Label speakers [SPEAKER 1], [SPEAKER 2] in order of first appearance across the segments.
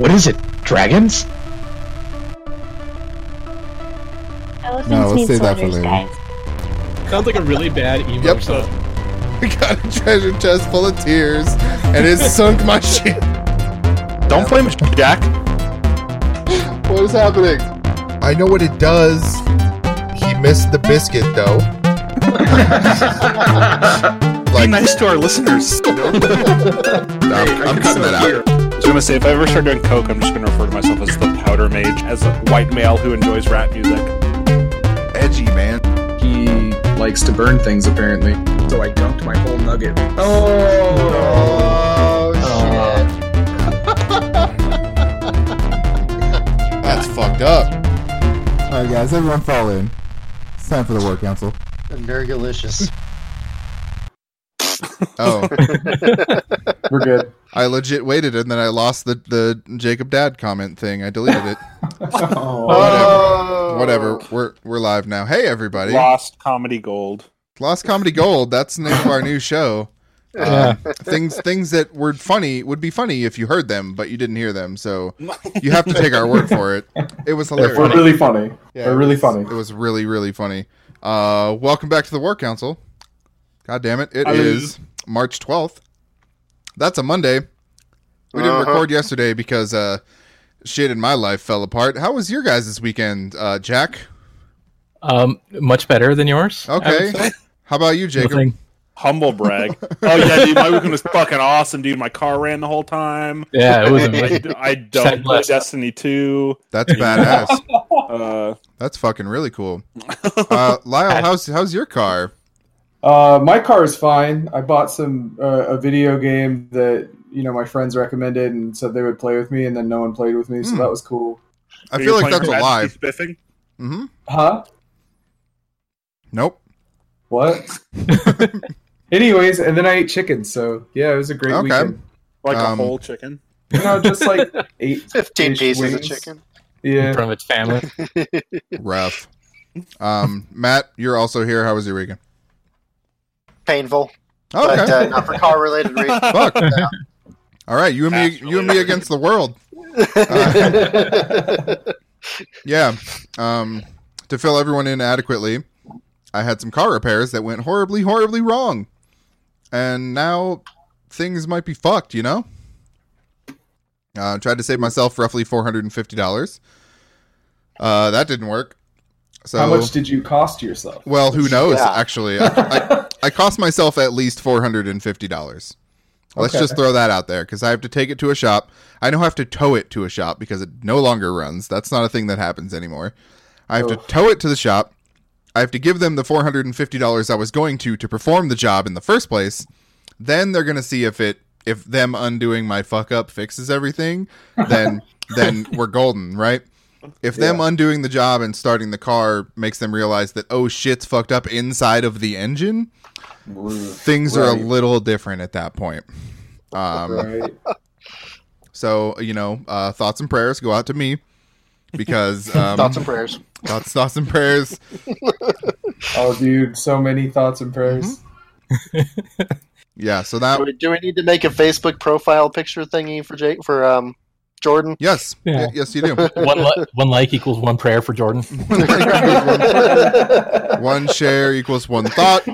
[SPEAKER 1] What is it? Dragons?
[SPEAKER 2] Elephants
[SPEAKER 3] No, let's
[SPEAKER 2] need
[SPEAKER 3] save that for
[SPEAKER 2] soldiers,
[SPEAKER 3] later.
[SPEAKER 2] guys.
[SPEAKER 4] Sounds like a really bad emo
[SPEAKER 3] Yep.
[SPEAKER 4] song.
[SPEAKER 3] We got a treasure chest full of tears, and it sunk my ship.
[SPEAKER 5] Don't blame it, Jack.
[SPEAKER 3] What is happening? I know what it does. He missed the biscuit, though.
[SPEAKER 5] Be
[SPEAKER 3] like,
[SPEAKER 5] nice to our listeners. you know?
[SPEAKER 1] Hey, I
[SPEAKER 5] I'm, I'm
[SPEAKER 1] can
[SPEAKER 5] cutting
[SPEAKER 1] smell
[SPEAKER 5] that out.
[SPEAKER 1] beer.
[SPEAKER 5] I was gonna say if I ever start doing coke, I'm just gonna refer to myself as the powder mage, as a white male who enjoys rap music.
[SPEAKER 6] Edgy, man.
[SPEAKER 1] He likes to burn things, apparently. So I dunked my whole nugget.
[SPEAKER 3] oh, shit. That's fucked up.
[SPEAKER 7] All right, guys, everyone fall in. It's time for the war council.
[SPEAKER 8] Very delicious.
[SPEAKER 3] Oh,
[SPEAKER 9] We're good.
[SPEAKER 3] I legit waited, and then I lost the, the Jacob Dad comment thing. I deleted it.
[SPEAKER 6] Oh.
[SPEAKER 3] Whatever. We're we're live now. Hey, everybody.
[SPEAKER 5] Lost comedy gold.
[SPEAKER 3] Lost Comedy Gold. That's the name of our new show. Uh, things things that were funny would be funny if you heard them, but you didn't hear them. So you have to take our word for it. It was hilarious.
[SPEAKER 9] We're really funny.
[SPEAKER 3] Yeah,
[SPEAKER 9] They're
[SPEAKER 3] it
[SPEAKER 9] really
[SPEAKER 3] was-
[SPEAKER 9] funny.
[SPEAKER 3] It was really really funny. Uh, welcome back to the War Council. God damn it! It
[SPEAKER 5] Hello.
[SPEAKER 3] is March twelfth. That's a Monday. We didn't
[SPEAKER 6] Uh-huh.
[SPEAKER 3] record yesterday because uh, shit in my life fell apart. How was your guys this weekend, uh, Jack?
[SPEAKER 10] Um, much better than yours. I would
[SPEAKER 3] Okay.
[SPEAKER 10] say.
[SPEAKER 3] How about you, Jacob?
[SPEAKER 10] Nothing.
[SPEAKER 5] Humble brag. oh yeah, dude, my weekend was fucking awesome, dude. My car ran the whole time.
[SPEAKER 10] Yeah, it was
[SPEAKER 5] I,
[SPEAKER 10] amazing.
[SPEAKER 5] I don't play
[SPEAKER 10] blessed.
[SPEAKER 5] Destiny two.
[SPEAKER 3] That's badass.
[SPEAKER 5] Uh,
[SPEAKER 3] That's fucking really cool. Uh, Lyle, how's how's your car?
[SPEAKER 9] Uh, my car is fine. I bought some uh, a video game that you know my friends recommended and said they would play with me, and then no one played with me, so
[SPEAKER 3] Hmm.
[SPEAKER 9] that was cool.
[SPEAKER 3] I
[SPEAKER 5] are you
[SPEAKER 3] feel like
[SPEAKER 5] playing
[SPEAKER 3] that's
[SPEAKER 5] Her
[SPEAKER 3] a
[SPEAKER 5] Majesty
[SPEAKER 3] lie.
[SPEAKER 5] Spiffing?
[SPEAKER 3] hmm
[SPEAKER 9] Huh?
[SPEAKER 3] Nope.
[SPEAKER 9] What? Anyways, and then I ate chicken, so yeah, it was a great
[SPEAKER 3] Okay.
[SPEAKER 9] weekend.
[SPEAKER 5] Like
[SPEAKER 3] Um,
[SPEAKER 5] a whole chicken.
[SPEAKER 9] You know, just like eight.
[SPEAKER 8] 15
[SPEAKER 9] Fish
[SPEAKER 8] pieces of
[SPEAKER 9] wings.
[SPEAKER 8] chicken.
[SPEAKER 10] in
[SPEAKER 9] Yeah,
[SPEAKER 10] front of its family.
[SPEAKER 3] Rough. Um, Matt, you're also here. How was your weekend?
[SPEAKER 8] Painful,
[SPEAKER 3] Okay.
[SPEAKER 8] but uh, not for car related reasons.
[SPEAKER 3] Fuck. All right, you and me,
[SPEAKER 5] That's
[SPEAKER 3] you and me
[SPEAKER 5] really-
[SPEAKER 3] against the world. Uh, yeah. Um, to fill everyone in adequately, I had some car repairs that went horribly, horribly wrong, and now things might be fucked. You know. Uh, tried to save myself roughly four hundred and fifty dollars. Uh, that didn't work. So
[SPEAKER 9] how much did you cost yourself?
[SPEAKER 3] well, who knows?
[SPEAKER 8] Yeah.
[SPEAKER 3] Actually, I, I, I cost myself at least four hundred and fifty dollars. Let's
[SPEAKER 9] Okay.
[SPEAKER 3] just throw that out there because I have to take it to a shop. I don't have to tow it to a shop because it no longer runs. That's not a thing that happens anymore. I have
[SPEAKER 9] Oof.
[SPEAKER 3] to tow it to the shop. I have to give them the four hundred and fifty dollars I was going to to perform the job in the first place. Then they're gonna see if it if them undoing my fuck up fixes everything. Then then we're golden, right? If them undoing the job and starting the car makes them realize that oh shit's fucked up inside of the engine, things are a
[SPEAKER 9] Right.
[SPEAKER 3] little different at that point. Um,
[SPEAKER 9] Right.
[SPEAKER 3] So you know, uh, thoughts and prayers go out to me because um,
[SPEAKER 8] Thoughts and prayers.
[SPEAKER 3] thoughts thoughts and prayers.
[SPEAKER 9] Oh, dude, so many thoughts and prayers.
[SPEAKER 3] Mm-hmm. Yeah. So
[SPEAKER 8] Do
[SPEAKER 3] that
[SPEAKER 8] we, do we need to make a Facebook profile picture thingy for Jake for um Jordan?
[SPEAKER 3] yes,
[SPEAKER 10] Yeah.
[SPEAKER 3] Y- yes you do.
[SPEAKER 10] One, li- one like equals one prayer for Jordan.
[SPEAKER 3] one share equals one thought,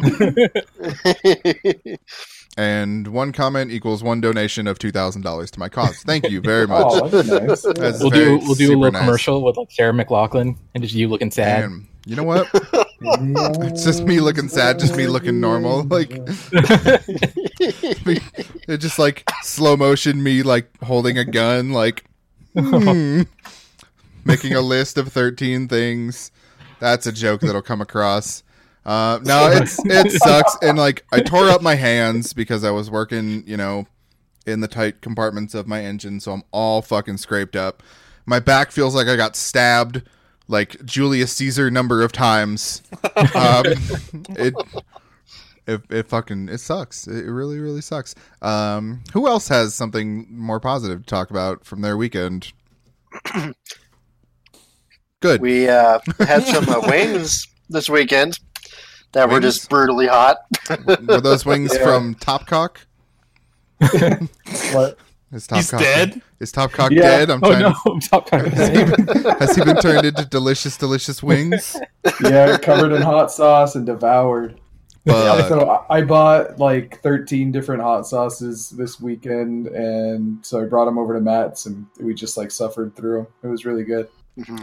[SPEAKER 3] and one comment equals one donation of two thousand dollars to my cause. Thank you very much.
[SPEAKER 9] Oh, that's nice.
[SPEAKER 3] That's
[SPEAKER 10] We'll
[SPEAKER 3] very
[SPEAKER 10] do we'll do a
[SPEAKER 3] super
[SPEAKER 10] little
[SPEAKER 3] nice.
[SPEAKER 10] commercial with like Sarah McLaughlin and just you looking sad.
[SPEAKER 3] Man, you know what? It's just me looking sad, just me looking normal. Like it's just like slow motion me like holding a gun, like hmm, making a list of thirteen things. That's a joke that'll come across. Uh, no, it's it sucks, and like I tore up my hands because I was working, you know, in the tight compartments of my engine, so I'm all fucking scraped up. My back feels like I got stabbed like Julius Caesar number of times. Um, it, it it fucking it sucks. It really really sucks. Um, who else has something more positive to talk about from their weekend? Good.
[SPEAKER 8] we uh, had some uh, wings this weekend that were
[SPEAKER 3] Wings?
[SPEAKER 8] just brutally hot.
[SPEAKER 3] Were those wings
[SPEAKER 9] Yeah.
[SPEAKER 3] from Topcock?
[SPEAKER 9] What?
[SPEAKER 3] Is Top
[SPEAKER 11] He's
[SPEAKER 3] Cock
[SPEAKER 11] dead?
[SPEAKER 3] Is Top Cock
[SPEAKER 11] Yeah.
[SPEAKER 3] dead? I'm
[SPEAKER 11] Oh,
[SPEAKER 3] trying.
[SPEAKER 11] no, Top Cock
[SPEAKER 3] has, he been, has he been turned into delicious, delicious wings?
[SPEAKER 9] yeah, covered in hot sauce and devoured.
[SPEAKER 3] Fuck.
[SPEAKER 9] So I I bought like 13 different hot sauces this weekend, and so I brought them over to Matt's, and we just like suffered through them. It was really good.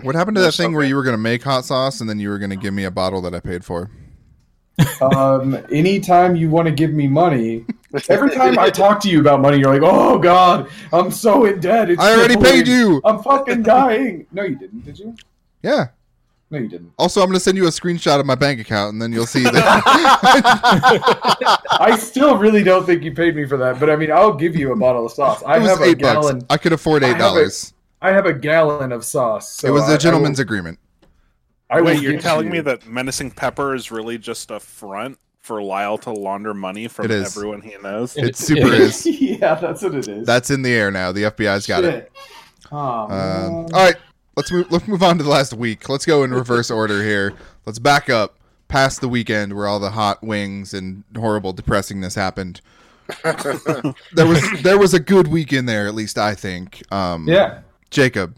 [SPEAKER 3] What happened to that thing where you were going to make hot sauce and then you were going to give me a bottle that I paid for?
[SPEAKER 9] Um, anytime you want to give me money, every time I talk to you about money, you're like, "Oh God, I'm so in debt." It's Oh.
[SPEAKER 3] I already
[SPEAKER 9] crippling.
[SPEAKER 3] paid you."
[SPEAKER 9] I'm fucking dying. No, you didn't. Did you?
[SPEAKER 3] Yeah.
[SPEAKER 9] No, you didn't.
[SPEAKER 3] Also, I'm going to send you a screenshot of my bank account and then you'll see that.
[SPEAKER 9] I still really don't think you paid me for that, but I mean, I'll give you a bottle of sauce. I
[SPEAKER 3] it was
[SPEAKER 9] have a
[SPEAKER 3] eight bucks.
[SPEAKER 9] gallon.
[SPEAKER 3] I could afford
[SPEAKER 9] I
[SPEAKER 3] eight
[SPEAKER 9] have a-
[SPEAKER 3] dollars.
[SPEAKER 9] I have a gallon of sauce. So
[SPEAKER 3] it was
[SPEAKER 9] I-
[SPEAKER 3] a gentleman's
[SPEAKER 9] I will-
[SPEAKER 3] agreement.
[SPEAKER 9] I will
[SPEAKER 5] Wait, you're
[SPEAKER 9] give
[SPEAKER 5] telling
[SPEAKER 9] you-
[SPEAKER 5] me that menacing pepper is really just a front for Lyle to launder money from
[SPEAKER 3] It is.
[SPEAKER 5] everyone he knows?
[SPEAKER 3] It super is.
[SPEAKER 9] yeah, that's what it is.
[SPEAKER 3] That's in the air now. The FBI's got it.
[SPEAKER 9] Shit. Aw,
[SPEAKER 3] Um, all right, let's move. Let's move on to the last week. Let's go in reverse order here. Let's back up past the weekend where all the hot wings and horrible depressingness happened. There was there was a good week in there, at least I think. Um,
[SPEAKER 9] Yeah.
[SPEAKER 3] Jacob,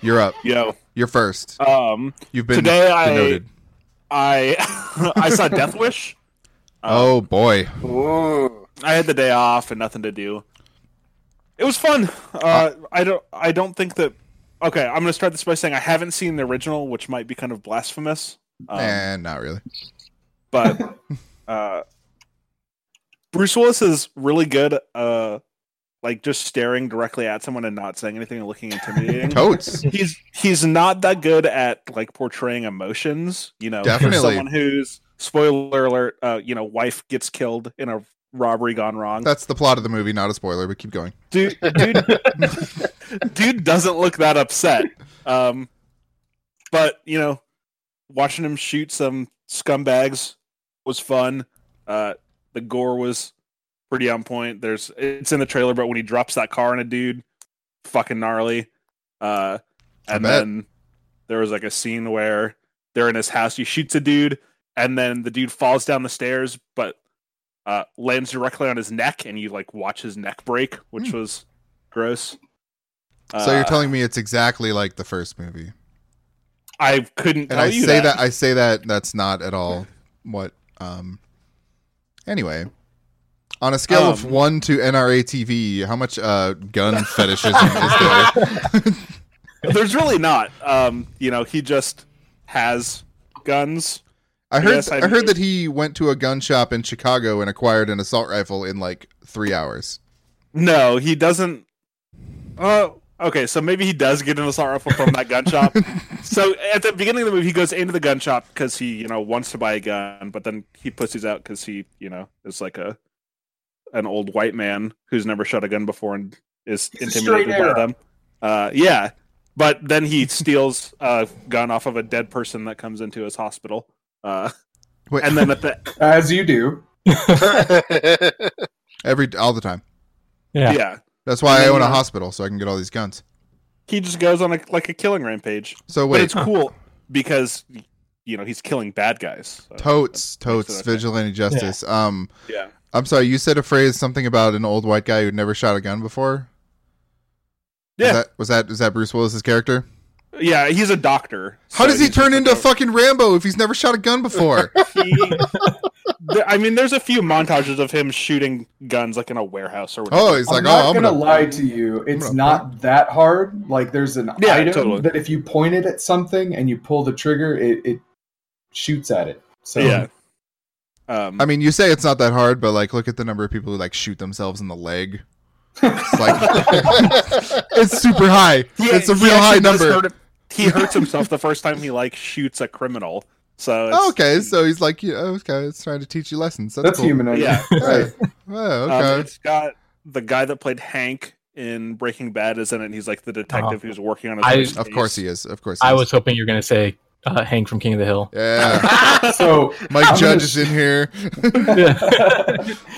[SPEAKER 3] you're up.
[SPEAKER 5] Yo.
[SPEAKER 3] You're first.
[SPEAKER 5] Um,
[SPEAKER 3] You've been
[SPEAKER 5] today
[SPEAKER 3] denoted.
[SPEAKER 5] I I I saw Death Wish. uh, Um,
[SPEAKER 3] oh boy,
[SPEAKER 5] I had the day off and nothing to do. It was fun. Uh, I don't. I don't think that. Okay, I'm gonna start this by saying I haven't seen the original, which might be kind of blasphemous. Um,
[SPEAKER 3] Eh, not really.
[SPEAKER 5] but uh, Bruce Willis is really good. Uh, like just staring directly at someone and not saying anything and looking intimidating.
[SPEAKER 3] Totes.
[SPEAKER 5] He's he's not that good at like portraying emotions. You know, for
[SPEAKER 3] Definitely.
[SPEAKER 5] someone who's spoiler alert. Uh, you know, wife gets killed in a robbery gone wrong.
[SPEAKER 3] That's the plot of the movie. Not a spoiler, but keep going.
[SPEAKER 5] dude, dude, dude doesn't look that upset. Um, but you know, watching him shoot some scumbags was fun. Uh, the gore was pretty on point. There's it's in the trailer, but when he drops that car on a dude, fucking gnarly. Uh,
[SPEAKER 3] I
[SPEAKER 5] and
[SPEAKER 3] bet.
[SPEAKER 5] then there was like a scene where they're in his house. He shoots a dude, and then the dude falls down the stairs, but uh, lands directly on his neck, and you like watch his neck break, which was gross.
[SPEAKER 3] Hmm. So you're
[SPEAKER 5] Uh,
[SPEAKER 3] telling me it's exactly like the first movie,
[SPEAKER 5] I couldn't
[SPEAKER 3] and
[SPEAKER 5] tell
[SPEAKER 3] I
[SPEAKER 5] you
[SPEAKER 3] say
[SPEAKER 5] that.
[SPEAKER 3] that I say that that's not at all what. Um. Anyway, on a scale of
[SPEAKER 5] Um,
[SPEAKER 3] one to NRA TV, how much uh, gun fetishism is there?
[SPEAKER 5] There's really not. Um, you know, he just has guns.
[SPEAKER 3] I heard
[SPEAKER 5] Yes, I
[SPEAKER 3] I heard
[SPEAKER 5] do.
[SPEAKER 3] that he went to a gun shop in Chicago and acquired an assault rifle in like three hours.
[SPEAKER 5] No, he doesn't. Oh, okay. So maybe he does get an assault rifle from that gun shop. So at the beginning of the movie, he goes into the gun shop because he, you know, wants to buy a gun, but then he pussies out because he, you know, is like a an old white man who's never shot a gun before and is
[SPEAKER 9] He's a straight
[SPEAKER 5] intimidated by
[SPEAKER 9] arrow.
[SPEAKER 5] them. Uh, yeah, but then he steals a gun off of a dead person that comes into his hospital. Uh,
[SPEAKER 3] Wait.
[SPEAKER 5] and then at the
[SPEAKER 9] As you do.
[SPEAKER 3] Every all the time.
[SPEAKER 10] Yeah.
[SPEAKER 5] yeah,
[SPEAKER 3] That's why I
[SPEAKER 5] And
[SPEAKER 3] own
[SPEAKER 5] then,
[SPEAKER 3] a
[SPEAKER 5] uh,
[SPEAKER 3] hospital so I can get all these guns.
[SPEAKER 5] he just goes on a, like a killing rampage.
[SPEAKER 3] So
[SPEAKER 5] but
[SPEAKER 3] wait,
[SPEAKER 5] it's cool because you know he's killing bad guys. so-
[SPEAKER 3] totes,
[SPEAKER 5] Makes
[SPEAKER 3] totes,
[SPEAKER 5] it okay.
[SPEAKER 3] vigilante justice. Um,
[SPEAKER 5] Yeah.
[SPEAKER 3] I'm sorry, you said a phrase something about an old white guy who'd never shot a gun before.
[SPEAKER 5] Yeah.
[SPEAKER 3] was that was that, was that Bruce Willis's character?
[SPEAKER 5] Yeah, he's a doctor.
[SPEAKER 3] How
[SPEAKER 5] so
[SPEAKER 3] does he
[SPEAKER 5] he's
[SPEAKER 3] turn
[SPEAKER 5] just
[SPEAKER 3] into
[SPEAKER 5] like
[SPEAKER 3] fucking Rambo if he's never shot a gun before?
[SPEAKER 5] a- he- There- I mean, there's a few montages of him shooting guns like in a warehouse or whatever.
[SPEAKER 3] oh, he's like,
[SPEAKER 9] I'm
[SPEAKER 3] oh,
[SPEAKER 9] not
[SPEAKER 3] I'm
[SPEAKER 9] gonna,
[SPEAKER 3] gonna.
[SPEAKER 9] lie to you. It's
[SPEAKER 3] gonna-
[SPEAKER 9] not that hard. Like there's an
[SPEAKER 5] Yeah,
[SPEAKER 9] item
[SPEAKER 5] totally.
[SPEAKER 9] that if you point it at something and you pull the trigger, it, it shoots at it. So
[SPEAKER 5] yeah. Um,
[SPEAKER 3] I mean, you say it's not that hard, but like, look at the number of people who like shoot themselves in the leg. It's like it's super high.
[SPEAKER 5] he-
[SPEAKER 3] it's a
[SPEAKER 5] he
[SPEAKER 3] real high
[SPEAKER 5] actually does
[SPEAKER 3] number.
[SPEAKER 5] hurt- he hurts himself the first time he like shoots a criminal. So it's,
[SPEAKER 3] Oh, okay, so he's like, yeah, okay, it's trying to teach you lessons. That's,
[SPEAKER 9] that's
[SPEAKER 3] cool.
[SPEAKER 9] human.
[SPEAKER 5] yeah.
[SPEAKER 9] Right.
[SPEAKER 3] Oh,
[SPEAKER 5] Um,
[SPEAKER 3] okay.
[SPEAKER 5] it's got the guy that played Hank in Breaking Bad is in it. And he's like the detective
[SPEAKER 10] Oh.
[SPEAKER 5] who's working on.
[SPEAKER 10] I-
[SPEAKER 5] His
[SPEAKER 3] Uh-huh. of course he is. Of course. He
[SPEAKER 10] I
[SPEAKER 3] is.
[SPEAKER 10] was hoping you were going to say uh, Hank from King of the Hill.
[SPEAKER 3] Yeah.
[SPEAKER 9] So
[SPEAKER 3] Mike
[SPEAKER 9] I'm
[SPEAKER 3] Judge
[SPEAKER 9] gonna-
[SPEAKER 3] is in here.
[SPEAKER 9] I'm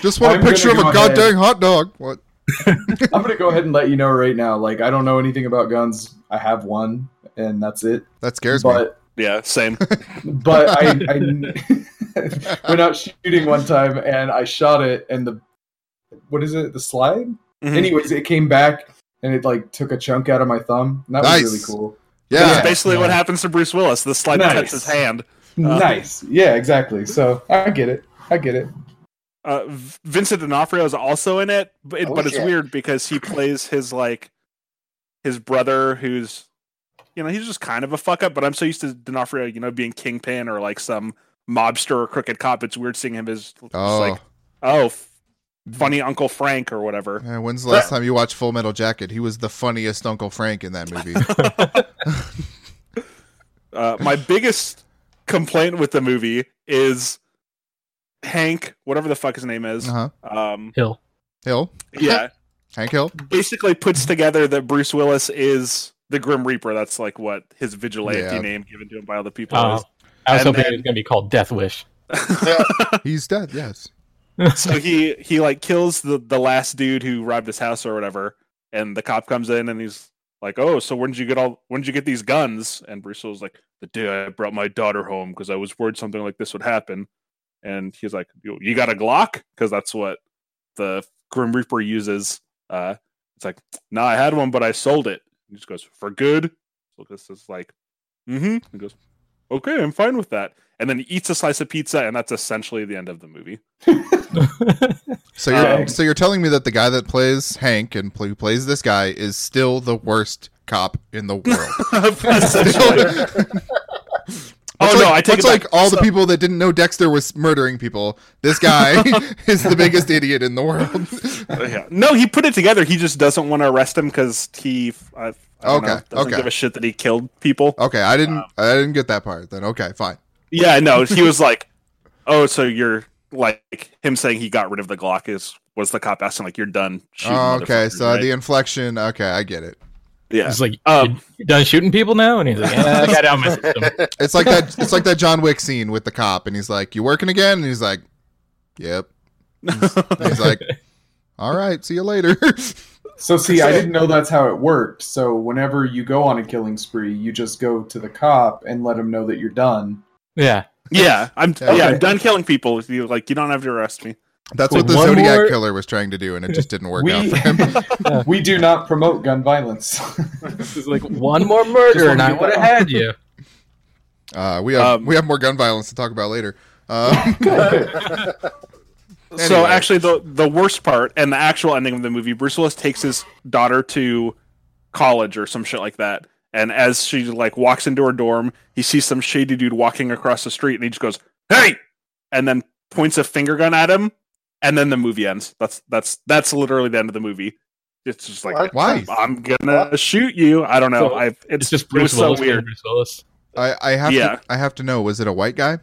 [SPEAKER 3] Just want
[SPEAKER 9] I'm
[SPEAKER 3] a
[SPEAKER 9] gonna
[SPEAKER 3] picture of a
[SPEAKER 9] go
[SPEAKER 3] goddamn
[SPEAKER 9] ahead.
[SPEAKER 3] hot dog. What?
[SPEAKER 9] gonna go ahead and let you know right now. Like I don't know anything about guns. I have one, and that's it.
[SPEAKER 3] That scares me.
[SPEAKER 9] but
[SPEAKER 5] yeah, same.
[SPEAKER 9] but I,
[SPEAKER 3] Hmm.
[SPEAKER 9] I went out shooting one time and I shot it, and the what is it? The slide?
[SPEAKER 5] Mhm.
[SPEAKER 9] Anyways, it came back and it like took a chunk out of my thumb. And that
[SPEAKER 3] Nice.
[SPEAKER 9] was really cool.
[SPEAKER 3] Yeah.
[SPEAKER 5] That's basically what happens to Bruce Willis. The slide
[SPEAKER 9] Nice.
[SPEAKER 5] cuts his hand. Uh,
[SPEAKER 9] nice. Yeah, exactly. So I get it. I get it.
[SPEAKER 5] Uh, V- Vincent D'Onofrio is also in it, but, it,
[SPEAKER 8] Oh,
[SPEAKER 5] but it's
[SPEAKER 8] shit.
[SPEAKER 5] weird because he plays his like his brother, who's you know he's just kind of a fuck up. But I'm so used to D'Onofrio, you know, being kingpin or like some mobster or crooked cop. It's weird seeing him as just
[SPEAKER 3] Oh,
[SPEAKER 5] like oh, f- funny Uncle Frank or whatever.
[SPEAKER 3] man, when's the last time you watched Full Metal Jacket? He was the funniest Uncle Frank in that movie.
[SPEAKER 5] Uh, my biggest complaint with the movie is Hank, whatever the fuck his name is.
[SPEAKER 3] Uh-huh.
[SPEAKER 5] Um,
[SPEAKER 10] Hill.
[SPEAKER 3] Hill,
[SPEAKER 5] yeah,
[SPEAKER 3] Hank Hill.
[SPEAKER 5] basically puts together that Bruce Willis is the Grim Reaper. That's like what his vigilante
[SPEAKER 3] Yeah.
[SPEAKER 5] name given to him by other people
[SPEAKER 10] Uh,
[SPEAKER 5] is.
[SPEAKER 10] I was
[SPEAKER 5] And
[SPEAKER 10] hoping
[SPEAKER 5] then-
[SPEAKER 10] it was going to be called Death Wish.
[SPEAKER 3] He's dead. Yes.
[SPEAKER 5] so he he like kills the the last dude who robbed his house or whatever, and the cop comes in and he's like, "Oh, so when did you get all when did you get these guns?" And Bruce was like, "The day I brought my daughter home because I was worried something like this would happen." And he's like, "You, you got a Glock?" Because that's what the Grim Reaper uses. Uh, it's like, "Nah, I had one, but I sold it." He just goes, "For good." So this is like, "Mm-hmm." He goes, "Okay, I'm fine with that." And then he eats a slice of pizza, and that's essentially the end of the movie.
[SPEAKER 3] So you're
[SPEAKER 9] Um,
[SPEAKER 3] so you're telling me that the guy that plays Hank and pl- who plays this guy is still the worst cop in the world.
[SPEAKER 5] Essentially.
[SPEAKER 3] Much
[SPEAKER 5] oh no,
[SPEAKER 3] like-
[SPEAKER 5] I take
[SPEAKER 3] much
[SPEAKER 5] it
[SPEAKER 3] like
[SPEAKER 5] back.
[SPEAKER 3] all
[SPEAKER 5] So-
[SPEAKER 3] the people that didn't know Dexter was murdering people. This guy is the biggest idiot in the world.
[SPEAKER 5] yeah. No, he put it together. He just doesn't want to arrest him because he I, I don't
[SPEAKER 3] Okay,
[SPEAKER 5] know, doesn't
[SPEAKER 3] okay. Oh.
[SPEAKER 5] give a shit that he killed people.
[SPEAKER 3] okay, I didn't I didn't get that part. Then okay, fine.
[SPEAKER 5] Yeah, no, he was like, "Oh, so you're like him saying he got rid of the Glock is was the cop asking like you're done shooting."
[SPEAKER 3] Oh, okay,
[SPEAKER 5] motherfuckers,
[SPEAKER 3] so
[SPEAKER 5] right?
[SPEAKER 3] the inflection. Okay, I get it.
[SPEAKER 5] yeah,
[SPEAKER 10] He's like,
[SPEAKER 5] Um,
[SPEAKER 10] you done shooting people now? And he's like, yeah, I got it out of my system.
[SPEAKER 3] It's like that. It's like that John Wick scene with the cop, and he's like, "You working again?" And he's like, "Yep." And he's like, "All right, see you later."
[SPEAKER 9] So see, I didn't know that's how it worked. So whenever you go on a killing spree, you just go to the cop and let him know that you're done.
[SPEAKER 10] Yeah.
[SPEAKER 5] yeah, I'm
[SPEAKER 3] Okay.
[SPEAKER 5] yeah, I'm done killing people. You're like, you don't have to arrest me.
[SPEAKER 3] That's
[SPEAKER 10] Cool.
[SPEAKER 3] what the
[SPEAKER 10] One
[SPEAKER 3] Zodiac
[SPEAKER 10] more-
[SPEAKER 3] killer was trying to do, and it just didn't work
[SPEAKER 9] We-
[SPEAKER 3] out for him.
[SPEAKER 9] we do not promote gun violence.
[SPEAKER 10] This is like one more murder and I
[SPEAKER 9] wanna get
[SPEAKER 10] would have had you.
[SPEAKER 3] Uh, we have
[SPEAKER 5] Um,
[SPEAKER 3] we have more gun violence to talk about later. Uh,
[SPEAKER 5] So
[SPEAKER 3] Anyway.
[SPEAKER 5] actually, the the worst part and the actual ending of the movie, Bruce Willis takes his daughter to college or some shit like that, and as she like walks into her dorm, he sees some shady dude walking across the street, and he just goes, "Hey!" and then points a finger gun at him, and then the movie ends. That's that's that's literally the end of the movie. It's just like
[SPEAKER 8] What?
[SPEAKER 3] Why?
[SPEAKER 5] I'm gonna shoot you. I don't know.
[SPEAKER 10] So,
[SPEAKER 5] I it's,
[SPEAKER 10] It's just
[SPEAKER 5] it was
[SPEAKER 10] Bruce Willis.
[SPEAKER 5] so
[SPEAKER 10] being
[SPEAKER 5] weird.
[SPEAKER 10] Bruce Willis.
[SPEAKER 3] I, I have
[SPEAKER 5] Yeah.
[SPEAKER 3] to I have to know. Was it a white guy?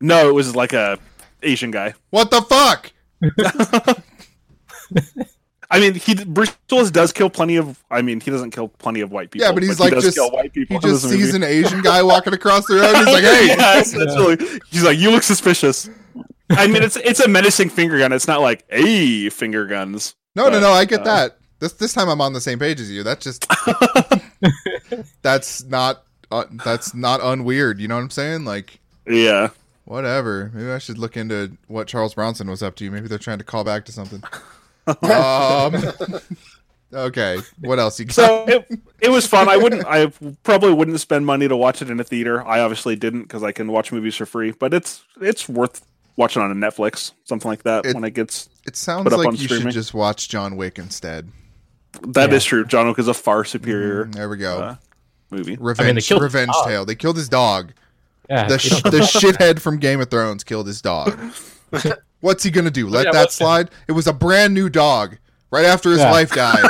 [SPEAKER 5] No, it was like a Asian guy.
[SPEAKER 3] What the fuck?
[SPEAKER 5] I mean, he Bruce Willis does kill plenty of. I mean, he doesn't kill plenty of white people.
[SPEAKER 3] Yeah, but he's
[SPEAKER 5] he
[SPEAKER 3] like
[SPEAKER 5] does
[SPEAKER 3] just-
[SPEAKER 5] kill white people.
[SPEAKER 3] He
[SPEAKER 5] in
[SPEAKER 3] just
[SPEAKER 5] this movie.
[SPEAKER 3] sees an Asian guy walking across the road. He's like, "Hey,
[SPEAKER 5] yeah, essentially. He's like, you look suspicious. I mean, it's it's a menacing finger gun. It's not like a finger guns.
[SPEAKER 3] no, no,
[SPEAKER 5] But,
[SPEAKER 3] no! I get
[SPEAKER 5] uh,
[SPEAKER 3] that. This this time I'm on the same page as you. That's just that's not uh, that's not unweird. You know what I'm saying? Like,
[SPEAKER 5] Yeah,
[SPEAKER 3] whatever. Maybe I should look into what Charles Bronson was up to. Maybe they're trying to call back to something. um, okay, what else you got?
[SPEAKER 5] so it it was fun. I wouldn't. I probably wouldn't spend money to watch it in a theater. I obviously didn't because I can watch movies for free. But it's it's worth watching on a Netflix, something like that.
[SPEAKER 3] It-
[SPEAKER 5] when it gets
[SPEAKER 3] It sounds
[SPEAKER 5] Put up on
[SPEAKER 3] like you should
[SPEAKER 5] streaming.
[SPEAKER 3] just watch John Wick instead. Mm,
[SPEAKER 5] that is
[SPEAKER 10] Yeah.
[SPEAKER 5] true. John Wick is a far superior
[SPEAKER 3] There we go.
[SPEAKER 5] Uh, movie.
[SPEAKER 3] revenge,
[SPEAKER 10] they killed his
[SPEAKER 3] revenge
[SPEAKER 10] dog.
[SPEAKER 3] tale. They killed his dog.
[SPEAKER 10] Yeah.
[SPEAKER 3] The
[SPEAKER 10] you
[SPEAKER 3] sh-
[SPEAKER 10] don't-
[SPEAKER 3] the shithead from Game of Thrones killed his dog. What's he gonna do? Let
[SPEAKER 10] yeah,
[SPEAKER 3] that
[SPEAKER 10] what's that?
[SPEAKER 3] slide? It was a brand new dog. Right after his
[SPEAKER 10] Yeah.
[SPEAKER 3] wife died,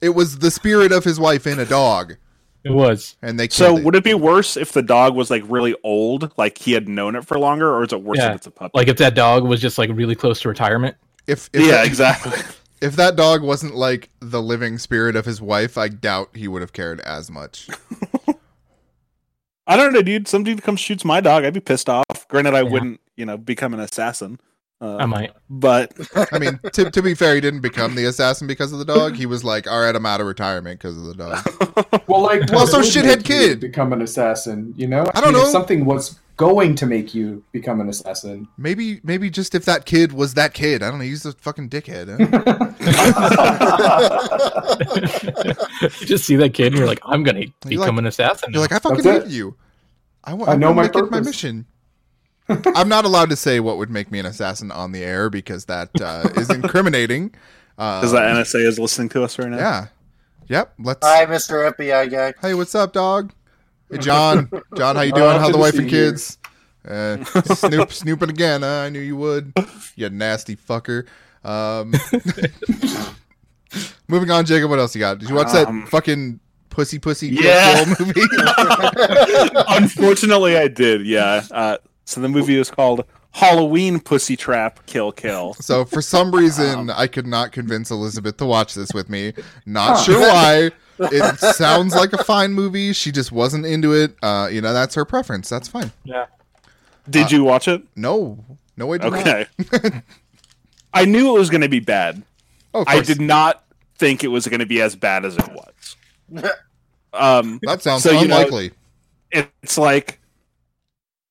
[SPEAKER 3] it was the spirit of his wife in a dog,
[SPEAKER 10] it was.
[SPEAKER 3] and they
[SPEAKER 5] So
[SPEAKER 3] killed it.
[SPEAKER 5] would it be worse if the dog was like really old, like he had known it for longer, or is it worse
[SPEAKER 10] Yeah.
[SPEAKER 5] if it's a puppy?
[SPEAKER 10] Like if that dog was just like really close to retirement.
[SPEAKER 3] If if,
[SPEAKER 5] yeah,
[SPEAKER 3] that,
[SPEAKER 5] exactly.
[SPEAKER 3] if that dog wasn't like the living spirit of his wife, I doubt he would have cared as much.
[SPEAKER 5] I don't know, dude. Some dude comes shoots my dog, I'd be pissed off. Granted, I wouldn't, you know, become an assassin. Uh,
[SPEAKER 10] I might.
[SPEAKER 5] but
[SPEAKER 3] I mean, to, to be fair, he didn't become the assassin because of the dog. He was like, all right, I'm out of retirement because of the dog.
[SPEAKER 9] well, like
[SPEAKER 3] Also,
[SPEAKER 9] what would
[SPEAKER 3] shithead
[SPEAKER 9] make you
[SPEAKER 3] kid.
[SPEAKER 9] become an assassin. You know,
[SPEAKER 3] I don't know.
[SPEAKER 9] If something was going to make you become an assassin.
[SPEAKER 3] Maybe, maybe just if that kid was that kid. I don't know. He's a fucking dickhead. I don't know.
[SPEAKER 10] you just see that kid and you're like, I'm gonna become
[SPEAKER 3] like-
[SPEAKER 10] an assassin.
[SPEAKER 3] You're like, I fucking
[SPEAKER 9] That's
[SPEAKER 3] hate
[SPEAKER 9] it.
[SPEAKER 3] you. I, wa-
[SPEAKER 9] I
[SPEAKER 3] I
[SPEAKER 9] know
[SPEAKER 3] know
[SPEAKER 9] my
[SPEAKER 3] my, my
[SPEAKER 9] purpose.
[SPEAKER 3] mission. I'm not allowed to say what would make me an assassin on the air because that uh, is incriminating. Uh,
[SPEAKER 5] Because the NSA is listening to us right now.
[SPEAKER 3] yeah. Yep. Let's.
[SPEAKER 8] Hi, Mr. FBI guy.
[SPEAKER 3] Hey, what's up, dog? Hey, John. John, how you doing?
[SPEAKER 9] Uh,
[SPEAKER 3] How
[SPEAKER 9] good
[SPEAKER 3] the
[SPEAKER 9] to
[SPEAKER 3] wife
[SPEAKER 9] see
[SPEAKER 3] and
[SPEAKER 9] you.
[SPEAKER 3] kids? Uh, Snoop, snooping again. huh? I knew you would. You nasty fucker. Um, moving on, Jacob. What else you got? Did you watch
[SPEAKER 5] Um,
[SPEAKER 3] that fucking pussy pussy Kill
[SPEAKER 5] Yeah.
[SPEAKER 3] Bill movie?
[SPEAKER 5] Unfortunately, I did. Yeah. Uh, so the movie is called Halloween Pussy Trap Kill Kill.
[SPEAKER 3] so for some reason, I could not convince Elizabeth to watch this with me. Not sure why. It sounds like a fine movie. She just wasn't into it. Uh, you know, that's her preference. That's fine.
[SPEAKER 5] Did you watch it?
[SPEAKER 3] No, no, Uh, I did not.
[SPEAKER 5] Okay. I knew it was going to be bad.
[SPEAKER 3] Oh, of
[SPEAKER 5] I
[SPEAKER 3] course.
[SPEAKER 5] did not think it was going to be as bad as it was. Um,
[SPEAKER 3] That sounds
[SPEAKER 5] So, you know-
[SPEAKER 3] unlikely.
[SPEAKER 5] it's like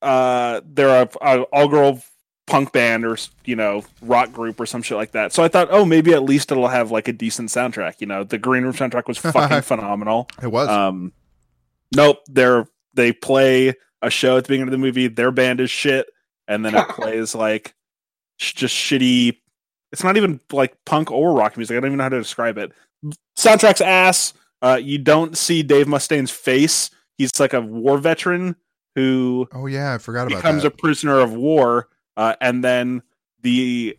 [SPEAKER 5] uh they're a, a all girl punk band or you know rock group or some shit like that. So I thought, oh, maybe at least it'll have like a decent soundtrack. You know, the Green Room soundtrack was fucking phenomenal.
[SPEAKER 3] it was.
[SPEAKER 5] Um, nope, they're they play a show at the beginning of the movie. Their band is shit, and then it plays like sh- just shitty. It's not even like punk or rock music. I don't even know how to describe it. Soundtrack's ass. Uh, you don't see Dave Mustaine's face. He's like a war veteran who
[SPEAKER 3] oh yeah, I forgot about
[SPEAKER 5] becomes
[SPEAKER 3] that.
[SPEAKER 5] a prisoner of war, uh, and then the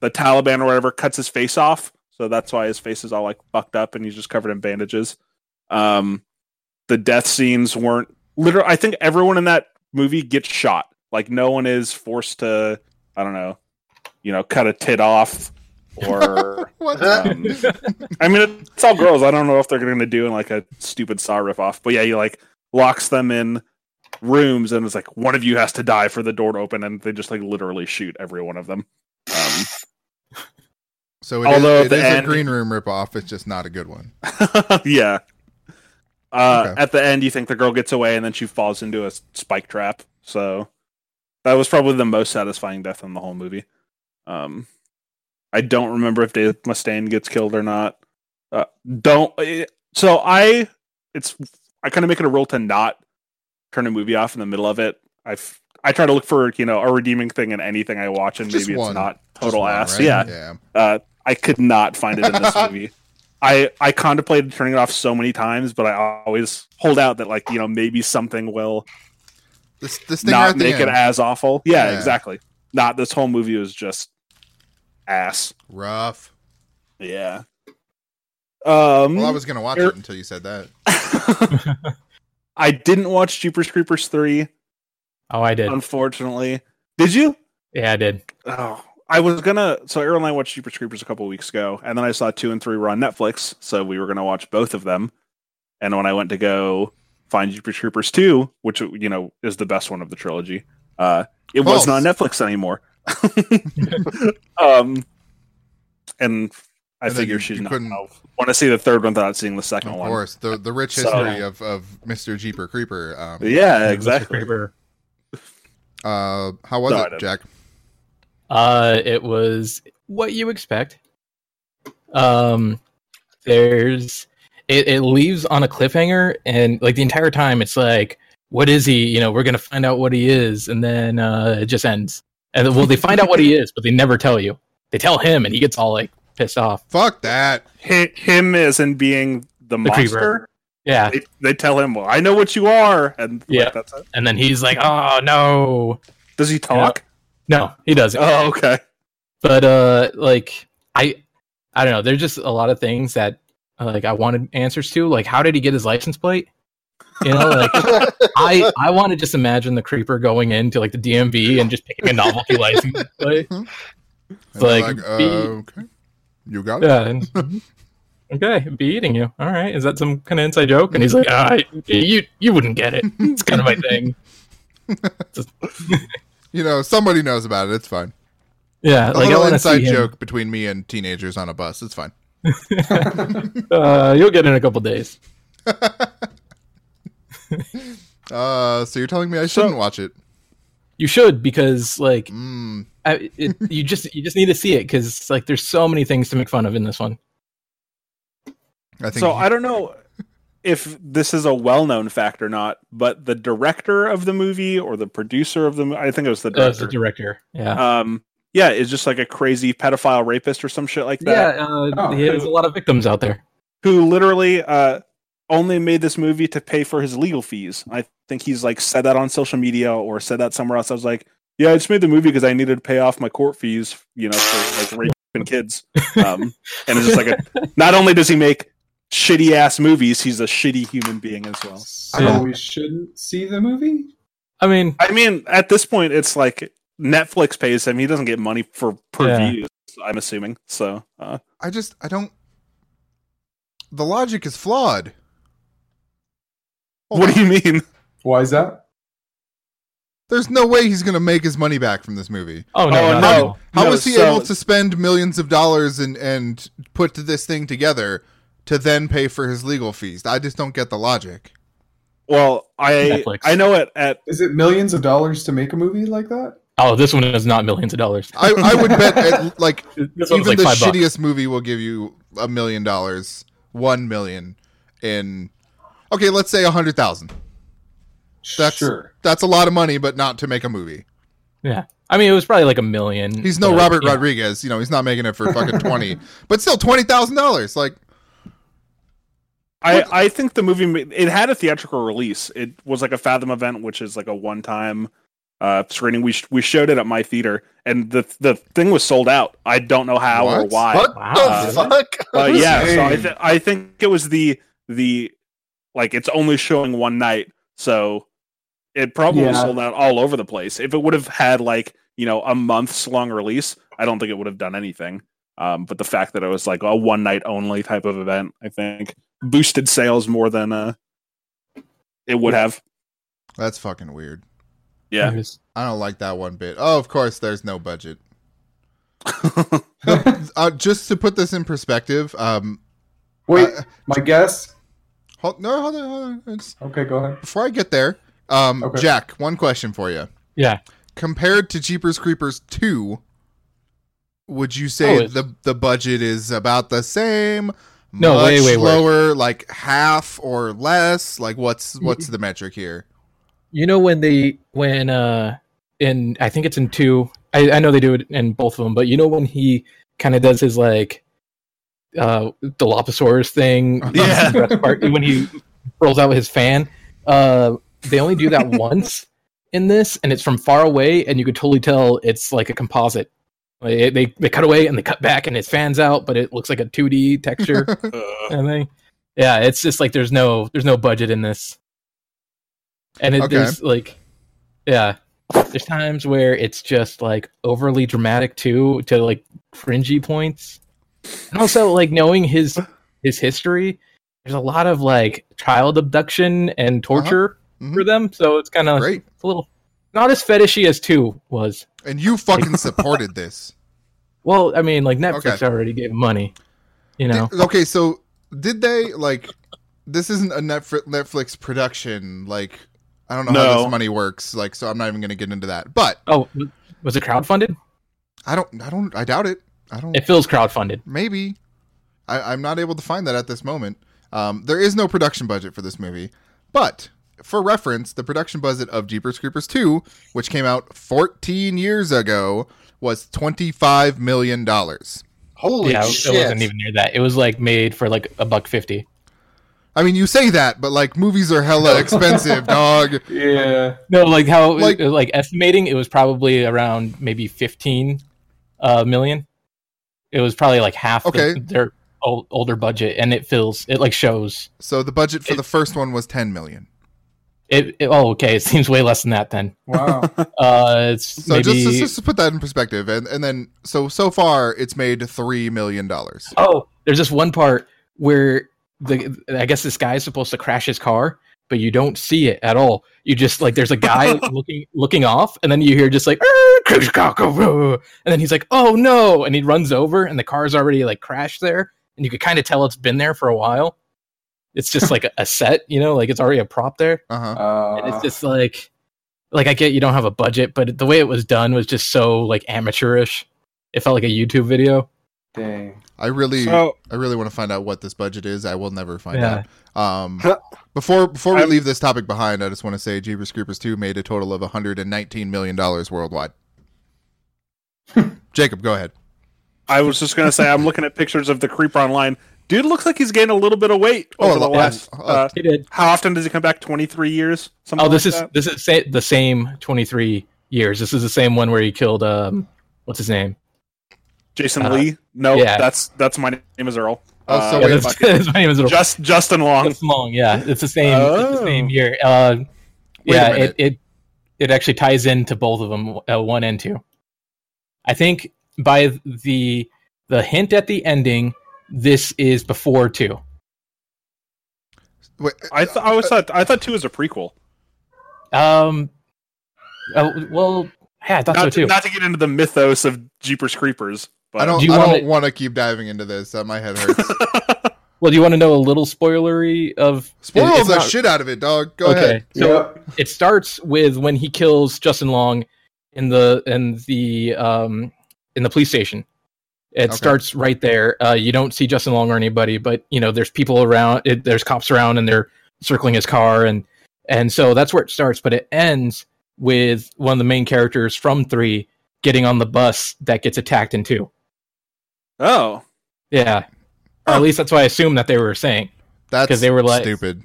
[SPEAKER 5] the Taliban or whatever cuts his face off. So that's why his face is all like fucked up, and he's just covered in bandages. Um, the death scenes weren't literal. I think everyone in that movie gets shot. Like no one is forced to, I don't know, you know, cut a tit off or.
[SPEAKER 3] what?
[SPEAKER 5] Um, I mean, it's all girls. I don't know if they're going to do in like a stupid saw riff off, but yeah, he like locks them in rooms and it's like one of you has to die for the door to open, and they just like literally shoot every one of them. Um,
[SPEAKER 3] so it is
[SPEAKER 5] although at
[SPEAKER 3] it
[SPEAKER 5] the
[SPEAKER 3] is
[SPEAKER 5] end-
[SPEAKER 3] a green room ripoff. It's just not a good one.
[SPEAKER 5] yeah. Uh,
[SPEAKER 3] Okay.
[SPEAKER 5] At the end, you think the girl gets away, and then she falls into a s- spike trap. So that was probably the most satisfying death in the whole movie. Um, I don't remember if Dave Mustaine gets killed or not. Uh, don't. eh, So I, it's I kind of make it a rule to not turn a movie off in the middle of it. I have I try to look for you know a redeeming thing in anything I watch, and
[SPEAKER 3] Just
[SPEAKER 5] maybe
[SPEAKER 3] one.
[SPEAKER 5] it's not
[SPEAKER 3] Just
[SPEAKER 5] total
[SPEAKER 3] one,
[SPEAKER 5] ass.
[SPEAKER 3] right?
[SPEAKER 5] Yeah,
[SPEAKER 3] yeah.
[SPEAKER 5] uh, I could not find it in this movie. I I contemplated turning it off so many times, but I always hold out that like you know maybe something will
[SPEAKER 3] This this thing right
[SPEAKER 5] not
[SPEAKER 3] at the
[SPEAKER 5] make it
[SPEAKER 3] end.
[SPEAKER 5] as awful. Yeah,
[SPEAKER 3] Yeah.
[SPEAKER 5] exactly. Not this whole movie was just ass.
[SPEAKER 3] rough.
[SPEAKER 5] Yeah. Um,
[SPEAKER 3] Well, I was gonna watch
[SPEAKER 5] Er-
[SPEAKER 3] it until you said that.
[SPEAKER 5] I didn't watch Jeepers Creepers three,
[SPEAKER 10] oh, I did.
[SPEAKER 5] unfortunately. Did you?
[SPEAKER 10] Yeah, I did.
[SPEAKER 5] Oh, I was gonna. So Aaron and I watched Jeepers Creepers a couple weeks ago, and then I saw two and three were on Netflix, so we were gonna watch both of them. And when I went to go find Jeepers Creepers two, which you know is the best one of the trilogy, uh, it
[SPEAKER 3] False.
[SPEAKER 5] wasn't on Netflix anymore. um, and I
[SPEAKER 3] And then
[SPEAKER 5] figure
[SPEAKER 3] you-
[SPEAKER 5] she's
[SPEAKER 3] you
[SPEAKER 5] not
[SPEAKER 3] couldn't-
[SPEAKER 5] want to see the third one without seeing the second
[SPEAKER 3] Of
[SPEAKER 5] one.
[SPEAKER 3] course, the the rich
[SPEAKER 5] So-
[SPEAKER 3] history of of Mr. Jeeper Creeper. Um,
[SPEAKER 5] Yeah,
[SPEAKER 10] Mr.
[SPEAKER 5] exactly.
[SPEAKER 10] Craver.
[SPEAKER 3] uh, how was
[SPEAKER 5] No, I
[SPEAKER 3] it,
[SPEAKER 5] didn't.
[SPEAKER 3] Jack?
[SPEAKER 10] Uh, it was what you expect. Um, there's it, it leaves on a cliffhanger, and like the entire time, it's like, what is he? You know, we're gonna find out what he is, and then uh, it just ends. And then- well, they find out what he is, but they never tell you. They tell him, and he gets all like pissed off.
[SPEAKER 3] Fuck that.
[SPEAKER 5] Hi- Him as in being the,
[SPEAKER 10] creeper.
[SPEAKER 5] monster.
[SPEAKER 10] Yeah,
[SPEAKER 5] They, they tell him, "Well, I know what you are," and like,
[SPEAKER 10] Yeah.
[SPEAKER 5] that's it.
[SPEAKER 10] and then he's like, oh no,
[SPEAKER 5] Does he talk?
[SPEAKER 10] no, he doesn't.
[SPEAKER 5] Oh, okay.
[SPEAKER 10] but uh like i i don't know there's just a lot of things that uh, like i wanted answers to like how did he get his license plate you know like i i want to just imagine the creeper going into like the dmv and just picking a novelty license plate
[SPEAKER 3] And they're
[SPEAKER 10] like,
[SPEAKER 3] uh,
[SPEAKER 10] be-
[SPEAKER 3] okay, you got it.
[SPEAKER 10] yeah and, okay be eating you all right is that some kind of inside joke and he's like ah, you you wouldn't get it it's kind of my thing
[SPEAKER 3] You know, somebody knows about it. It's fine.
[SPEAKER 10] yeah
[SPEAKER 3] A
[SPEAKER 10] like i
[SPEAKER 3] little
[SPEAKER 10] want to
[SPEAKER 3] inside
[SPEAKER 10] see him.
[SPEAKER 3] joke between me and teenagers on a bus. It's fine.
[SPEAKER 10] uh you'll get it in a couple days
[SPEAKER 3] Uh, so you're telling me I shouldn't watch it? Mm,
[SPEAKER 10] You should because like I, it, you just you just need to see it because like there's so many things to make fun of in this one.
[SPEAKER 3] I think
[SPEAKER 5] so I don't know if this is a well-known fact or not, but the director of the movie or the producer of the mo- I think it was the
[SPEAKER 10] Uh, it's
[SPEAKER 5] director.
[SPEAKER 10] the director, Uh, yeah,
[SPEAKER 5] Um, yeah, is just like a crazy pedophile rapist or some shit like that.
[SPEAKER 10] yeah. Uh,
[SPEAKER 9] Oh,
[SPEAKER 10] he has a lot of victims out there.
[SPEAKER 5] Who literally uh, only made this movie to pay for his legal fees. I think he's like said that on social media or said that somewhere else. I was like, yeah, I just made the movie because I needed to pay off my court fees, you know, for like raping kids. Um, and it's just like, a, not only does he make shitty ass movies, he's a shitty human being as well.
[SPEAKER 9] So
[SPEAKER 10] Yeah.
[SPEAKER 9] we shouldn't see the movie.
[SPEAKER 10] I mean,
[SPEAKER 5] I mean, at this point, it's like Netflix pays him. He doesn't get money for per
[SPEAKER 10] Yeah.
[SPEAKER 5] views. I'm assuming. So, uh,
[SPEAKER 3] I just I don't. The logic is flawed. Hold
[SPEAKER 5] what
[SPEAKER 3] on.
[SPEAKER 5] do you mean?
[SPEAKER 9] Why is that?
[SPEAKER 3] There's no way he's gonna make his money back from this movie.
[SPEAKER 10] oh no,
[SPEAKER 5] Oh,
[SPEAKER 10] not
[SPEAKER 5] no.
[SPEAKER 10] at all.
[SPEAKER 3] How
[SPEAKER 5] No,
[SPEAKER 3] was he
[SPEAKER 5] so-
[SPEAKER 3] able to spend millions of dollars and and put this thing together to then pay for his legal fees? I just don't get the logic.
[SPEAKER 5] Well, I
[SPEAKER 10] Netflix.
[SPEAKER 5] I know it at
[SPEAKER 9] Is it millions of dollars to make a movie like that?
[SPEAKER 10] Oh, this one is not millions of dollars.
[SPEAKER 3] I, I would bet at, like even
[SPEAKER 10] This one's like
[SPEAKER 3] the
[SPEAKER 10] five
[SPEAKER 3] shittiest
[SPEAKER 10] bucks.
[SPEAKER 3] movie will give you a million dollars, one million in okay, let's say a hundred thousand. That's-
[SPEAKER 9] sure.
[SPEAKER 3] That's a lot of money, but not to make a movie.
[SPEAKER 10] Yeah, I mean it was probably like a million.
[SPEAKER 3] He's no
[SPEAKER 10] but,
[SPEAKER 3] Robert
[SPEAKER 10] yeah.
[SPEAKER 3] Rodriguez, you know, he's not making it for fucking twenty, but still twenty thousand dollars. Like
[SPEAKER 5] I, I think the movie ma- it had a theatrical release. It was like a Fathom event, which is like a one time uh, screening. We sh- we showed it at my theater, and the the thing was sold out. I don't know how or
[SPEAKER 3] What?
[SPEAKER 5] why.
[SPEAKER 6] What
[SPEAKER 10] Wow.
[SPEAKER 6] the fuck?
[SPEAKER 5] But Uh, yeah, so I,
[SPEAKER 9] Dang.
[SPEAKER 5] th- I think it was the the like it's only showing one night, so it probably
[SPEAKER 9] Yeah.
[SPEAKER 5] sold out all over the place. If it would have had like you know a month's long release, I don't think it would have done anything. Um, but the fact that it was like a one night only type of event, I think boosted sales more than uh it would have.
[SPEAKER 3] that's fucking weird.
[SPEAKER 5] Yeah.
[SPEAKER 3] I don't like that one bit. Oh, of course, there's no budget. uh, just to put this in perspective, um,
[SPEAKER 9] Wait,
[SPEAKER 3] I-
[SPEAKER 9] my guess.
[SPEAKER 3] hold, no, hold on, hold on. It's-
[SPEAKER 9] Okay, go ahead.
[SPEAKER 3] before I get there, um,
[SPEAKER 9] Okay.
[SPEAKER 3] Jack, one question for you.
[SPEAKER 10] Yeah.
[SPEAKER 3] Compared to Jeepers Creepers two, would you say
[SPEAKER 10] Oh, it's-
[SPEAKER 3] the the budget is about the same?
[SPEAKER 10] No,
[SPEAKER 3] much
[SPEAKER 10] way, way worse.
[SPEAKER 3] lower, like half or less. Like, what's what's the metric here?
[SPEAKER 10] You know when they when uh in I think it's in two. I, I know they do it in both of them, but you know when he kind of does his like uh Dilophosaurus thing.
[SPEAKER 5] Yeah.
[SPEAKER 10] breath part, when he rolls out his fan. Uh, they only do that once in this, and it's from far away, and you could totally tell it's like a composite. Like, it- They, they cut away and they cut back, and it fans out, but it looks like a two D texture.
[SPEAKER 5] Uh,
[SPEAKER 10] and they, yeah, it's just like there's no there's no budget in this, and it,
[SPEAKER 3] Okay.
[SPEAKER 10] there's like, yeah, there's times where it's just like overly dramatic too, to like cringy points, and also like knowing his his history, there's a lot of like child abduction and torture
[SPEAKER 3] Mhm.
[SPEAKER 10] for them, so it's kind of
[SPEAKER 3] Great,
[SPEAKER 10] a little not as fetishy as two was.
[SPEAKER 3] and you fucking supported this.
[SPEAKER 10] Well, I mean, like Netflix
[SPEAKER 3] Okay.
[SPEAKER 10] already gave him money, you know.
[SPEAKER 3] Did- okay, so did they like? This isn't a Netf- Netflix production. Like, I don't know how
[SPEAKER 5] No.
[SPEAKER 3] this money works. Like, so I'm not even going to get into that. But
[SPEAKER 10] Oh, w- was it crowdfunded?
[SPEAKER 3] I don't. I don't. I doubt it. I don't.
[SPEAKER 10] It feels crowdfunded.
[SPEAKER 3] maybe. I, I'm not able to find that at this moment. Um, there is no production budget for this movie, but for reference, the production budget of Jeepers Creepers 2, which came out 14 years ago, was 25 million dollars.
[SPEAKER 6] Holy
[SPEAKER 10] yeah,
[SPEAKER 6] shit!
[SPEAKER 10] it wasn't even near that. It was like made for like a buck fifty.
[SPEAKER 3] I mean, you say that, but like movies are hella expensive, dog.
[SPEAKER 9] Yeah.
[SPEAKER 10] No, like how
[SPEAKER 3] Like-
[SPEAKER 10] like, like estimating it was probably around maybe fifteen uh, million. It was probably like half
[SPEAKER 3] Okay.
[SPEAKER 10] the, their old, older budget, and it feels it like shows.
[SPEAKER 3] So the budget for
[SPEAKER 10] It-
[SPEAKER 3] the first one was 10 million.
[SPEAKER 10] It, it- oh okay, it seems way less than that then.
[SPEAKER 9] Wow.
[SPEAKER 10] Uh, it's
[SPEAKER 3] So
[SPEAKER 10] maybe
[SPEAKER 3] just, just just to put that in perspective, and and then so so far it's made three million dollars.
[SPEAKER 10] oh, there's this one part where the I guess this guy is supposed to crash his car, but you don't see it at all. You just like there's a guy looking looking off, and then you hear just like "Arr, crash car, go, go, go," and then he's like, oh no, and he runs over, and the car's already like crashed there, and you could kind of tell it's been there for a while. It's just like a, a set, you know, like it's already a prop there.
[SPEAKER 3] Uh huh.
[SPEAKER 9] Uh,
[SPEAKER 10] And it's just like like I get you don't have a budget, but the way it was done was just so like amateurish. It felt like a YouTube video.
[SPEAKER 9] Dang.
[SPEAKER 3] I really,
[SPEAKER 5] So-
[SPEAKER 3] I really want to find out what this budget is. I will never find
[SPEAKER 10] Yeah.
[SPEAKER 3] out. Um, before before we leave this topic behind, I just want to say Jeepers Creepers two made a total of 119 million dollars worldwide. Jacob, go ahead.
[SPEAKER 5] I was just gonna say I'm looking at pictures of the creeper online. Dude looks like he's gained a little bit of weight
[SPEAKER 3] Oh,
[SPEAKER 5] over the
[SPEAKER 3] yeah. Oh,
[SPEAKER 5] last. Uh,
[SPEAKER 10] He did.
[SPEAKER 5] how often does he come back? Twenty three years. Something
[SPEAKER 10] Oh, this
[SPEAKER 5] like
[SPEAKER 10] is
[SPEAKER 5] that?
[SPEAKER 10] this is sa- the same 23 years. This is the same one where he killed um what's his name?
[SPEAKER 5] Jason
[SPEAKER 10] uh,
[SPEAKER 5] Lee. No,
[SPEAKER 10] yeah.
[SPEAKER 5] that's that's my name is Earl. Uh,
[SPEAKER 3] Oh, so
[SPEAKER 10] Yeah,
[SPEAKER 3] wait,
[SPEAKER 10] that's, that's my name is Earl.
[SPEAKER 5] Just Justin Long.
[SPEAKER 10] It's long, yeah. It's the same. It's the same year. Uh,
[SPEAKER 3] Oh. Wait a
[SPEAKER 10] yeah,
[SPEAKER 3] minute.
[SPEAKER 10] it, it it actually ties into both of them, uh, one and two. I think by the the hint at the ending, this is before two.
[SPEAKER 3] Wait,
[SPEAKER 5] I th- I always thought I thought two was a prequel.
[SPEAKER 10] Um, oh, well, yeah, I thought so
[SPEAKER 5] Not,
[SPEAKER 10] too.
[SPEAKER 5] to, not to get into the mythos of Jeepers Creepers, but
[SPEAKER 3] I don't.
[SPEAKER 10] Do you
[SPEAKER 3] I
[SPEAKER 10] want
[SPEAKER 3] don't
[SPEAKER 10] it-
[SPEAKER 3] want to keep diving into this. Uh, my head hurts.
[SPEAKER 10] well, do you want to know a little spoilery of?
[SPEAKER 3] Spoil
[SPEAKER 10] it's
[SPEAKER 3] the
[SPEAKER 10] not-
[SPEAKER 3] shit out of it, dog. Go
[SPEAKER 10] okay,
[SPEAKER 3] ahead.
[SPEAKER 10] so
[SPEAKER 9] Yep.
[SPEAKER 10] it starts with when he kills Justin Long in the in the um in the police station. It
[SPEAKER 3] Okay.
[SPEAKER 10] starts right there. Uh, you don't see Justin Long or anybody, but you know there's people around. It, there's cops around, and they're circling his car, and and so that's where it starts. But it ends with one of the main characters from three getting on the bus that gets attacked in two.
[SPEAKER 5] oh,
[SPEAKER 10] Yeah, or at least that's what I assume that they were saying.
[SPEAKER 3] That's
[SPEAKER 10] 'Cause they were like-
[SPEAKER 3] stupid.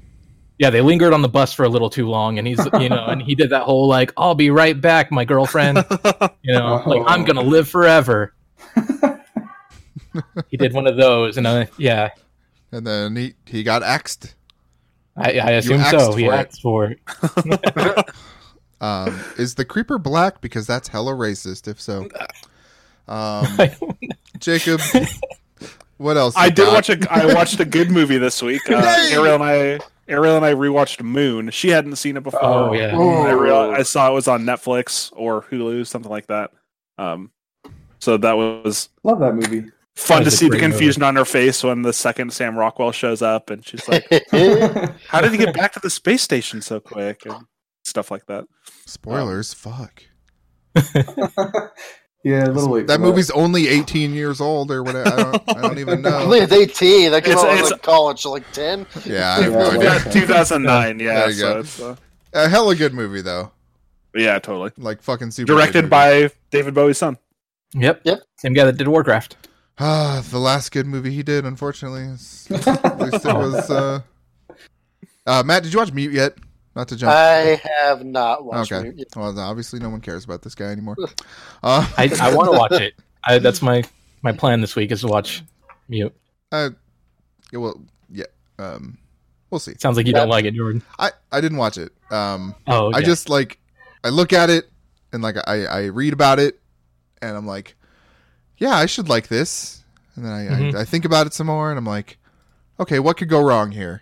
[SPEAKER 10] yeah, they lingered on the bus for a little too long, and he's you know, and he did that whole like, "I'll be right back, my girlfriend," you know, like I'm gonna live forever. he did one of those, and I, yeah,
[SPEAKER 3] And then he he got axed.
[SPEAKER 10] I, I assume
[SPEAKER 3] axed
[SPEAKER 10] so. He
[SPEAKER 3] for it.
[SPEAKER 10] asked for it.
[SPEAKER 3] Um, is the creeper black? Because that's hella racist. If so, um,
[SPEAKER 10] I don't know.
[SPEAKER 3] Jacob, what else?
[SPEAKER 5] I
[SPEAKER 3] you
[SPEAKER 5] did
[SPEAKER 3] got?
[SPEAKER 5] watch a I watched a good movie this week. Uh, Ariel and I Ariel and I rewatched Moon. She hadn't seen it before.
[SPEAKER 10] Oh, yeah.
[SPEAKER 5] I, real, I saw it was on Netflix or Hulu, something like that. Um, so that was
[SPEAKER 9] Love that movie.
[SPEAKER 10] That
[SPEAKER 5] fun to
[SPEAKER 10] is a
[SPEAKER 5] see the
[SPEAKER 10] great movie.
[SPEAKER 5] confusion on her face when the second Sam Rockwell shows up, and she's like, "How did he get back to the space station so quick?" and stuff like that.
[SPEAKER 3] spoilers. Fuck.
[SPEAKER 9] yeah, a little late.
[SPEAKER 3] that
[SPEAKER 9] for
[SPEAKER 3] movie's only 18 years old or whatever. I don't, I don't even
[SPEAKER 8] I
[SPEAKER 3] know.
[SPEAKER 8] believe it's 18. That came
[SPEAKER 5] It's-
[SPEAKER 8] out when I
[SPEAKER 5] it's-
[SPEAKER 8] was in college, so like 10.
[SPEAKER 3] Yeah, I have no
[SPEAKER 9] Yeah,
[SPEAKER 3] idea.
[SPEAKER 9] well-
[SPEAKER 5] Yeah, 2009, yeah,
[SPEAKER 3] There you go.
[SPEAKER 5] so it's, uh,
[SPEAKER 3] A hella good movie though.
[SPEAKER 5] yeah, totally.
[SPEAKER 3] Like fucking super. good
[SPEAKER 5] Directed
[SPEAKER 3] movie.
[SPEAKER 5] by David Bowie's son.
[SPEAKER 10] Yep.
[SPEAKER 8] Yep.
[SPEAKER 10] Same guy that did Warcraft.
[SPEAKER 3] ah, the last good movie he did. Unfortunately, It's- at least it was. Uh... Uh, Matt, did you watch Mute yet? Not to jump.
[SPEAKER 8] I have not watched
[SPEAKER 3] okay.
[SPEAKER 8] it.
[SPEAKER 3] Well, no, obviously, no one cares about this guy anymore. Uh,
[SPEAKER 10] I, I want to watch it. I, that's my my plan this week is to watch Mute.
[SPEAKER 3] Uh, yeah, well, yeah. Um, we'll see.
[SPEAKER 10] Sounds like you don't like it, Jordan.
[SPEAKER 3] I I didn't watch it. Um,
[SPEAKER 10] Oh,
[SPEAKER 3] I
[SPEAKER 10] yeah.
[SPEAKER 3] just like I look at it and like I I read about it and I'm like, yeah, I should like this. And then I
[SPEAKER 10] Mhm.
[SPEAKER 3] I, I think about it some more and I'm like, okay, what could go wrong here?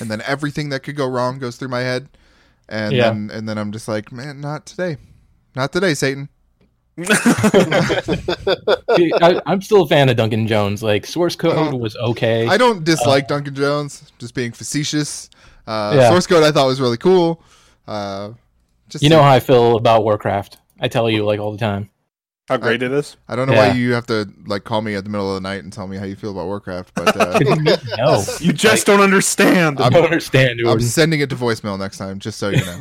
[SPEAKER 3] And then everything that could go wrong goes through my head. And
[SPEAKER 10] Yeah.
[SPEAKER 3] then and then I'm just like, man, not today, not today, Satan.
[SPEAKER 10] See, I, I'm still a fan of Duncan Jones. Like Source Code was okay.
[SPEAKER 3] Uh-huh. I don't dislike Duncan Jones. Just being facetious. Uh,
[SPEAKER 10] Yeah.
[SPEAKER 3] Source code I thought was really cool. Uh, just
[SPEAKER 10] you know how I feel about Warcraft. I tell you like all the time.
[SPEAKER 5] How great it is!
[SPEAKER 3] I don't know
[SPEAKER 10] Yeah.
[SPEAKER 3] why you have to like call me at the middle of the night and tell me how you feel about Warcraft, but uh,
[SPEAKER 10] No,
[SPEAKER 5] You just don't understand.
[SPEAKER 10] I don't understand.
[SPEAKER 3] I'm
[SPEAKER 10] Jordan.
[SPEAKER 3] sending it to voicemail next time, just so you know.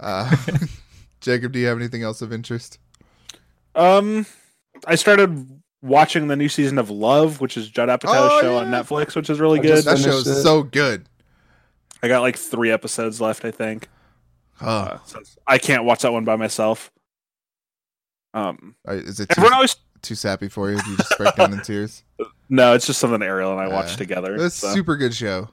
[SPEAKER 3] Uh, Jacob, do you have anything else of interest?
[SPEAKER 5] Um, I started watching the new season of Love, which is Judd Apatow's
[SPEAKER 3] Oh,
[SPEAKER 5] show
[SPEAKER 3] yeah.
[SPEAKER 5] on Netflix, which is really
[SPEAKER 9] I
[SPEAKER 5] good.
[SPEAKER 9] just-
[SPEAKER 3] That
[SPEAKER 9] Finished
[SPEAKER 3] show's
[SPEAKER 9] it.
[SPEAKER 3] so good.
[SPEAKER 5] I got like three episodes left, I think.
[SPEAKER 3] Oh,
[SPEAKER 5] Uh, so I can't watch that one by myself. Um,
[SPEAKER 3] is it too,
[SPEAKER 5] everyone always
[SPEAKER 3] too sappy for you? You just break down in tears.
[SPEAKER 5] no, it's just something Ariel and I watch
[SPEAKER 3] Yeah.
[SPEAKER 5] together.
[SPEAKER 3] That's
[SPEAKER 5] So.
[SPEAKER 3] super good show.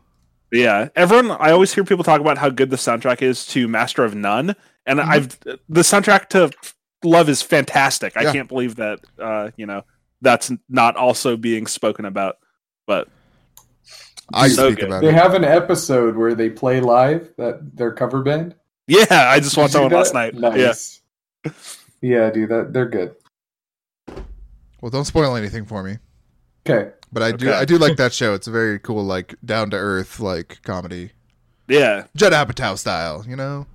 [SPEAKER 5] yeah, everyone. I always hear people talk about how good the soundtrack is to Master of None, and I've the soundtrack to Love is fantastic. I
[SPEAKER 3] Yeah.
[SPEAKER 5] can't believe that uh, you know that's not also being spoken about. But
[SPEAKER 3] I
[SPEAKER 5] So
[SPEAKER 3] speak
[SPEAKER 5] good.
[SPEAKER 3] about
[SPEAKER 9] They
[SPEAKER 3] it.
[SPEAKER 9] have an episode where they play live that their cover band.
[SPEAKER 5] yeah, I just watched that
[SPEAKER 9] Did you
[SPEAKER 5] one
[SPEAKER 9] do
[SPEAKER 5] last
[SPEAKER 9] that?
[SPEAKER 5] night. Yeah.
[SPEAKER 9] Nice. Yeah, dude, that they're good.
[SPEAKER 3] Well, don't spoil anything for me.
[SPEAKER 9] Okay.
[SPEAKER 3] But I do,
[SPEAKER 5] Okay.
[SPEAKER 3] I do like that show. It's a very cool, like down to earth, like comedy,
[SPEAKER 5] Yeah,
[SPEAKER 3] Judd Apatow style. You know,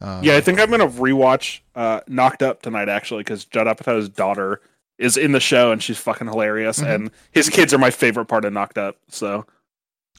[SPEAKER 3] Uh,
[SPEAKER 5] yeah, I think I'm gonna rewatch uh, Knocked Up tonight actually because Judd Apatow's daughter is in the show and she's fucking hilarious,
[SPEAKER 3] Mhm.
[SPEAKER 5] and his kids are my favorite part of Knocked Up. So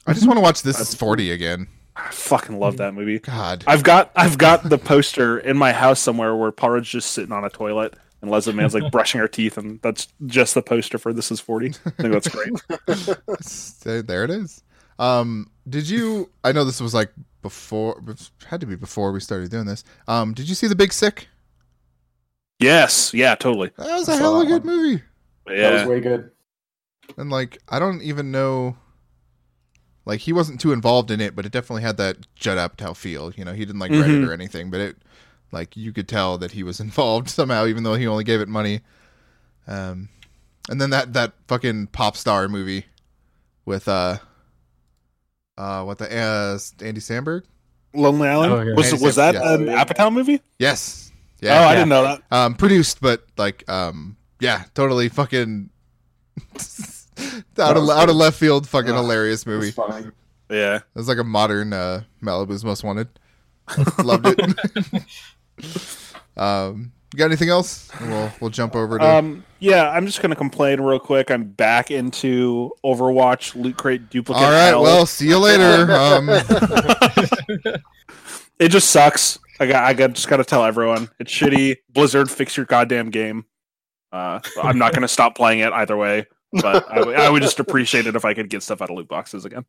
[SPEAKER 3] I just want to watch This Is 40 again.
[SPEAKER 5] I fucking love that movie.
[SPEAKER 3] God.
[SPEAKER 5] I've got I've got the poster in my house somewhere where Parra's just sitting on a toilet and Leslie Mann's like brushing her teeth, and that's just the poster for This Is Forty. I think that's great.
[SPEAKER 3] So there it is. Um, did you? I know this was like before. Had to be before we started doing this. Um, did you see the Big Sick?
[SPEAKER 5] Yes, yeah, totally.
[SPEAKER 3] That was
[SPEAKER 9] I
[SPEAKER 3] a
[SPEAKER 9] saw
[SPEAKER 3] hell of a
[SPEAKER 9] that
[SPEAKER 3] good movie.
[SPEAKER 9] That
[SPEAKER 5] Yeah,
[SPEAKER 9] was way good.
[SPEAKER 3] And like, I don't even know. Like he wasn't too involved in it, but it definitely had that Judd Apatow feel. You know, he didn't like write it
[SPEAKER 9] Mm-hmm.
[SPEAKER 5] Mhm.
[SPEAKER 3] or anything, but it, like, you could tell that he was involved somehow, even though he only gave it money. Um, and then that that fucking pop star movie with uh, uh, what the uh, Andy Samberg?
[SPEAKER 5] Lonely Island
[SPEAKER 10] Oh, yeah.
[SPEAKER 5] was was that an Apatow movie?
[SPEAKER 3] Yes.
[SPEAKER 5] Oh,
[SPEAKER 3] Yeah.
[SPEAKER 5] I didn't know that.
[SPEAKER 3] Um, produced, but like, um, yeah, totally fucking out of out of left field, fucking hilarious
[SPEAKER 9] It was
[SPEAKER 3] movie. It
[SPEAKER 9] funny.
[SPEAKER 5] Yeah,
[SPEAKER 3] was like a modern uh, Malibu's Most Wanted. Loved it. um, you got anything else? We'll we'll jump over to.
[SPEAKER 5] Um, yeah, I'm just gonna complain real quick. I'm back into Overwatch loot crate duplicate.
[SPEAKER 3] All right.
[SPEAKER 5] hell.
[SPEAKER 3] Well, see you later. Um,
[SPEAKER 5] it just sucks. I got, I got, just gotta tell everyone it's shitty. Blizzard, fix your goddamn game. Uh, I'm not gonna stop playing it either way, but I would- I would just appreciate it if I could get stuff out of loot boxes again.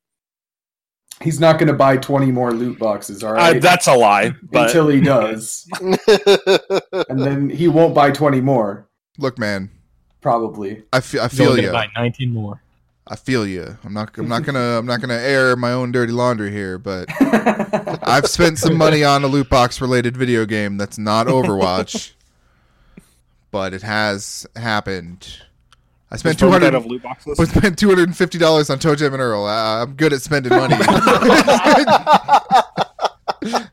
[SPEAKER 9] He's not going to buy 20 more loot boxes, all
[SPEAKER 5] Uh,
[SPEAKER 9] right?
[SPEAKER 5] that's a lie, but
[SPEAKER 9] Until he does. and then he won't buy 20 more,
[SPEAKER 3] look, man.
[SPEAKER 9] probably.
[SPEAKER 3] I feel I
[SPEAKER 10] You're
[SPEAKER 3] feel
[SPEAKER 10] gonna
[SPEAKER 3] you.
[SPEAKER 10] buy 19 more.
[SPEAKER 3] I feel you. I'm not. I'm not gonna. I'm not gonna air my own dirty laundry here, but
[SPEAKER 9] I
[SPEAKER 3] I've spent some money on a loot box related video game that's not Overwatch, but it has happened. I spent two
[SPEAKER 5] Just run out of
[SPEAKER 3] hundred.
[SPEAKER 5] loot boxes.
[SPEAKER 3] I spent two hundred and fifty dollars on Toe Jam and Earl. Uh, I'm good at spending money.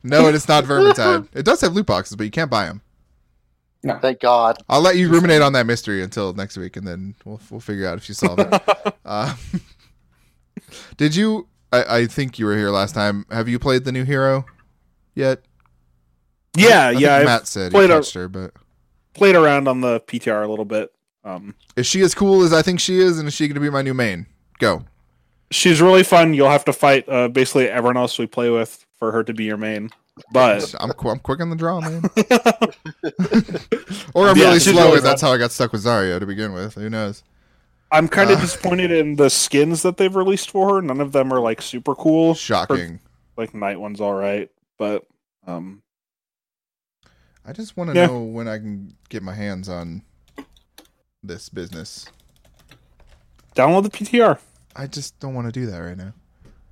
[SPEAKER 3] no, and it's not Vermintide. It does have loot boxes, but you can't buy them.
[SPEAKER 8] Thank God.
[SPEAKER 3] I'll let you ruminate on that mystery until next week, and then we'll we'll figure out if you solve it. uh, did you? I, I think you were here last time. Have you played the new hero yet?
[SPEAKER 5] yeah,
[SPEAKER 3] I think
[SPEAKER 5] yeah, I've
[SPEAKER 3] Matt said he
[SPEAKER 5] played a-
[SPEAKER 3] touched her, but
[SPEAKER 5] played around on the PTR a little bit. Um,
[SPEAKER 3] is she as cool as I think she is? And is she going to be my new main? Go.
[SPEAKER 5] she's really fun. You'll have to fight uh, basically everyone else we play with for her to be your main. But
[SPEAKER 3] I'm qu- I'm quick on the draw, man. or I'm
[SPEAKER 5] Yeah,
[SPEAKER 3] really
[SPEAKER 5] she's
[SPEAKER 3] slow,
[SPEAKER 5] really
[SPEAKER 3] and that's how I got stuck with Zarya to begin with. Who knows?
[SPEAKER 5] I'm kind of
[SPEAKER 3] Uh.
[SPEAKER 5] disappointed in the skins that they've released for her. None of them are like super cool.
[SPEAKER 3] Shocking.
[SPEAKER 5] Like Night One's all right, but um,
[SPEAKER 3] I just want to
[SPEAKER 5] Yeah.
[SPEAKER 3] know when I can get my hands on this business.
[SPEAKER 5] download the PTR.
[SPEAKER 3] I just don't want to do that right now.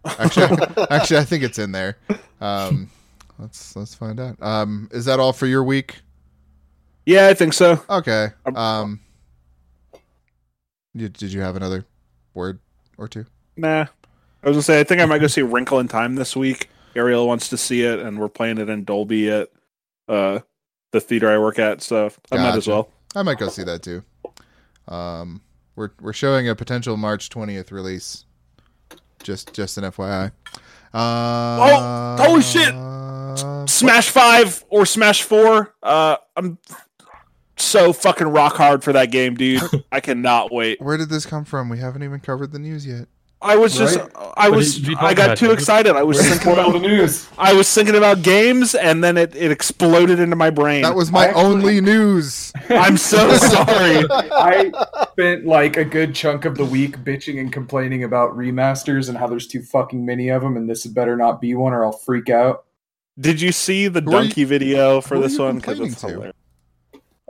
[SPEAKER 3] Actually, I, actually, I think it's in there. Um, let's let's find out. Um, is that all for your week?
[SPEAKER 5] Yeah, I think so.
[SPEAKER 3] Okay.
[SPEAKER 5] Um,
[SPEAKER 3] Um, you, did you have another word or two?
[SPEAKER 5] Nah, I was gonna say I think I might go see Wrinkle in Time this week. Ariel wants to see it, and we're playing it in Dolby at uh, the theater I work at, so I might as
[SPEAKER 3] Gotcha.
[SPEAKER 5] well.
[SPEAKER 3] I might go see that too. Um, we're we're showing a potential March twentieth release. Just just an FYI. Uh,
[SPEAKER 5] holy shit!
[SPEAKER 3] Um,
[SPEAKER 5] Smash Five or Smash Four. Uh, I'm so fucking rock hard for that game, dude. I cannot wait.
[SPEAKER 3] Where did this come from? We haven't even covered the news yet.
[SPEAKER 5] I was just, I
[SPEAKER 10] What
[SPEAKER 5] was,
[SPEAKER 10] did you talk
[SPEAKER 5] I got
[SPEAKER 10] about?
[SPEAKER 5] too excited. I was thinking
[SPEAKER 9] Spoil the
[SPEAKER 5] about,
[SPEAKER 9] news.
[SPEAKER 5] I was thinking about games, and then it, it exploded into my brain.
[SPEAKER 3] That was my
[SPEAKER 9] I actually-
[SPEAKER 3] only news.
[SPEAKER 5] I'm so sorry.
[SPEAKER 9] I spent like a good chunk of the week bitching and complaining about remasters and how there's too fucking many of them, and this better not be one, or I'll freak out.
[SPEAKER 5] Did you see the
[SPEAKER 3] Who are you-
[SPEAKER 5] donkey video for
[SPEAKER 3] who are
[SPEAKER 5] this
[SPEAKER 3] you
[SPEAKER 5] one? Because
[SPEAKER 3] complaining
[SPEAKER 5] it's
[SPEAKER 3] to?
[SPEAKER 5] hilarious.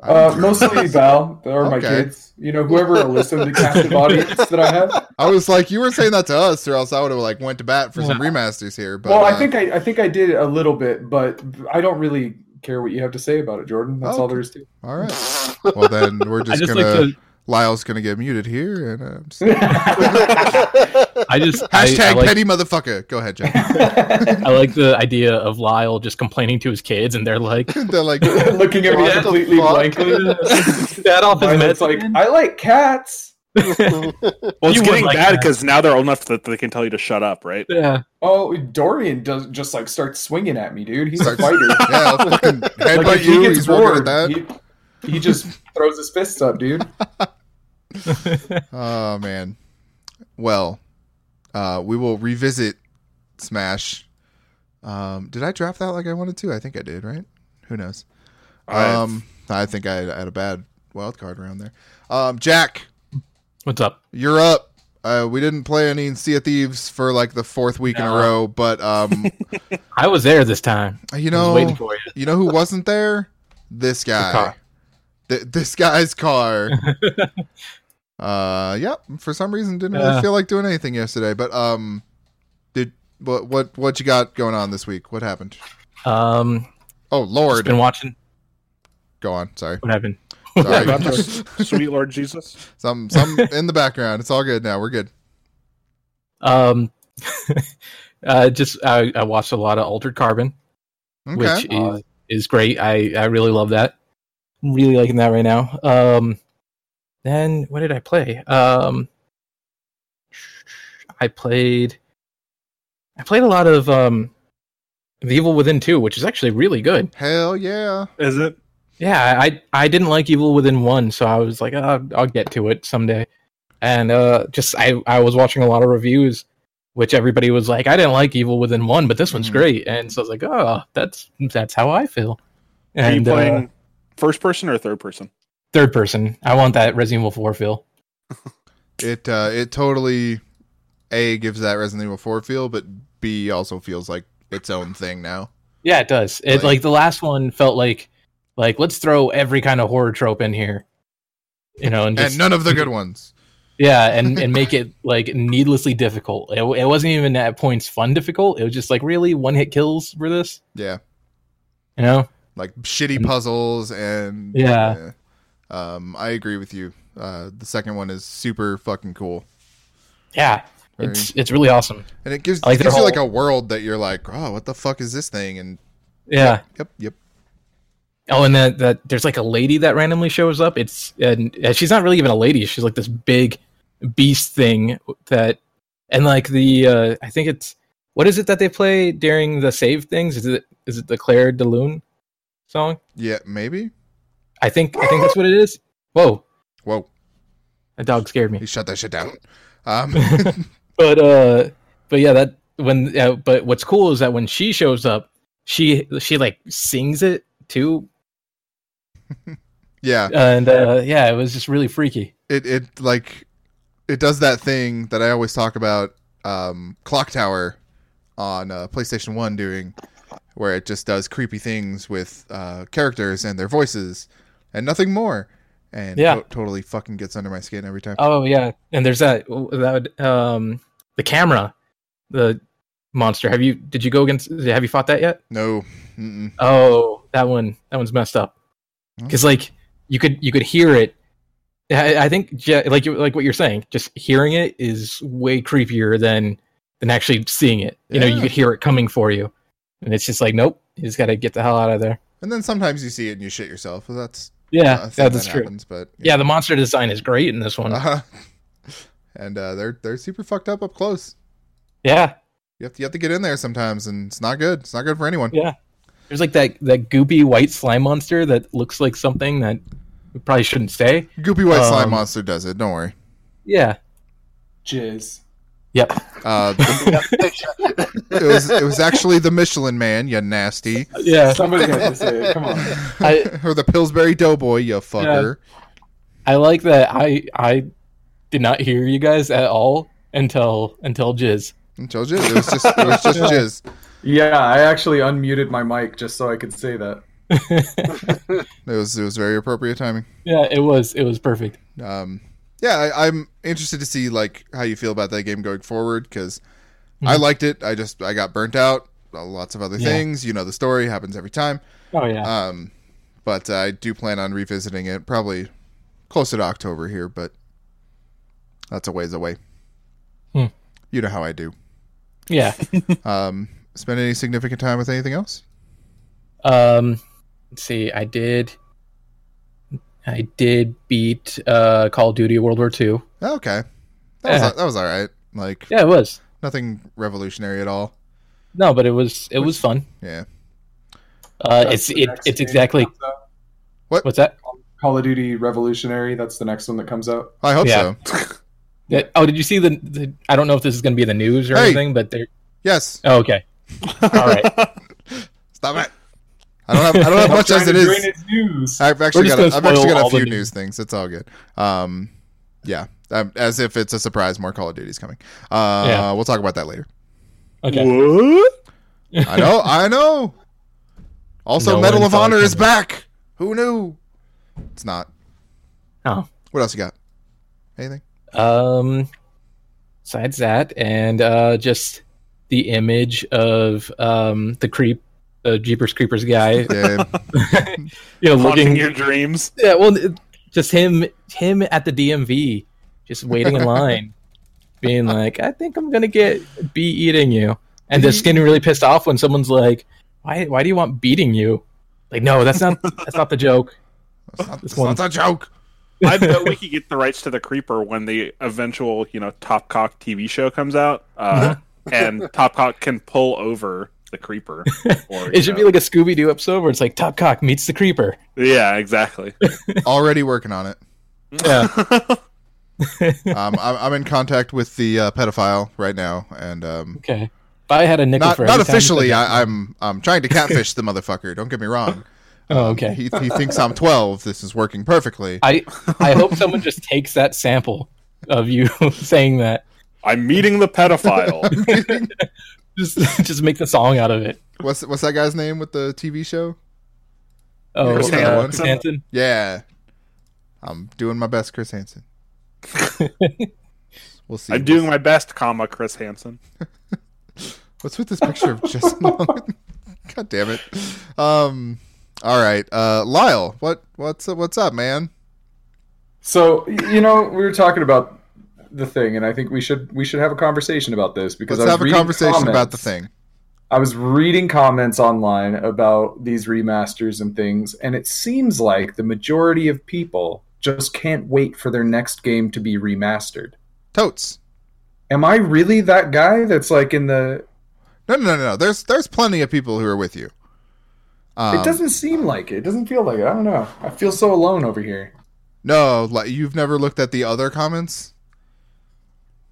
[SPEAKER 3] I don't
[SPEAKER 9] Uh,
[SPEAKER 3] care.
[SPEAKER 9] mostly Val or my
[SPEAKER 3] Oh, Okay.
[SPEAKER 9] kids. You know, whoever will listen to the captive audience that I have.
[SPEAKER 3] I was like, you weren't saying that to us, or else I would have like went to bat for some
[SPEAKER 10] No.
[SPEAKER 3] remasters here. But
[SPEAKER 9] well,
[SPEAKER 3] uh,
[SPEAKER 9] I think I, I think I did a little bit, but I don't really care what you have to say about it, Jordan. That's all
[SPEAKER 3] Okay.
[SPEAKER 9] there is to it.
[SPEAKER 3] all right. Well, then we're
[SPEAKER 10] I
[SPEAKER 3] just,
[SPEAKER 10] just
[SPEAKER 3] gonna
[SPEAKER 10] like
[SPEAKER 3] Lyle's gonna get muted here, and uh, just-
[SPEAKER 10] to. I just
[SPEAKER 3] hashtag
[SPEAKER 10] I, I like,
[SPEAKER 3] petty motherfucker. Go ahead, Jack.
[SPEAKER 10] I like the idea of Lyle just complaining to his kids, and they're like,
[SPEAKER 3] They're like,
[SPEAKER 9] Looking at me
[SPEAKER 8] What the
[SPEAKER 9] completely
[SPEAKER 8] fuck?
[SPEAKER 9] blankly.
[SPEAKER 10] "That off his
[SPEAKER 9] Violet's
[SPEAKER 10] meds."
[SPEAKER 9] like, I like cats.
[SPEAKER 5] Well, it's
[SPEAKER 10] You would
[SPEAKER 5] getting
[SPEAKER 10] like
[SPEAKER 5] bad
[SPEAKER 10] that.
[SPEAKER 5] because now they're old enough that they can tell you to shut up, right?
[SPEAKER 10] Yeah.
[SPEAKER 9] Oh, Dorian does just like starts swinging at me, dude. He's
[SPEAKER 3] Starts-
[SPEAKER 9] a fighter.
[SPEAKER 3] Yeah, I'll fucking headbutt
[SPEAKER 9] if he
[SPEAKER 3] you.
[SPEAKER 9] gets
[SPEAKER 3] He's real good
[SPEAKER 9] bored,
[SPEAKER 3] at that.
[SPEAKER 9] He, he just throws his fists up, dude.
[SPEAKER 3] Oh man. Well, uh, we will revisit Smash. Um, did I draft that like I wanted to? I think I did, right? Who knows?
[SPEAKER 5] I-
[SPEAKER 3] Um, I think I had a bad wild card round there. Um, Jack,
[SPEAKER 10] What's up?
[SPEAKER 3] you're up. Uh, we didn't play any Sea of Thieves for like the fourth week in a
[SPEAKER 10] No.
[SPEAKER 3] row, but um,
[SPEAKER 10] I was there this time.
[SPEAKER 3] you
[SPEAKER 10] I was
[SPEAKER 3] know,
[SPEAKER 10] waiting for you.
[SPEAKER 3] you know who wasn't there? This guy.
[SPEAKER 10] car.
[SPEAKER 3] Th- this guy's car. uh, yep. For some reason, didn't really
[SPEAKER 10] Yeah.
[SPEAKER 3] feel like doing anything yesterday. But um, did what what what you got going on this week? What happened?
[SPEAKER 10] Um,
[SPEAKER 3] Oh
[SPEAKER 10] just
[SPEAKER 3] Lord,
[SPEAKER 10] been watching.
[SPEAKER 3] go on. Sorry,
[SPEAKER 10] What happened?
[SPEAKER 3] sorry.
[SPEAKER 5] about the sweet Lord Jesus.
[SPEAKER 3] some some in the background. It's all good now. We're good.
[SPEAKER 10] Um, uh, just I, I watched a lot of Altered Carbon,
[SPEAKER 3] Okay.
[SPEAKER 10] which is, is great. I I really love that. I'm really liking that right now. Um, then what did I play? Um, I played. I played a lot of um, The Evil Within 2, which is actually really good.
[SPEAKER 3] Hell yeah.
[SPEAKER 5] Is it?
[SPEAKER 10] Yeah, I I didn't like Evil Within one, so I was like, uh I'll get to it someday. And uh, just I I was watching a lot of reviews, which everybody was like, I didn't like Evil Within one, but this
[SPEAKER 5] Mm.
[SPEAKER 10] one's
[SPEAKER 3] Mhm.
[SPEAKER 10] great. And so I was like, oh, that's that's how I feel.
[SPEAKER 5] Are you
[SPEAKER 10] And
[SPEAKER 5] playing
[SPEAKER 10] uh,
[SPEAKER 5] first person or third person?
[SPEAKER 10] third person, I want that Resident Evil four feel.
[SPEAKER 3] It uh, it totally a gives that Resident Evil Four feel, but B also feels like its own thing now.
[SPEAKER 10] Yeah, it does. It
[SPEAKER 3] Like-
[SPEAKER 10] like, the last one felt like like let's throw every kind of horror trope in here, you know, and just
[SPEAKER 3] and none of the good ones.
[SPEAKER 10] Yeah, and and make it like needlessly difficult. It, it wasn't even at points fun difficult. It was just like really one hit kills for this,
[SPEAKER 3] Yeah.
[SPEAKER 10] you know?
[SPEAKER 3] like shitty
[SPEAKER 10] And-
[SPEAKER 3] puzzles and
[SPEAKER 10] Yeah.
[SPEAKER 3] yeah. um i agree with you uh the second one is super fucking cool
[SPEAKER 10] Yeah,
[SPEAKER 3] Very-
[SPEAKER 10] it's it's really awesome.
[SPEAKER 3] and it gives,
[SPEAKER 10] I like
[SPEAKER 3] it gives
[SPEAKER 10] their
[SPEAKER 3] you like a
[SPEAKER 10] whole-
[SPEAKER 3] world that you're like oh what the fuck is this thing and
[SPEAKER 10] Yeah.
[SPEAKER 3] yep yep
[SPEAKER 10] Oh, and that that there's like a lady that randomly shows up. It's and uh, she's not really even a lady. She's like this big beast thing that, and like the uh I think it's what is it that they play during the save things? Is it is it the Claire de Lune song?
[SPEAKER 3] yeah maybe
[SPEAKER 10] I think I think that's what it is. Whoa,
[SPEAKER 3] whoa
[SPEAKER 10] that dog scared me.
[SPEAKER 3] he shut that shit down um
[SPEAKER 10] but uh but yeah that when uh, but what's cool is that when she shows up she she like sings it too
[SPEAKER 3] yeah
[SPEAKER 10] and uh yeah it was just really freaky
[SPEAKER 3] it it like it does that thing that i always talk about um clock tower on uh, playstation 1 doing where it just does creepy things with uh characters and their voices and nothing more and
[SPEAKER 10] Yeah.
[SPEAKER 3] to- totally fucking gets under my skin every time
[SPEAKER 10] oh yeah and there's that that would, um the camera the monster have you did you go against have you fought that yet
[SPEAKER 3] no Mm-mm.
[SPEAKER 10] Oh, that one, that one's messed up.
[SPEAKER 3] Hmm.
[SPEAKER 10] Because like you could you could hear it. I, I think yeah, like you like what you're saying, just hearing it is way creepier than than actually seeing it. You know,
[SPEAKER 3] Yeah.
[SPEAKER 10] you could hear it coming for you, and it's just like nope, you just got to get the hell out of there.
[SPEAKER 3] and then sometimes you see it and you shit yourself well, that's
[SPEAKER 10] Yeah,
[SPEAKER 3] a thing
[SPEAKER 10] that's
[SPEAKER 3] that
[SPEAKER 10] true.
[SPEAKER 3] happens, but
[SPEAKER 10] Yeah, the monster design is great in this one.
[SPEAKER 3] Uh-huh. and uh they're they're super fucked up up close
[SPEAKER 10] yeah,
[SPEAKER 3] you have to, you have to get in there sometimes and it's not good it's not good for anyone
[SPEAKER 10] Yeah. there's like that that goopy white slime monster that looks like something that we probably shouldn't say.
[SPEAKER 3] goopy white slime
[SPEAKER 10] Um,
[SPEAKER 3] monster does it don't worry
[SPEAKER 10] Yeah.
[SPEAKER 9] Jizz.
[SPEAKER 10] Yep.
[SPEAKER 3] Uh, it was it was actually the Michelin Man, you nasty,
[SPEAKER 10] Yeah.
[SPEAKER 9] Somebody's gonna have to say it. Come on.
[SPEAKER 10] I-
[SPEAKER 3] or the Pillsbury Doughboy, you fucker.
[SPEAKER 10] I like that I I did not hear you guys at all until until Jizz.
[SPEAKER 3] And told you it was just it was just jizz.
[SPEAKER 9] Yeah, I actually unmuted my mic just so I could say that.
[SPEAKER 3] It was it was very appropriate timing.
[SPEAKER 10] yeah, it was it was perfect.
[SPEAKER 3] Um, yeah, I, I'm interested to see like how you feel about that game going forward because I
[SPEAKER 10] Mhm.
[SPEAKER 3] liked it. I just I got burnt out. Uh, Lots of other
[SPEAKER 10] Yeah.
[SPEAKER 3] things, you know, the story happens every time.
[SPEAKER 10] Oh yeah.
[SPEAKER 3] Um, but I do plan on revisiting it probably closer to October here, but that's a ways away.
[SPEAKER 10] Hmm.
[SPEAKER 3] You know how I do.
[SPEAKER 10] Yeah.
[SPEAKER 3] Um, spend any significant time with anything else?
[SPEAKER 10] Um let's see, I did I did beat uh Call of Duty World War Two.
[SPEAKER 3] Okay. That was
[SPEAKER 10] Yeah.
[SPEAKER 3] that was all right. Like
[SPEAKER 10] Yeah, it was.
[SPEAKER 3] nothing revolutionary at all.
[SPEAKER 10] No, but it was it was fun.
[SPEAKER 3] Yeah.
[SPEAKER 10] Uh,
[SPEAKER 9] That's
[SPEAKER 10] it's
[SPEAKER 9] the
[SPEAKER 10] it,
[SPEAKER 9] next
[SPEAKER 10] it's
[SPEAKER 9] game
[SPEAKER 10] exactly
[SPEAKER 9] that comes out.
[SPEAKER 10] what's that?
[SPEAKER 9] Call of Duty Revolutionary. That's the next one that comes out.
[SPEAKER 3] I hope
[SPEAKER 10] Yeah.
[SPEAKER 3] so.
[SPEAKER 10] Yeah, Oh, did you see the, the? I don't know if this is going to be in the news or
[SPEAKER 3] Hey.
[SPEAKER 10] anything, but they're.
[SPEAKER 3] Yes.
[SPEAKER 10] Oh, okay. All right.
[SPEAKER 3] Stop it. I don't have I don't have much as it is.
[SPEAKER 9] news.
[SPEAKER 3] I've actually
[SPEAKER 10] just
[SPEAKER 3] got a,
[SPEAKER 10] gonna
[SPEAKER 3] I've actually
[SPEAKER 10] spoil
[SPEAKER 3] got a
[SPEAKER 10] all the
[SPEAKER 3] few
[SPEAKER 10] news.
[SPEAKER 3] news things. It's all good. Um, yeah, um, as if it's a surprise. More Call of Duty's coming. Uh,
[SPEAKER 10] Yeah.
[SPEAKER 3] we'll talk about that later.
[SPEAKER 10] Okay.
[SPEAKER 5] What?
[SPEAKER 3] I know. I know. Also,
[SPEAKER 10] No
[SPEAKER 3] Medal
[SPEAKER 10] one
[SPEAKER 3] of
[SPEAKER 10] thought
[SPEAKER 3] Honor
[SPEAKER 10] it
[SPEAKER 3] is
[SPEAKER 10] was.
[SPEAKER 3] back. Who knew? It's not.
[SPEAKER 10] Oh.
[SPEAKER 3] What else you got? Anything?
[SPEAKER 10] Um. Besides that, and uh, just the image of um the creep, the Jeepers Creepers guy,
[SPEAKER 3] Yeah.
[SPEAKER 10] you know,
[SPEAKER 5] Haunting
[SPEAKER 10] looking.
[SPEAKER 5] your dreams.
[SPEAKER 10] yeah. Well, it- just him, him at the DMV, just waiting in line, being like, "I think I'm gonna get bee eating you," and just getting really pissed off when someone's like, "Why? Why do you want beating you?" Like, no, that's not that's not the joke.
[SPEAKER 3] It's not,
[SPEAKER 10] This
[SPEAKER 3] it's
[SPEAKER 10] one.
[SPEAKER 3] not a joke.
[SPEAKER 5] I bet we could get the rights to the creeper when the eventual, you know, Top Cock TV show comes out,
[SPEAKER 10] Uh-huh.
[SPEAKER 5] uh, and Top Cock can pull over the creeper. Or,
[SPEAKER 10] It should be like a Scooby Doo episode where it's like Top Cock meets the Creeper.
[SPEAKER 5] yeah, exactly.
[SPEAKER 3] Already working on it.
[SPEAKER 10] Yeah.
[SPEAKER 3] Um, I'm, I'm in contact with the uh, pedophile right now, and um,
[SPEAKER 10] Okay. If I had a nickel
[SPEAKER 3] not
[SPEAKER 10] for
[SPEAKER 3] not
[SPEAKER 10] every time you said
[SPEAKER 3] officially.
[SPEAKER 10] that-
[SPEAKER 3] I, I'm I'm trying to catfish the motherfucker. Don't get me wrong.
[SPEAKER 10] Oh, okay.
[SPEAKER 3] He, he thinks I'm 12. This is working perfectly.
[SPEAKER 10] I I hope someone just takes that sample of you saying that.
[SPEAKER 5] I'm meeting the pedophile.
[SPEAKER 10] Just just make the song out of it.
[SPEAKER 3] What's what's that guy's name with the TV show?
[SPEAKER 10] Oh,
[SPEAKER 5] Chris
[SPEAKER 10] uh,
[SPEAKER 5] Hansen.
[SPEAKER 10] Chris Hansen.
[SPEAKER 3] Yeah, I'm doing my best, Chris Hansen. we'll see.
[SPEAKER 5] I'm doing my best, comma Chris Hansen.
[SPEAKER 3] What's with this picture of Justin Long? God damn it. Um. All right, uh, Lyle. What what's what's up, man?
[SPEAKER 9] So y- you know, we were talking about the thing, and I think we should we should have a conversation about this because
[SPEAKER 3] Let's
[SPEAKER 9] I was
[SPEAKER 3] have a
[SPEAKER 9] reading
[SPEAKER 3] conversation about
[SPEAKER 9] comments-
[SPEAKER 3] the thing.
[SPEAKER 9] I was reading comments online about these remasters and things, and it seems like the majority of people just can't wait for their next game to be remastered.
[SPEAKER 3] Totes.
[SPEAKER 9] Am I really that guy that's like in the?
[SPEAKER 3] No, no, no, no. There's there's plenty of people who are with you. Um,
[SPEAKER 9] it doesn't seem like it. It doesn't feel like it. I don't know. I feel so alone over here.
[SPEAKER 3] No, like you've never looked at the other comments.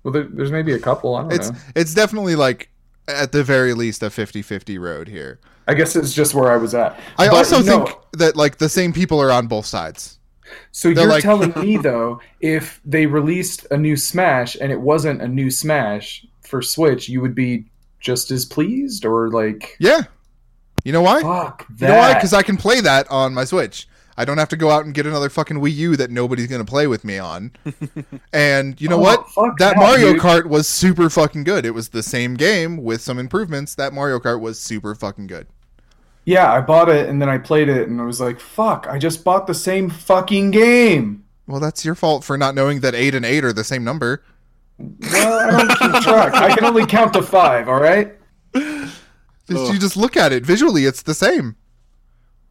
[SPEAKER 9] Well, there, there's maybe a couple. I don't
[SPEAKER 3] It's
[SPEAKER 9] know.
[SPEAKER 3] it's definitely like at the very least a 50-50 road here.
[SPEAKER 9] I guess it's just where I was at.
[SPEAKER 3] I
[SPEAKER 9] But
[SPEAKER 3] also
[SPEAKER 9] no.
[SPEAKER 3] think that like the same people are on both sides.
[SPEAKER 9] So
[SPEAKER 3] They're
[SPEAKER 9] you're
[SPEAKER 3] like-
[SPEAKER 9] telling me though, if they released a new Smash and it wasn't a new Smash for Switch, you would be just as pleased, or like,
[SPEAKER 3] Yeah. You know why?
[SPEAKER 9] fuck
[SPEAKER 3] You know why?
[SPEAKER 9] that.
[SPEAKER 3] Because I can play that on my Switch. I don't have to go out and get another fucking Wii U that nobody's gonna play with me on. and you know
[SPEAKER 9] Oh,
[SPEAKER 3] what?
[SPEAKER 9] fuck
[SPEAKER 3] That Mario
[SPEAKER 9] dude.
[SPEAKER 3] Kart was super fucking good. It was the same game with some improvements. That Mario Kart was super fucking good.
[SPEAKER 9] Yeah, I bought it and then I played it and I was like, fuck, I just bought the same fucking game.
[SPEAKER 3] Well, that's your fault for not knowing that eight and eight are the same number.
[SPEAKER 9] Well, I don't keep track. I can only count to five. All right.
[SPEAKER 3] Just- You just look at it visually; it's the same.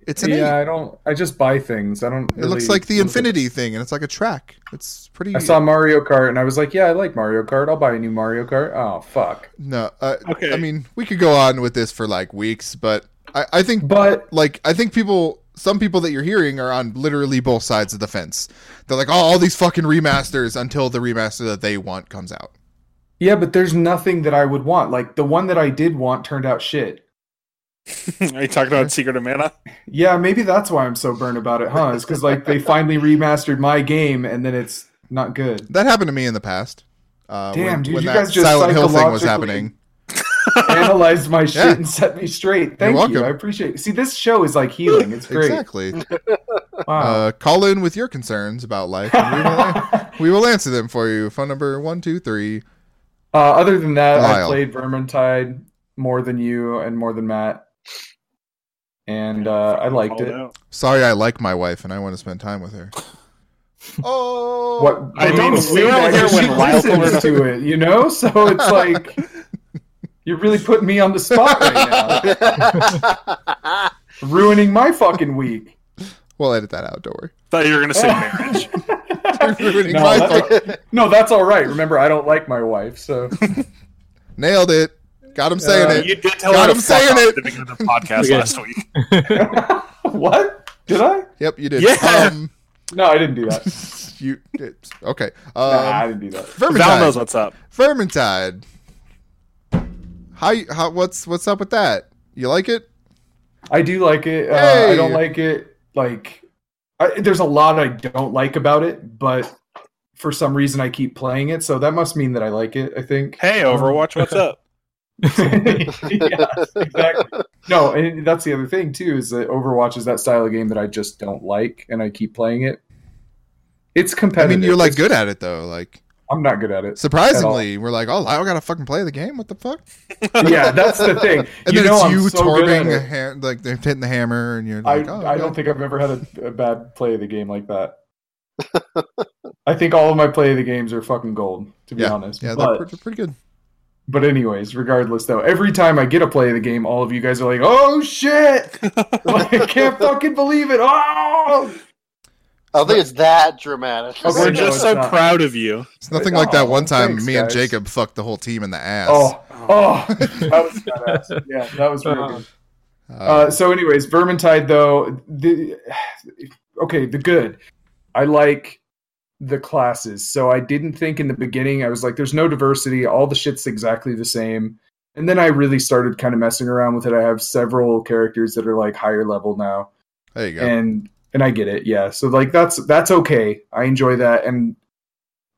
[SPEAKER 3] It's an
[SPEAKER 9] yeah,
[SPEAKER 3] eight.
[SPEAKER 9] I don't. I just buy things. I don't.
[SPEAKER 3] It looks like the infinity thing, and it's like a track. It's pretty.
[SPEAKER 9] I saw Mario Kart and I was like, yeah, I like Mario Kart. I'll buy a new Mario Kart. Oh fuck.
[SPEAKER 3] No, uh,
[SPEAKER 5] Okay.
[SPEAKER 3] I mean, we could go on with this for like weeks, but I, I think,
[SPEAKER 9] But
[SPEAKER 3] like, I think people, some people that you're hearing are on literally both sides of the fence. They're like, oh, all these fucking remasters until the remaster that they want comes out.
[SPEAKER 9] yeah, but there's nothing that I would want. Like the one that I did want turned out shit.
[SPEAKER 5] Are you talking about Secret of Mana?
[SPEAKER 9] Yeah, maybe that's why I'm so burned about it, huh? It's because like they finally remastered my game and then it's not good.
[SPEAKER 3] That happened to me in the past. Uh,
[SPEAKER 9] Damn,
[SPEAKER 3] when,
[SPEAKER 9] dude,
[SPEAKER 3] when
[SPEAKER 9] you
[SPEAKER 3] that
[SPEAKER 9] guys just
[SPEAKER 3] Silent Hill thing was
[SPEAKER 9] psychologically-
[SPEAKER 3] happening.
[SPEAKER 9] Analyzed my shit
[SPEAKER 3] Yeah.
[SPEAKER 9] and set me straight. Thank
[SPEAKER 3] welcome.
[SPEAKER 9] you. I appreciate. it. See, this show is like healing. It's great.
[SPEAKER 3] Exactly.
[SPEAKER 9] Wow.
[SPEAKER 3] Uh, call in with your concerns about life. And we, will, we will answer them for you. Phone number one two three.
[SPEAKER 9] Uh, other than that, I
[SPEAKER 3] Lyle.
[SPEAKER 9] played Vermintide more than you and more than Matt, and uh, I liked
[SPEAKER 5] Called
[SPEAKER 9] it.
[SPEAKER 5] out.
[SPEAKER 3] Sorry, I like my wife and I want to spend time with her. Oh,
[SPEAKER 9] What
[SPEAKER 5] I mean,
[SPEAKER 9] but don't
[SPEAKER 5] we
[SPEAKER 9] say
[SPEAKER 5] were
[SPEAKER 9] that
[SPEAKER 5] here
[SPEAKER 9] 'cause
[SPEAKER 5] when
[SPEAKER 9] she
[SPEAKER 5] Lyle pulled
[SPEAKER 9] listens
[SPEAKER 5] it up.
[SPEAKER 9] to it, you know. So it's like you're really putting me on the spot right now, ruining my fucking week.
[SPEAKER 3] We'll edit that out. Don't worry.
[SPEAKER 9] Oh.
[SPEAKER 5] Thought you were gonna say marriage.
[SPEAKER 3] You're ruining
[SPEAKER 9] No,
[SPEAKER 3] my
[SPEAKER 9] that-
[SPEAKER 3] fun.
[SPEAKER 9] no, that's all right. Remember, I don't like my wife, so
[SPEAKER 3] Nailed it. Got him saying
[SPEAKER 9] Uh,
[SPEAKER 3] it.
[SPEAKER 5] You did tell
[SPEAKER 3] God,
[SPEAKER 5] her
[SPEAKER 3] I'm
[SPEAKER 5] to fuck
[SPEAKER 3] saying
[SPEAKER 5] off
[SPEAKER 3] it.
[SPEAKER 5] at the beginning of the podcast
[SPEAKER 10] Okay.
[SPEAKER 5] last week.
[SPEAKER 9] what did I?
[SPEAKER 3] Yep, you did.
[SPEAKER 5] Yeah.
[SPEAKER 3] Um,
[SPEAKER 9] No, I didn't do that.
[SPEAKER 3] you did. Okay. Um,
[SPEAKER 9] Nah, I didn't do that.
[SPEAKER 5] Val
[SPEAKER 3] Vermintide.
[SPEAKER 5] knows what's up.
[SPEAKER 3] Vermintide. How, you- how? What's what's up with that? You like it?
[SPEAKER 9] I do like it. Uh,
[SPEAKER 3] Hey.
[SPEAKER 9] I don't like it. Like, I, there's a lot I don't like about it, but for some reason I keep playing it, so that must mean that I like it. I think.
[SPEAKER 5] Hey, Overwatch, what's up?
[SPEAKER 9] yeah, exactly. No, and that's the other thing too is that Overwatch is that style of game that I just don't like, and I keep playing it. It's
[SPEAKER 3] I
[SPEAKER 9] competitive.
[SPEAKER 3] mean, you're like
[SPEAKER 9] It's-
[SPEAKER 3] good at it though. Like
[SPEAKER 9] I'm not good at it.
[SPEAKER 3] surprisingly, we're like, oh, I don't gotta fucking play the game. What the fuck?
[SPEAKER 9] yeah, that's the thing.
[SPEAKER 3] And
[SPEAKER 9] you
[SPEAKER 3] then
[SPEAKER 9] know,
[SPEAKER 3] it's
[SPEAKER 9] I'm
[SPEAKER 3] you
[SPEAKER 9] so good at
[SPEAKER 3] tormenting a
[SPEAKER 9] it.
[SPEAKER 3] hand, like they're hitting the hammer, and you're
[SPEAKER 9] I,
[SPEAKER 3] like, oh,
[SPEAKER 9] I
[SPEAKER 3] good.
[SPEAKER 9] don't think I've ever had a, a bad play of the game like that. I think all of my play of the games are fucking gold, to be honest.
[SPEAKER 3] yeah, they're
[SPEAKER 9] but,
[SPEAKER 3] pretty, pretty good.
[SPEAKER 9] but anyways, regardless though, every time I get a play of the game, all of you guys are like, "Oh shit! Like, I can't fucking believe it!" Oh,
[SPEAKER 8] I don't think it's that dramatic.
[SPEAKER 9] Okay,
[SPEAKER 5] We're
[SPEAKER 9] no,
[SPEAKER 5] just
[SPEAKER 9] it's
[SPEAKER 5] so
[SPEAKER 9] not.
[SPEAKER 5] proud of you.
[SPEAKER 3] It's nothing like that
[SPEAKER 9] Oh,
[SPEAKER 3] one time
[SPEAKER 9] thanks,
[SPEAKER 3] me and
[SPEAKER 9] guys.
[SPEAKER 3] Jacob fucked the whole team in the ass.
[SPEAKER 9] oh, oh! That was badass. Yeah, that was real good.
[SPEAKER 3] Uh,
[SPEAKER 9] Uh, so, anyways, Vermintide though, the okay, the good. I like the classes. So I didn't think in the beginning I was like, "There's no diversity. All the shit's exactly the same." And then I really started kind of messing around with it. I have several characters that are like higher level now,
[SPEAKER 3] there you go.
[SPEAKER 9] and and I get it. Yeah, so like that's that's okay. I enjoy that, and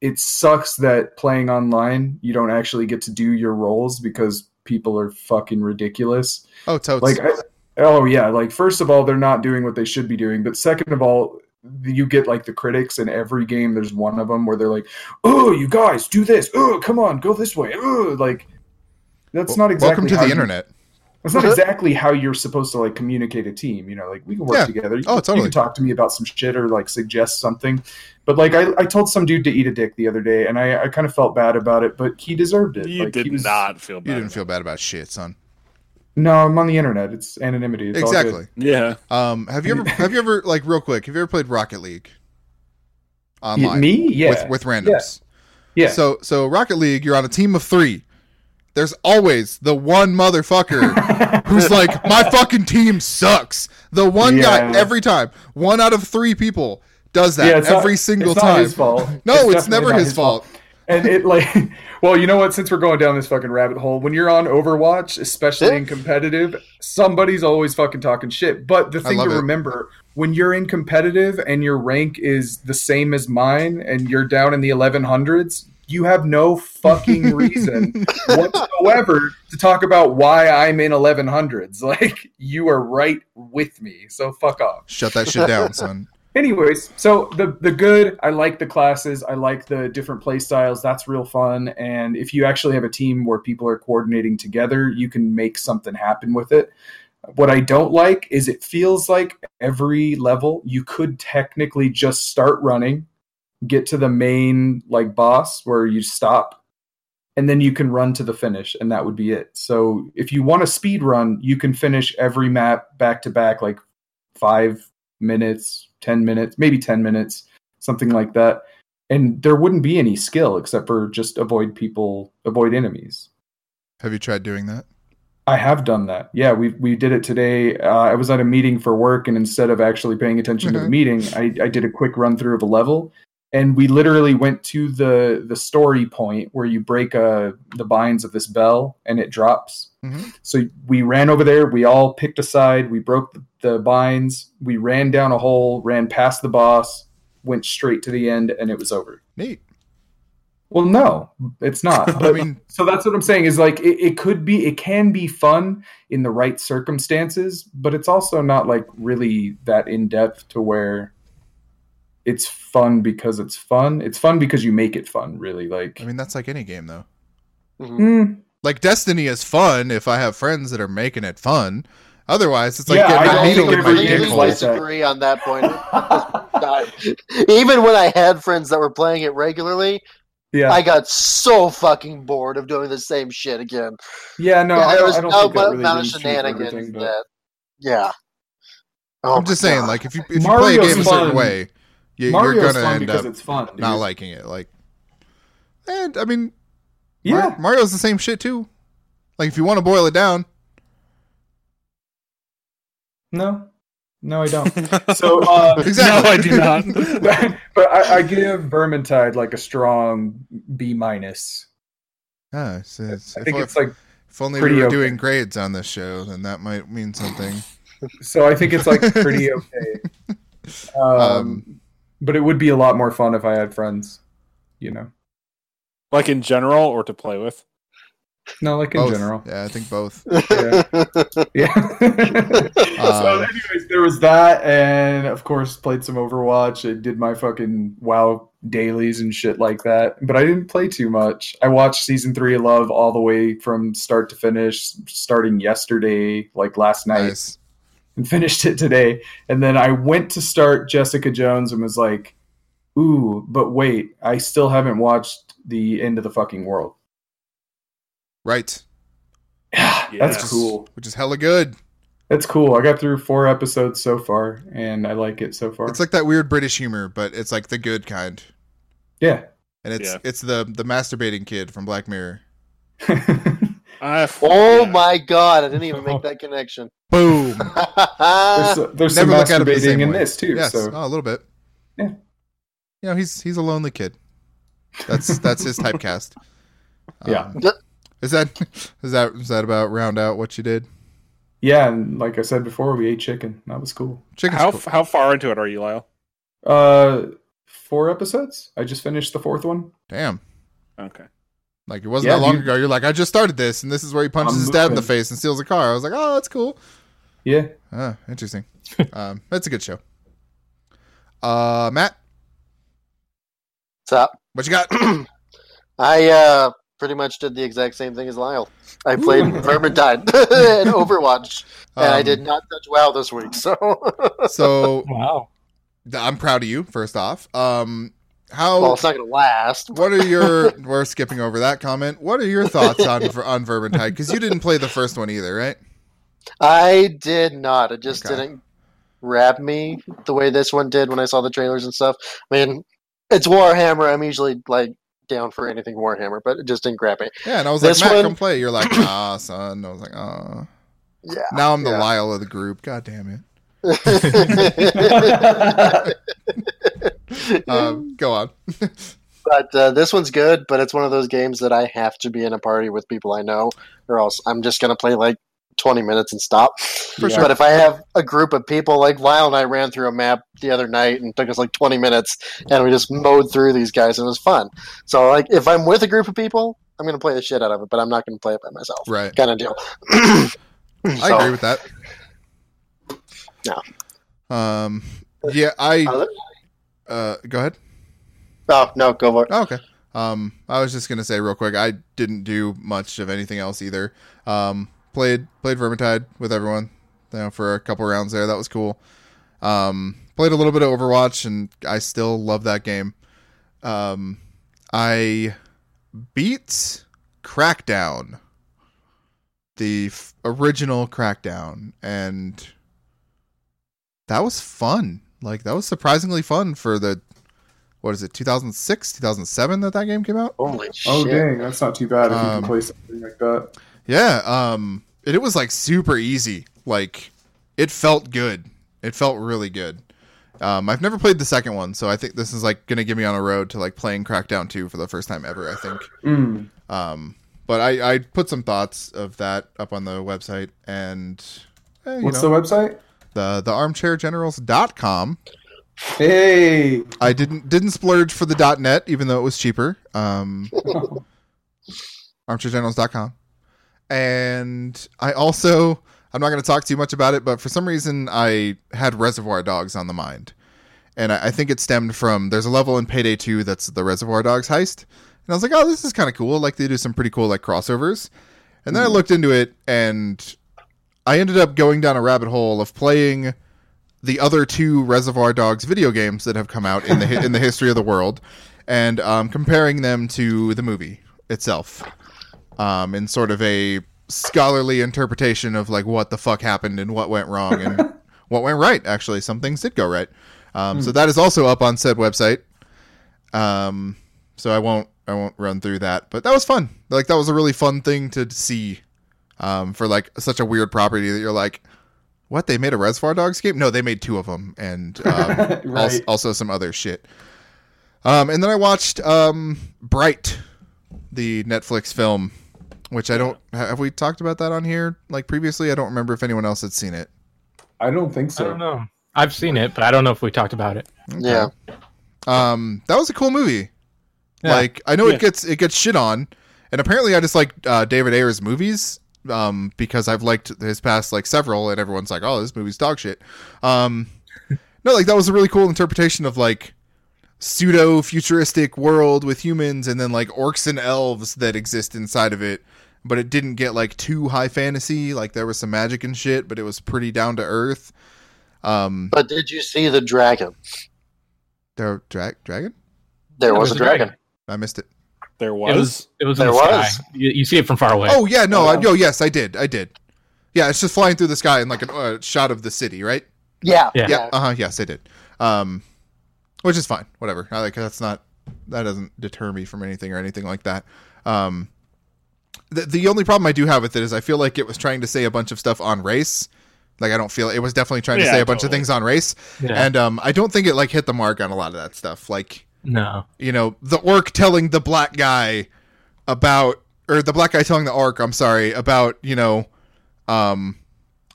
[SPEAKER 9] it sucks that playing online you don't actually get to do your roles because people are fucking ridiculous
[SPEAKER 3] oh, totes.
[SPEAKER 9] like I, oh yeah like first of all they're not doing what they should be doing but second of all you get like the critics in every game there's one of them where they're like oh you guys do this oh come on go this way oh like
[SPEAKER 3] Wel-
[SPEAKER 9] that's not exactly
[SPEAKER 3] Welcome to
[SPEAKER 9] how
[SPEAKER 3] the
[SPEAKER 9] you-
[SPEAKER 3] internet.
[SPEAKER 9] that's not exactly how you're supposed to like communicate a team you know like we can work
[SPEAKER 3] Yeah.
[SPEAKER 9] together you,
[SPEAKER 3] Oh,
[SPEAKER 9] can-
[SPEAKER 3] totally.
[SPEAKER 9] you can talk to me about some shit or like suggest something but like I, I told some dude to eat a dick the other day and i, I kind of felt bad about it but he deserved it
[SPEAKER 5] You
[SPEAKER 9] Like, he
[SPEAKER 5] did
[SPEAKER 9] was-
[SPEAKER 5] not feel bad.
[SPEAKER 3] You didn't feel bad about shit, son.
[SPEAKER 9] no i'm on the internet it's anonymity it's all good.
[SPEAKER 3] Exactly.
[SPEAKER 5] Yeah.
[SPEAKER 3] Um, have you ever have you ever like real quick? Have you ever played Rocket League online
[SPEAKER 9] me yeah
[SPEAKER 3] with with randoms?
[SPEAKER 9] yeah
[SPEAKER 3] So so Rocket League, you're on a team of three. There's always the one motherfucker who's like, my fucking team sucks. The one
[SPEAKER 9] Yeah.
[SPEAKER 3] guy every time. One out of three people does that
[SPEAKER 9] Yeah, it's not-
[SPEAKER 3] every single
[SPEAKER 9] it's not
[SPEAKER 3] time.
[SPEAKER 9] his fault.
[SPEAKER 3] No, it's,
[SPEAKER 9] It's definitely
[SPEAKER 3] never
[SPEAKER 9] not
[SPEAKER 3] his,
[SPEAKER 9] his
[SPEAKER 3] fault.
[SPEAKER 9] fault. And it like, well, you know what? Since we're going down this fucking rabbit hole, when you're on Overwatch, especially in competitive, somebody's always fucking talking shit. But the thing to
[SPEAKER 3] love it.
[SPEAKER 9] remember when you're in competitive and your rank is the same as mine, and you're down in the 1100s, you have no fucking reason whatsoever to talk about why I'm in 1100s. Like you are right with me, so fuck off
[SPEAKER 3] Shut that shit down, son.
[SPEAKER 9] anyways so the the good i like the classes i like the different play styles that's real fun and if you actually have a team where people are coordinating together you can make something happen with it what i don't like is it feels like every level you could technically just start running get to the main like boss where you stop and then you can run to the finish and that would be it so if you want to speed run you can finish every map back to back like five minutes, 10 minutes, maybe 10 minutes, something like that. And there wouldn't be any skill except for just avoid people, avoid enemies.
[SPEAKER 3] Have you tried doing that?
[SPEAKER 9] I have done that. Yeah, we we did it today. Uh, I was at a meeting for work, and instead of actually paying attention to the
[SPEAKER 3] Mhm.
[SPEAKER 9] meeting, I, I did a quick run through of a level, and we literally went to the the story point where you break uh, the binds of this bell, and it drops.
[SPEAKER 3] Mhm.
[SPEAKER 9] So we ran over there. We all picked a side. We broke the, the binds. We ran down a hole, ran past the boss, went straight to the end, and it was over.
[SPEAKER 3] Neat.
[SPEAKER 9] Well, no, it's not.
[SPEAKER 3] I
[SPEAKER 9] But-
[SPEAKER 3] mean,
[SPEAKER 9] so that's what I'm saying is like it, it could be it can be fun in the right circumstances, but it's also not like really that in depth to where it's fun because it's fun. It's fun because you make it fun, really. Like
[SPEAKER 3] I mean that's like any game though.
[SPEAKER 9] mm,
[SPEAKER 3] Like Destiny is fun if I have friends that are making it fun. Otherwise, it's like
[SPEAKER 9] Yeah,
[SPEAKER 3] getting
[SPEAKER 9] I
[SPEAKER 3] a
[SPEAKER 9] don't
[SPEAKER 3] needle
[SPEAKER 9] think
[SPEAKER 3] in my
[SPEAKER 9] every
[SPEAKER 3] dick
[SPEAKER 9] game's
[SPEAKER 8] completely
[SPEAKER 3] hole.
[SPEAKER 9] like that.
[SPEAKER 8] disagree on that point. God. Even when I had friends that were playing it regularly,
[SPEAKER 9] yeah,
[SPEAKER 8] I got so fucking bored of doing the same shit again.
[SPEAKER 9] yeah. No, I
[SPEAKER 8] there
[SPEAKER 9] don't,
[SPEAKER 8] was
[SPEAKER 9] I don't
[SPEAKER 8] no
[SPEAKER 9] think that
[SPEAKER 8] amount
[SPEAKER 9] really
[SPEAKER 8] of
[SPEAKER 9] rings true for
[SPEAKER 8] shenanigans.
[SPEAKER 9] everything, but-
[SPEAKER 8] That, yeah. Oh
[SPEAKER 3] I'm just
[SPEAKER 8] my
[SPEAKER 3] saying,
[SPEAKER 8] God.
[SPEAKER 3] like if you if you play a
[SPEAKER 9] oh Mario's
[SPEAKER 3] game a certain
[SPEAKER 9] fun.
[SPEAKER 3] way, You,
[SPEAKER 9] Mario's
[SPEAKER 3] you're gonna
[SPEAKER 9] fun
[SPEAKER 3] end
[SPEAKER 9] because
[SPEAKER 3] up
[SPEAKER 9] it's fun, dude.
[SPEAKER 3] not liking it. Like, and I mean,
[SPEAKER 9] Yeah.
[SPEAKER 3] Mar- Mario's the same shit too. Like, if you want to boil it down,
[SPEAKER 9] No, no, I don't. So uh,
[SPEAKER 3] exactly.
[SPEAKER 5] No, I do not.
[SPEAKER 9] but I, I give Vermintide like a strong B minus.
[SPEAKER 3] Ah, it's- it's-
[SPEAKER 9] I
[SPEAKER 3] if
[SPEAKER 9] think
[SPEAKER 3] o-
[SPEAKER 9] it's like
[SPEAKER 3] if only we
[SPEAKER 9] pretty
[SPEAKER 3] were
[SPEAKER 9] okay.
[SPEAKER 3] doing grades on this show, then that might mean something.
[SPEAKER 9] so. I think it's like pretty okay. Um,
[SPEAKER 3] Um,
[SPEAKER 9] but it would be a lot more fun if I had friends. You know,
[SPEAKER 5] like in general or to play with.
[SPEAKER 9] no, like in
[SPEAKER 3] Both.
[SPEAKER 9] general.
[SPEAKER 3] Yeah, I think both.
[SPEAKER 9] Yeah. yeah. so,
[SPEAKER 3] Um,
[SPEAKER 9] anyways, there was that, and of course, played some Overwatch. I did my fucking WoW dailies and shit like that, but I didn't play too much. I watched season three of Love all the way from start to finish, starting yesterday, like last night,
[SPEAKER 3] Nice.
[SPEAKER 9] and finished it today. And then I went to start Jessica Jones and was like, "Ooh, but wait, I still haven't watched the end of the fucking world."
[SPEAKER 3] Right.
[SPEAKER 9] That's
[SPEAKER 5] Yes.
[SPEAKER 9] cool.
[SPEAKER 3] Which is hella good.
[SPEAKER 9] That's cool. I got through four episodes so far, and I like it so far.
[SPEAKER 3] It's like that weird British humor, but it's like the good kind.
[SPEAKER 9] yeah,
[SPEAKER 3] And it's
[SPEAKER 5] Yeah.
[SPEAKER 3] it's the the masturbating kid from Black Mirror.
[SPEAKER 9] there's
[SPEAKER 5] I,
[SPEAKER 8] Oh
[SPEAKER 5] yeah.
[SPEAKER 8] my god! I didn't even make that connection.
[SPEAKER 3] Boom.
[SPEAKER 9] so- there's some
[SPEAKER 3] Uh, Never look at it the
[SPEAKER 9] masturbating
[SPEAKER 3] same
[SPEAKER 9] in
[SPEAKER 3] way.
[SPEAKER 9] this too.
[SPEAKER 3] yes.
[SPEAKER 9] So
[SPEAKER 3] Oh, a little bit.
[SPEAKER 9] Yeah.
[SPEAKER 3] You know, he's he's a lonely kid. That's that's his typecast. Um,
[SPEAKER 9] Yeah.
[SPEAKER 3] Is that is that is that about round out what you did?
[SPEAKER 9] yeah, and like I said before, we ate chicken. That was cool.
[SPEAKER 3] Chicken's
[SPEAKER 5] How
[SPEAKER 3] cool.
[SPEAKER 5] how far into it are you, Lyle?
[SPEAKER 9] Uh, four episodes. I just finished the fourth one.
[SPEAKER 3] Damn.
[SPEAKER 5] Okay.
[SPEAKER 3] Like it wasn't
[SPEAKER 9] Yeah,
[SPEAKER 3] that long
[SPEAKER 9] dude.
[SPEAKER 3] ago. You're like, I just started this, and this is where he punches
[SPEAKER 9] I'm
[SPEAKER 3] his dad in the
[SPEAKER 9] moving.
[SPEAKER 3] face and steals a car. I was like, oh, that's cool.
[SPEAKER 9] Yeah,
[SPEAKER 3] Ah, interesting. um, that's a good show. Uh, Matt,
[SPEAKER 8] What's up?
[SPEAKER 3] what you got?
[SPEAKER 8] I uh, pretty much did the exact same thing as Lyle. I played Vermintide and Overwatch, and I
[SPEAKER 3] Um,
[SPEAKER 8] did not touch WoW this week. So
[SPEAKER 3] So
[SPEAKER 10] Wow.
[SPEAKER 3] th- I'm proud of you. First off, um, how?
[SPEAKER 8] well, it's not going to last.
[SPEAKER 3] what are your? we're skipping over that comment. What are your thoughts on on Vermintide? Because you didn't play the first one either, right?
[SPEAKER 8] I did not. It just
[SPEAKER 3] Okay.
[SPEAKER 8] didn't grab me the way this one did when I saw the trailers and stuff. I mean, it's Warhammer. I'm usually like down for anything Warhammer, but it just didn't grab me.
[SPEAKER 3] Yeah, and I was
[SPEAKER 8] This
[SPEAKER 3] like, Matt,
[SPEAKER 8] one-
[SPEAKER 3] come play. You're like, ah, son. I was like, ah.
[SPEAKER 8] Yeah.
[SPEAKER 3] Now I'm the
[SPEAKER 8] yeah.
[SPEAKER 3] Lyle of the group. God damn it. Um, go on.
[SPEAKER 8] but uh, this one's good. But it's one of those games that I have to be in a party with people I know, or else I'm just gonna play like 20 minutes and stop.
[SPEAKER 9] For sure.
[SPEAKER 8] But if I have a group of people, like Lyle and I ran through a map the other night and took us like 20 minutes, and we just mowed through these guys, and it was fun. So like, if I'm with a group of people, I'm gonna play the shit out of it, but I'm not gonna play it by myself.
[SPEAKER 3] Right.
[SPEAKER 8] Kind of deal.
[SPEAKER 3] I agree with that.
[SPEAKER 8] Yeah.
[SPEAKER 3] Um. Yeah. I.
[SPEAKER 8] Other-
[SPEAKER 3] Uh. Go ahead.
[SPEAKER 8] Oh no, go for it.
[SPEAKER 3] Oh, okay. Um, I was just gonna say real quick, I didn't do much of anything else either. Um, played played Vermintide with everyone, you know, for a couple rounds there. That was cool. Um, played a little bit of Overwatch, and I still love that game. Um, I beat Crackdown, the f- original Crackdown, and that was fun. Like that was surprisingly fun for the what is it 2006 2007 that that game came out
[SPEAKER 8] Holy
[SPEAKER 9] oh
[SPEAKER 8] shit!
[SPEAKER 9] dang, that's not too bad if you
[SPEAKER 3] Um,
[SPEAKER 9] can play something like that.
[SPEAKER 3] yeah um it, it was like super easy like it felt good it felt really good um i've never played the second one so i think this is like gonna get me on a road to like playing crackdown 2 for the first time ever i think
[SPEAKER 9] Mm.
[SPEAKER 3] um but i i put some thoughts of that up on the website and eh, you
[SPEAKER 9] What's
[SPEAKER 3] know,
[SPEAKER 9] the website?
[SPEAKER 3] the the armchairgenerals.com
[SPEAKER 9] Hey,
[SPEAKER 3] i didn't didn't splurge for the net even though it was cheaper um armchairgenerals.com. And I also, I'm not going to talk too much about it, but for some reason I had Reservoir Dogs on the mind. And I, I think it stemmed from there's a level in Payday 2 that's the Reservoir Dogs heist. And I was like, oh, this is kind of cool. Like they do some pretty cool like crossovers. And then I looked into it and I ended up going down a rabbit hole of playing the other two Reservoir Dogs video games that have come out in the hi- in the history of the world, and um, comparing them to the movie itself, um, in sort of a scholarly interpretation of like what the fuck happened and what went wrong and what went right. Actually, some things did go right. Um, So that is also up on said website. Um, so I won't I won't run through that, but that was fun. Like that was a really fun thing to see um, for like such a weird property that you're like, what they made a Reservoir Dogs game? No, they made two of them, and um,
[SPEAKER 9] Right.
[SPEAKER 3] als- also some other shit. Um, and then I watched um, Bright, the Netflix film, which I don't have we talked about that on here like previously. I don't remember if anyone else had seen it.
[SPEAKER 9] I don't think
[SPEAKER 10] I
[SPEAKER 9] so.
[SPEAKER 10] don't know. I've seen it, but I don't know if we talked about it.
[SPEAKER 8] Yeah.
[SPEAKER 3] Um, that was a cool movie.
[SPEAKER 10] Yeah.
[SPEAKER 3] Like I know
[SPEAKER 5] Yeah.
[SPEAKER 3] it gets it gets shit on, and apparently I just like uh, David Ayer's movies um, because I've liked his past like several, and everyone's like, "Oh, this movie's dog shit." Um, no, like that was a really cool interpretation of like pseudo futuristic world with humans, and then like orcs and elves that exist inside of it. But it didn't get like too high fantasy. Like there was some magic and shit, but it was pretty down to earth. Um,
[SPEAKER 8] But did you see the dragon?
[SPEAKER 3] there, dra- dragon?
[SPEAKER 8] There
[SPEAKER 10] Yeah,
[SPEAKER 8] was a
[SPEAKER 10] there's a
[SPEAKER 8] dragon.
[SPEAKER 3] I missed it.
[SPEAKER 5] There
[SPEAKER 10] It was. It was in
[SPEAKER 8] There
[SPEAKER 10] the sky.
[SPEAKER 8] was.
[SPEAKER 10] You, you see it from far away.
[SPEAKER 3] Oh yeah, no, I, oh yes, I did, I did. Yeah, it's just flying through the sky and like a uh, shot of the city, right?
[SPEAKER 8] Yeah.
[SPEAKER 10] Yeah.
[SPEAKER 3] Yeah. Uh huh. Yes, I did. Um, which is fine. Whatever. I like that's not that doesn't deter me from anything or anything like that. Um, the the only problem I do have with it is I feel like it was trying to say a bunch of stuff on race. Like I don't feel it was definitely trying to
[SPEAKER 5] Yeah,
[SPEAKER 3] say a bunch of
[SPEAKER 5] totally.
[SPEAKER 3] things on race,
[SPEAKER 10] Yeah.
[SPEAKER 3] and um, I don't think it like hit the mark on a lot of that stuff. Like
[SPEAKER 10] No.
[SPEAKER 3] you know, the orc telling the black guy about, or the black guy telling the orc, I'm sorry, about, you know, um,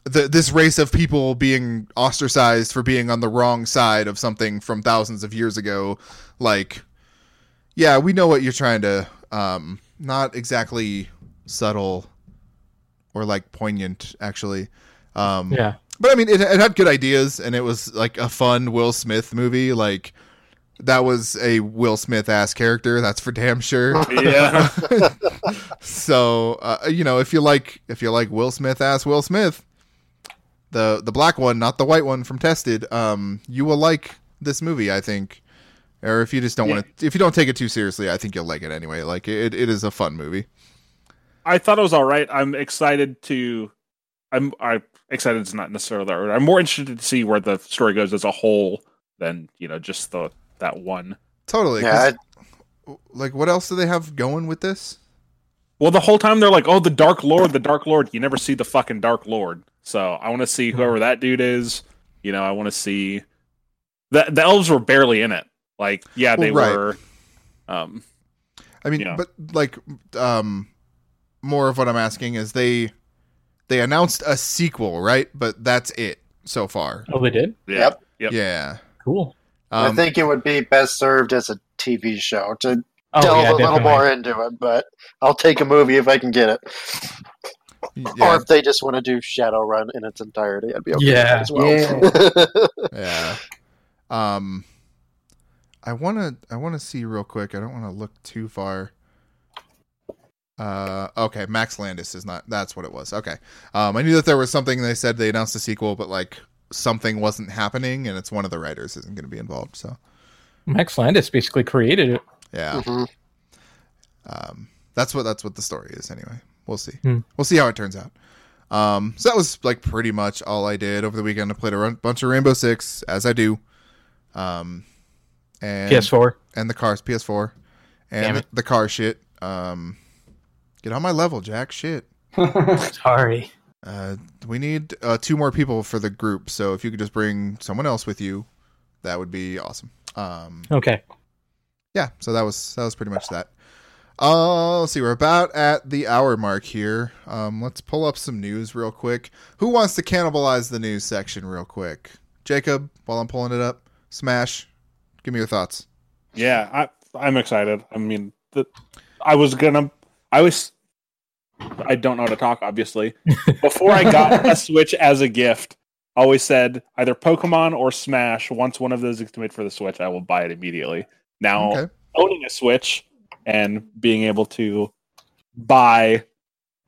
[SPEAKER 3] the, this race of people being ostracized for being on the wrong side of something from thousands of years ago. Like, yeah, we know what you're trying to, um, not exactly subtle or like poignant, actually. Um,
[SPEAKER 10] Yeah.
[SPEAKER 3] but I mean, it, it had good ideas, and it was like a fun Will Smith movie. Like that was a Will Smith ass character. That's for damn sure.
[SPEAKER 5] Yeah.
[SPEAKER 3] so uh, you know, if you like, if you like Will Smith ass Will Smith, the the black one, not the white one from Tested, um, you will like this movie, I think. Or if you just don't want to, if you don't take it too seriously, I think you'll like it anyway. Like it, it is a fun movie.
[SPEAKER 5] I thought it was all right. I'm excited to. I'm I excited is not necessarily the right word. I'm more interested to see where the story goes as a whole than you know just the that one.
[SPEAKER 3] Totally. 'cause,
[SPEAKER 8] yeah. I-
[SPEAKER 3] like what else do they have going with this?
[SPEAKER 5] Well, the whole time they're like, "Oh, the Dark Lord, the Dark Lord." You never see the fucking Dark Lord, so I want to see whoever that dude is. You know, I want to see the the elves were barely in it. Like, yeah, they
[SPEAKER 3] Well, right.
[SPEAKER 5] were. Um,
[SPEAKER 3] I mean,
[SPEAKER 5] Yeah.
[SPEAKER 3] but like, um, more of what I'm asking is they they announced a sequel, right? But that's it so far.
[SPEAKER 10] Oh, they did.
[SPEAKER 5] yeah,
[SPEAKER 8] Yep.
[SPEAKER 5] yep.
[SPEAKER 3] Yeah,
[SPEAKER 10] Cool.
[SPEAKER 3] um,
[SPEAKER 8] I think it would be best served as a TV show to
[SPEAKER 10] Oh
[SPEAKER 8] delve
[SPEAKER 10] yeah,
[SPEAKER 8] a little
[SPEAKER 10] definitely.
[SPEAKER 8] more into it, but I'll take a movie if I can get it. Or
[SPEAKER 3] yeah,
[SPEAKER 8] if they just want to do Shadowrun in its entirety, I'd be okay
[SPEAKER 10] Yeah.
[SPEAKER 8] with that as well.
[SPEAKER 3] yeah. Um, I wanna I wanna see real quick. I don't want to look too far. Uh, okay, Max Landis is not. That's what it was. Okay. Um, I knew that there was something they said they announced a sequel, but like something wasn't happening, and it's one of the writers isn't going to be involved. So
[SPEAKER 10] Max Landis basically created it.
[SPEAKER 3] yeah.
[SPEAKER 8] Mhm.
[SPEAKER 3] um, that's what that's what the story is anyway we'll see
[SPEAKER 10] Hmm.
[SPEAKER 3] we'll see how it turns out um, so that was like pretty much all i did over the weekend i played a run- bunch of rainbow six as i do um, and
[SPEAKER 10] PS4.
[SPEAKER 3] and the cars ps4
[SPEAKER 10] Damn
[SPEAKER 3] and the,
[SPEAKER 10] it.
[SPEAKER 3] the car shit um, get on my level jack shit
[SPEAKER 10] Sorry.
[SPEAKER 3] uh, we need uh, two more people for the group so if you could just bring someone else with you that would be awesome um,
[SPEAKER 10] Okay.
[SPEAKER 3] yeah, so that was that was pretty much that. Uh, let's see, we're about at the hour mark here. Um, let's pull up some news real quick. Who wants to cannibalize the news section real quick? Jacob, while I'm pulling it up, smash. Give me your thoughts.
[SPEAKER 5] Yeah, I, I'm excited. I mean, the, I was gonna, I was, I don't know how to talk, obviously. Before I got a Switch as a gift, I always said either Pokemon or Smash. Once one of those is made for the Switch, I will buy it immediately. Now
[SPEAKER 3] Okay.
[SPEAKER 5] owning a Switch and being able to buy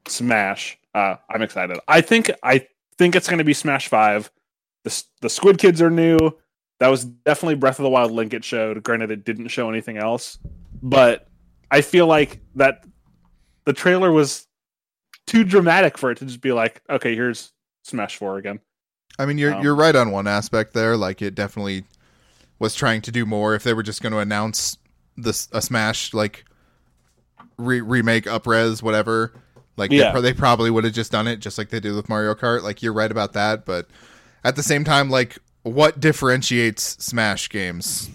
[SPEAKER 5] Smash, uh, I'm excited. I think I think it's going to be Smash Five. The s- the Squid Kids are new. That was definitely Breath of the Wild link it showed. Granted, it didn't show anything else, but I feel like that the trailer was too dramatic for it to just be like, okay, here's Smash Four again.
[SPEAKER 3] I mean, you're
[SPEAKER 5] Um,
[SPEAKER 3] you're right on one aspect there. Like it definitely was trying to do more. If they were just going to announce this a Smash like re- remake, upres, whatever, like they,
[SPEAKER 5] Yeah.
[SPEAKER 3] pro- they probably would have just done it, just like they did with Mario Kart. Like you're right about that, but at the same time, like what differentiates Smash games?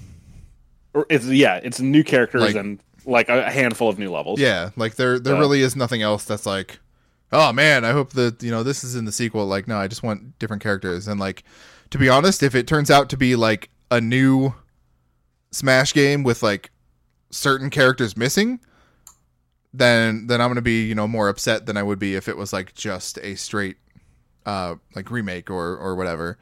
[SPEAKER 5] Or it's yeah, it's new characters
[SPEAKER 3] Like-
[SPEAKER 5] and like a a handful of new levels.
[SPEAKER 3] Yeah, like there there
[SPEAKER 5] So-
[SPEAKER 3] really is nothing else that's like, oh man, I hope that you know this is in the sequel. Like, no, I just want different characters. And like, to be honest, if it turns out to be like a new Smash game with like certain characters missing, then then I'm gonna be you know more upset than I would be if it was like just a straight uh like remake or or whatever.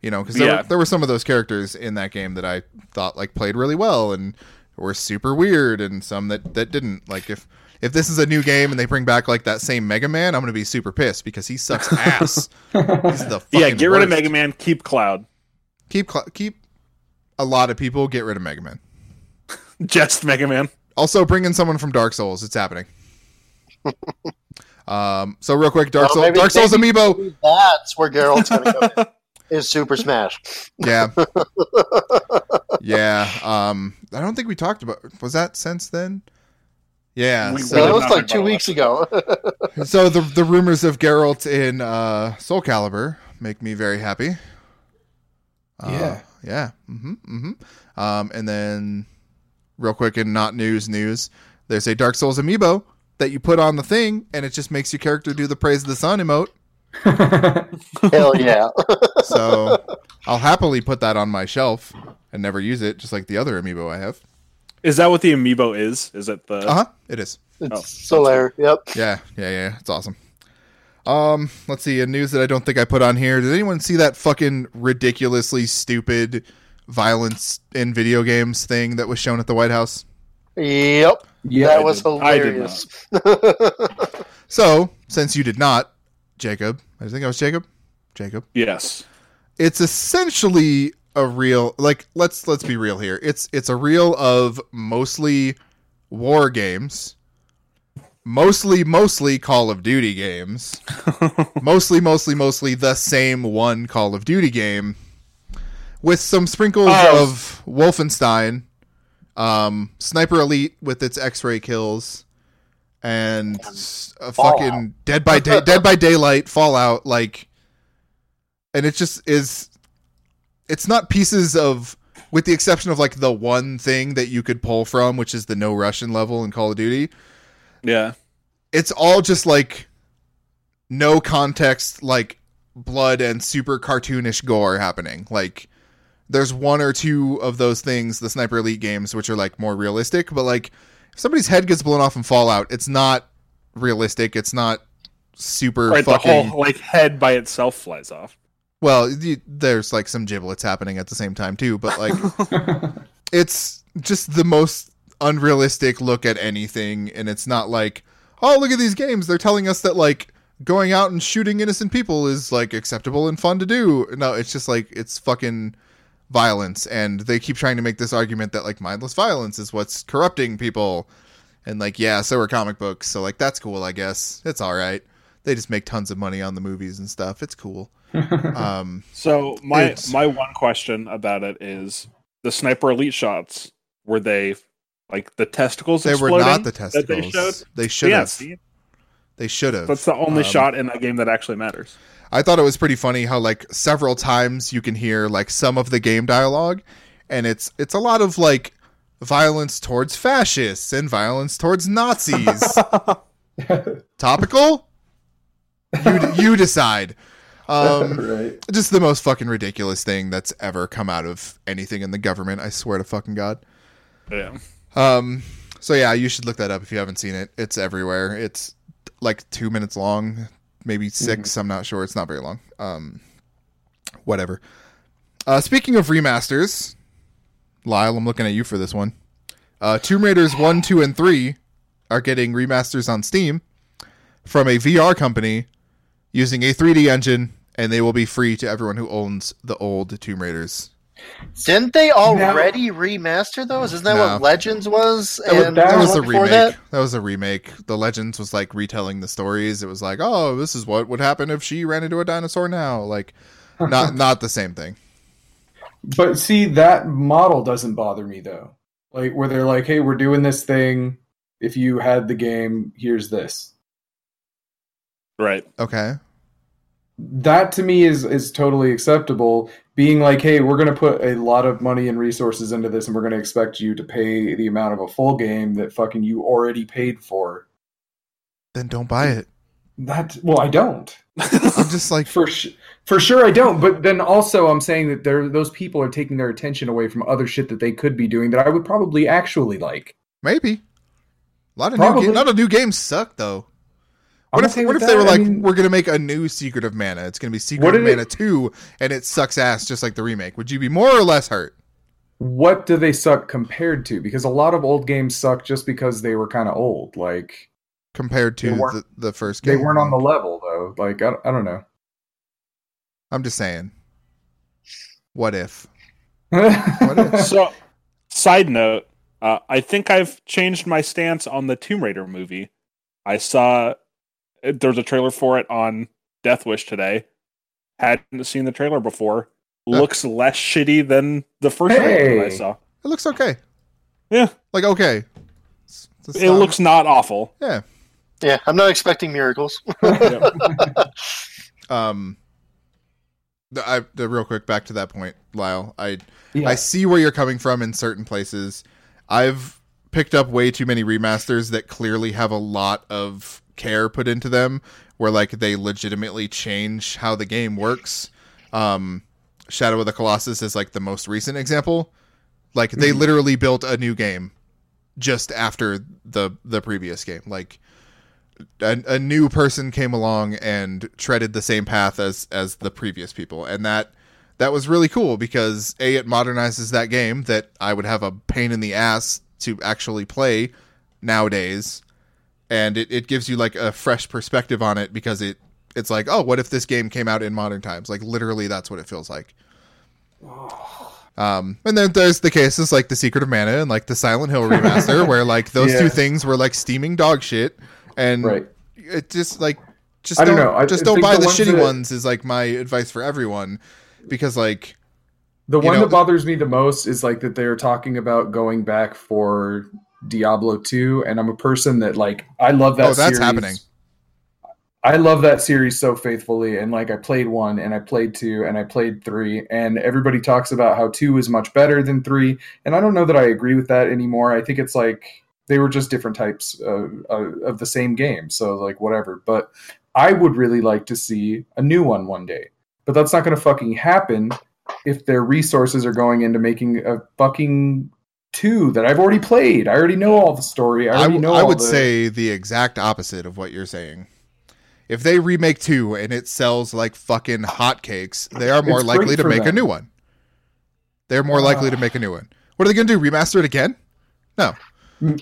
[SPEAKER 3] You know, because there,
[SPEAKER 5] Yeah.
[SPEAKER 3] were, there were some of those characters in that game that I thought like played really well and were super weird, and some that that didn't. Like if if this is a new game and they bring back like that same Mega Man, I'm gonna be super pissed because he sucks ass. He's the
[SPEAKER 5] yeah.
[SPEAKER 3] fucking
[SPEAKER 5] Get rid of
[SPEAKER 3] worst.
[SPEAKER 5] Mega Man. Keep Cloud.
[SPEAKER 3] Keep cl- keep a lot of people get rid of Mega Man.
[SPEAKER 5] Just Mega Man.
[SPEAKER 3] Also, bring in someone from Dark Souls. It's happening. um. So real quick, Dark
[SPEAKER 8] Well,
[SPEAKER 3] Souls.
[SPEAKER 8] Oh, maybe-
[SPEAKER 3] Dark Souls
[SPEAKER 8] maybe-
[SPEAKER 3] Amiibo.
[SPEAKER 8] That's where Geralt's going to go. in, Is Super Smash.
[SPEAKER 3] Yeah. yeah. Um. I don't think we talked about. Was that since then? Yeah.
[SPEAKER 5] We-
[SPEAKER 3] so
[SPEAKER 8] That
[SPEAKER 5] did
[SPEAKER 8] was
[SPEAKER 5] not
[SPEAKER 8] like
[SPEAKER 5] talk
[SPEAKER 8] two
[SPEAKER 5] about
[SPEAKER 8] weeks ago.
[SPEAKER 3] so the the rumors of Geralt in uh, Soul Calibur make me very happy. Uh,
[SPEAKER 9] Yeah.
[SPEAKER 3] yeah. Mm-hmm, mm-hmm. Um, and then, real quick in not news news, there's a Dark Souls amiibo that you put on the thing, and it just makes your character do the Praise of the Sun emote.
[SPEAKER 8] Hell yeah.
[SPEAKER 3] Oh, So I'll happily put that on my shelf and never use it, just like the other amiibo I have.
[SPEAKER 5] Is that what the amiibo is? Is it the
[SPEAKER 3] Uh huh. It is.
[SPEAKER 5] Oh.
[SPEAKER 8] It's Solaire. Yep.
[SPEAKER 3] Yeah, yeah, yeah. It's awesome. Um, let's see. A news that I don't think I put on here. Did anyone see that fucking ridiculously stupid violence in video games thing that was shown at the White House?
[SPEAKER 8] Yep.
[SPEAKER 9] Yeah,
[SPEAKER 8] that
[SPEAKER 5] I
[SPEAKER 8] was
[SPEAKER 5] did. I did
[SPEAKER 8] hilarious.
[SPEAKER 3] So, since you did not, Jacob, I think I was Jacob. Jacob.
[SPEAKER 5] yes?
[SPEAKER 3] It's essentially a reel. Like, let's let's be real here. It's it's a reel of mostly war games, mostly mostly Call of Duty games. mostly, mostly, mostly the same one Call of Duty game, with some sprinkles
[SPEAKER 5] Oh.
[SPEAKER 3] of Wolfenstein, um, Sniper Elite with its X-ray kills, and s- a
[SPEAKER 8] Fallout.
[SPEAKER 3] fucking Dead by Day, Dead by Daylight, Fallout. Like, and it just is. It's not pieces of, with the exception of like the one thing that you could pull from, which is the no Russian level in Call of Duty
[SPEAKER 5] yeah.
[SPEAKER 3] it's all just like no context like blood and super cartoonish gore happening like there's one or two of those things the sniper elite games which are like more realistic but like if somebody's head gets blown off in fallout it's not realistic it's not super
[SPEAKER 5] Right. The
[SPEAKER 3] fucking
[SPEAKER 5] whole like head by itself flies off.
[SPEAKER 3] well you, there's like some giblets happening at the same time too but like it's just the most unrealistic look at anything and it's not like oh look at these games they're telling us that like going out and shooting innocent people is like acceptable and fun to do no it's just like it's fucking violence and they keep trying to make this argument that like mindless violence is what's corrupting people and like yeah so are comic books so like that's cool i guess it's all right they just make tons of money on the movies and stuff it's cool um
[SPEAKER 5] So my
[SPEAKER 3] It's-
[SPEAKER 5] my one question about it is the sniper elite shots were they like the testicles?
[SPEAKER 3] they were
[SPEAKER 5] exploding
[SPEAKER 3] not the
[SPEAKER 5] that they
[SPEAKER 3] testicles
[SPEAKER 5] showed?
[SPEAKER 3] they should
[SPEAKER 5] yeah,
[SPEAKER 3] have
[SPEAKER 5] see?
[SPEAKER 3] they should have
[SPEAKER 5] that's the
[SPEAKER 3] Um,
[SPEAKER 5] only shot in that game that actually matters.
[SPEAKER 3] I thought it was pretty funny how like several times you can hear like some of the game dialogue and it's it's a lot of like violence towards fascists and violence towards Nazis. Topical? You you decide. Um
[SPEAKER 9] right.
[SPEAKER 3] just the most fucking ridiculous thing that's ever come out of anything in the government, I swear to fucking god.
[SPEAKER 5] Yeah.
[SPEAKER 3] Um, so yeah, you should look that up if you haven't seen it. It's everywhere. It's like two minutes long, maybe 6 i I'm not sure. It's not very long. Um, whatever. Uh, speaking of remasters, Lyle, I'm looking at you for this one. Uh, Tomb Raiders one, two, and three are getting remasters on Steam from a VR company using a 3D engine, and they will be free to everyone who owns the old Tomb Raiders.
[SPEAKER 8] Didn't they already remaster those? Isn't that
[SPEAKER 3] No.
[SPEAKER 8] what Legends was?
[SPEAKER 3] That was,
[SPEAKER 8] and
[SPEAKER 3] that was
[SPEAKER 8] one
[SPEAKER 3] the
[SPEAKER 8] before
[SPEAKER 3] remake.
[SPEAKER 8] that?
[SPEAKER 3] That? was a remake. The Legends was like retelling the stories. It was like, oh, this is what would happen if she ran into a dinosaur now. Like, not not the same thing.
[SPEAKER 9] But see, that model doesn't bother me though. Like where they're like, "Hey, we're doing this thing. If you had the game, here's this."
[SPEAKER 5] Right.
[SPEAKER 3] Okay.
[SPEAKER 9] That to me is is totally acceptable. Being like, "Hey, we're going to put a lot of money and resources into this, and we're going to expect you to pay the amount of a full game that fucking you already paid for."
[SPEAKER 3] Then don't buy it.
[SPEAKER 9] That well, I don't.
[SPEAKER 3] I'm just like
[SPEAKER 9] for sh- for sure I don't. But then also I'm saying that there those people are taking their attention away from other shit that they could be doing that I would probably actually like.
[SPEAKER 3] Maybe a lot of probably. new ga- not a new games suck though. What I'm if, what if that, they were like, I mean, we're gonna make a new Secret of Mana? It's gonna be Secret of Mana it, two, and it sucks ass just like the remake. Would you be more or less hurt?
[SPEAKER 9] What do they suck compared to? Because a lot of old games suck just because they were kind of old. Like
[SPEAKER 3] compared to the, the first
[SPEAKER 9] game. They weren't on the level though. Like I, I don't know.
[SPEAKER 3] I'm just saying. What if?
[SPEAKER 5] what if? So, side note, uh, I think I've changed my stance on the Tomb Raider movie. I saw there was a trailer for it on Death Wish today. Hadn't seen the trailer before. Looks uh, less shitty than the first hey. I saw.
[SPEAKER 3] It looks okay.
[SPEAKER 5] Yeah,
[SPEAKER 3] like okay.
[SPEAKER 5] It looks not awful.
[SPEAKER 3] Yeah.
[SPEAKER 8] Yeah, I'm not expecting miracles.
[SPEAKER 3] um, the, I, the, real quick back to that point, Lyle. I yeah. I see where you're coming from in certain places. I've picked up way too many remasters that clearly have a lot of care put into them, where like they legitimately change how the game works. Um, Shadow of the Colossus is like the most recent example. Like they mm-hmm. literally built a new game just after the the previous game. Like a, a, new person came along and treaded the same path as as the previous people, and that that was really cool because a it modernizes that game that I would have a pain in the ass to actually play nowadays, and it it gives you like a fresh perspective on it because it it's like oh what if this game came out in modern times like literally that's what it feels like. Um, and then there's the cases like the Secret of Mana and like the Silent Hill remaster, where like those yeah. two things were like steaming dog shit, and
[SPEAKER 9] right.
[SPEAKER 3] it just like just I don't, don't know. I, just I don't buy the, the ones shitty that... ones is like my advice for everyone, because like
[SPEAKER 9] the one know, that bothers me the most is like that they're talking about going back for Diablo two, and I'm a person that like I love that.
[SPEAKER 3] Oh, that's series. happening.
[SPEAKER 9] I love that series so faithfully. And like I played one and I played two and I played three. And everybody talks about how two is much better than three. And I don't know that I agree with that anymore. I think it's like they were just different types of, of, of the same game. So, like, whatever. But I would really like to see a new one one day. But that's not going to fucking happen if their resources are going into making a fucking two that I've already played. I already know all the story. I already I w- know.
[SPEAKER 3] I would
[SPEAKER 9] the-
[SPEAKER 3] say the exact opposite of what you're saying if they remake two and it sells like fucking hotcakes, they are more it's likely to make them. a new one. They're more uh, likely to make a new one. What are they going to do? Remaster it again? No.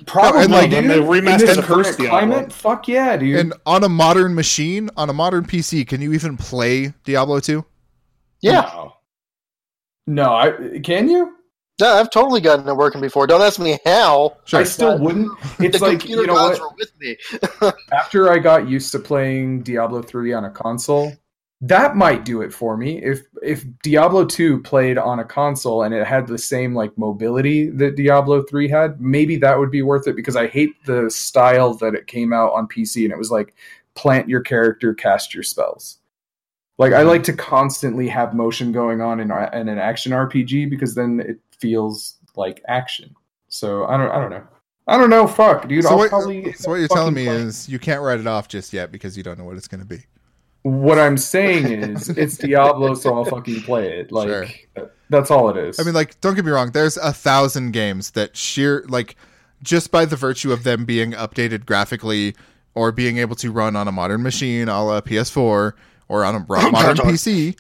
[SPEAKER 9] Probably.
[SPEAKER 3] No, and
[SPEAKER 9] like, dude,
[SPEAKER 5] they remaster the first
[SPEAKER 9] climate? One. Fuck yeah, dude.
[SPEAKER 3] And on a modern machine, on a modern PC, can you even play Diablo 2?
[SPEAKER 8] Yeah.
[SPEAKER 9] No. no, I can you?
[SPEAKER 8] No, I've totally gotten it working before. Don't ask me how.
[SPEAKER 9] Sure. I still wouldn't. It's like you know what?
[SPEAKER 8] with me.
[SPEAKER 9] After I got used to playing Diablo three on a console, that might do it for me. If if Diablo two played on a console and it had the same like mobility that Diablo three had, maybe that would be worth it because I hate the style that it came out on PC and it was like plant your character, cast your spells. Like I like to constantly have motion going on in, in an action RPG because then it feels like action. So I don't I don't know. I don't know. Fuck, dude.
[SPEAKER 3] So
[SPEAKER 9] I'll
[SPEAKER 3] what,
[SPEAKER 9] probably
[SPEAKER 3] so what you're telling me play. is you can't write it off just yet because you don't know what it's going to be.
[SPEAKER 9] What I'm saying is it's Diablo, so I'll fucking play it. Like sure. that's all it is.
[SPEAKER 3] I mean, like, don't get me wrong. There's a thousand games that sheer like just by the virtue of them being updated graphically or being able to run on a modern machine, a la PS4 or on a modern PC,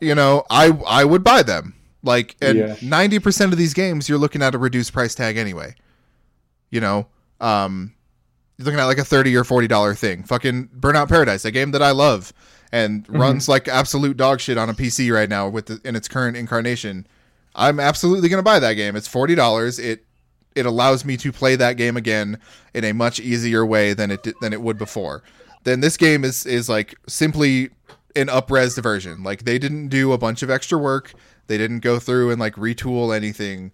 [SPEAKER 3] you know, I I would buy them. Like, and ninety yeah. percent of these games, you're looking at a reduced price tag anyway. You know, um, you're looking at like a thirty or forty dollar thing. Fucking Burnout Paradise, a game that I love and mm-hmm. runs like absolute dog shit on a PC right now with the, in its current incarnation. I'm absolutely gonna buy that game. It's forty dollars. It it allows me to play that game again in a much easier way than it did, than it would before. Then this game is is like simply an upresed version. Like they didn't do a bunch of extra work. They didn't go through and like retool anything.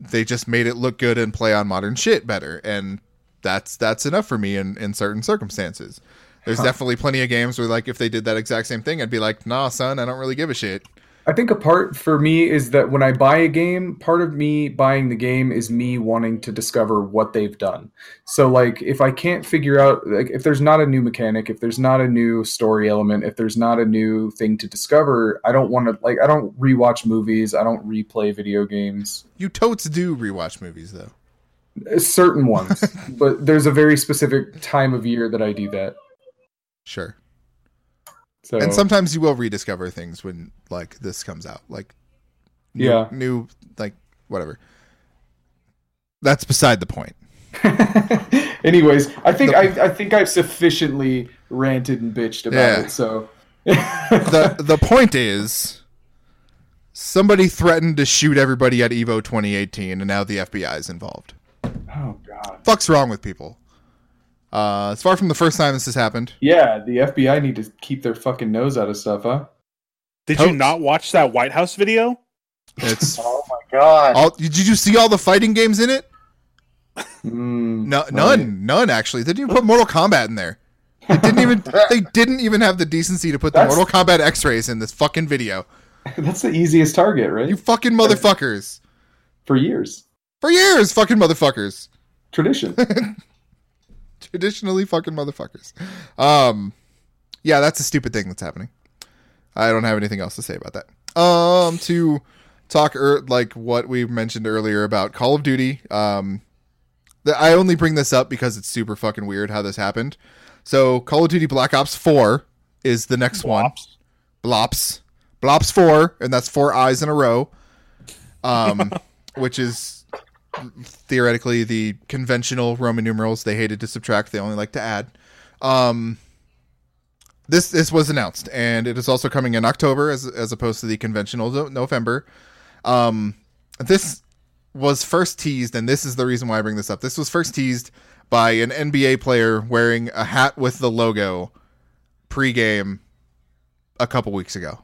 [SPEAKER 3] They just made it look good and play on modern shit better. And that's that's enough for me in, in certain circumstances. There's
[SPEAKER 9] Huh.
[SPEAKER 3] definitely plenty of games where like if they did that exact same thing, I'd be like, nah, son, I don't really give a shit.
[SPEAKER 9] I think a part for me is that when I buy a game, part of me buying the game is me wanting to discover what they've done. So like if I can't figure out like if there's not a new mechanic, if there's not a new story element, if there's not a new thing to discover, I don't want to like I don't rewatch movies, I don't replay video games.
[SPEAKER 3] You totes do rewatch movies though.
[SPEAKER 9] Certain ones, but there's a very specific time of year that I do that.
[SPEAKER 3] Sure.
[SPEAKER 9] So
[SPEAKER 3] And sometimes you will rediscover things when like this comes out. Like new-
[SPEAKER 9] Yeah.
[SPEAKER 3] new like whatever. That's beside the point.
[SPEAKER 9] Anyways, I think I, I think I've sufficiently ranted and bitched about
[SPEAKER 3] Yeah.
[SPEAKER 9] it. So
[SPEAKER 3] the the point is somebody threatened to shoot everybody at Evo 2018 and now the FBI is involved.
[SPEAKER 9] oh god,
[SPEAKER 3] Fuck's wrong with people. Uh, it's far from the first time this has happened.
[SPEAKER 9] yeah, the FBI need to keep their fucking nose out of stuff, huh?
[SPEAKER 5] Did you
[SPEAKER 3] Totes.
[SPEAKER 5] not watch that White House video?
[SPEAKER 3] It's
[SPEAKER 8] Oh my god.
[SPEAKER 3] all did you see all the fighting games in it?
[SPEAKER 9] Mm,
[SPEAKER 3] No,
[SPEAKER 9] right.
[SPEAKER 3] none, none actually. They didn't even put Mortal Kombat in there. They didn't even they didn't even have the decency to put the
[SPEAKER 9] That's-
[SPEAKER 3] Mortal Kombat X-rays in this fucking video.
[SPEAKER 9] That's the easiest target, right?
[SPEAKER 3] You fucking motherfuckers.
[SPEAKER 9] For years,
[SPEAKER 3] For years, fucking motherfuckers.
[SPEAKER 9] tradition.
[SPEAKER 3] traditionally fucking motherfuckers. Um, yeah, that's a stupid thing that's happening. I don't have anything else to say about that. Um, to talk er, like what we mentioned earlier about Call of Duty. Um, the, I only bring this up because it's super fucking weird how this happened. So Call of Duty Black Ops Four is the next one. Blops. Blops four, and that's four eyes in a row. Um, which is theoretically the conventional Roman numerals they hated to subtract, they only like to add. Um, this this was announced, and it is also coming in October as as opposed to the conventional no- November. Um, this was first teased, and this is the reason why I bring this up. This was first teased by an NBA player wearing a hat with the logo pregame a couple weeks ago.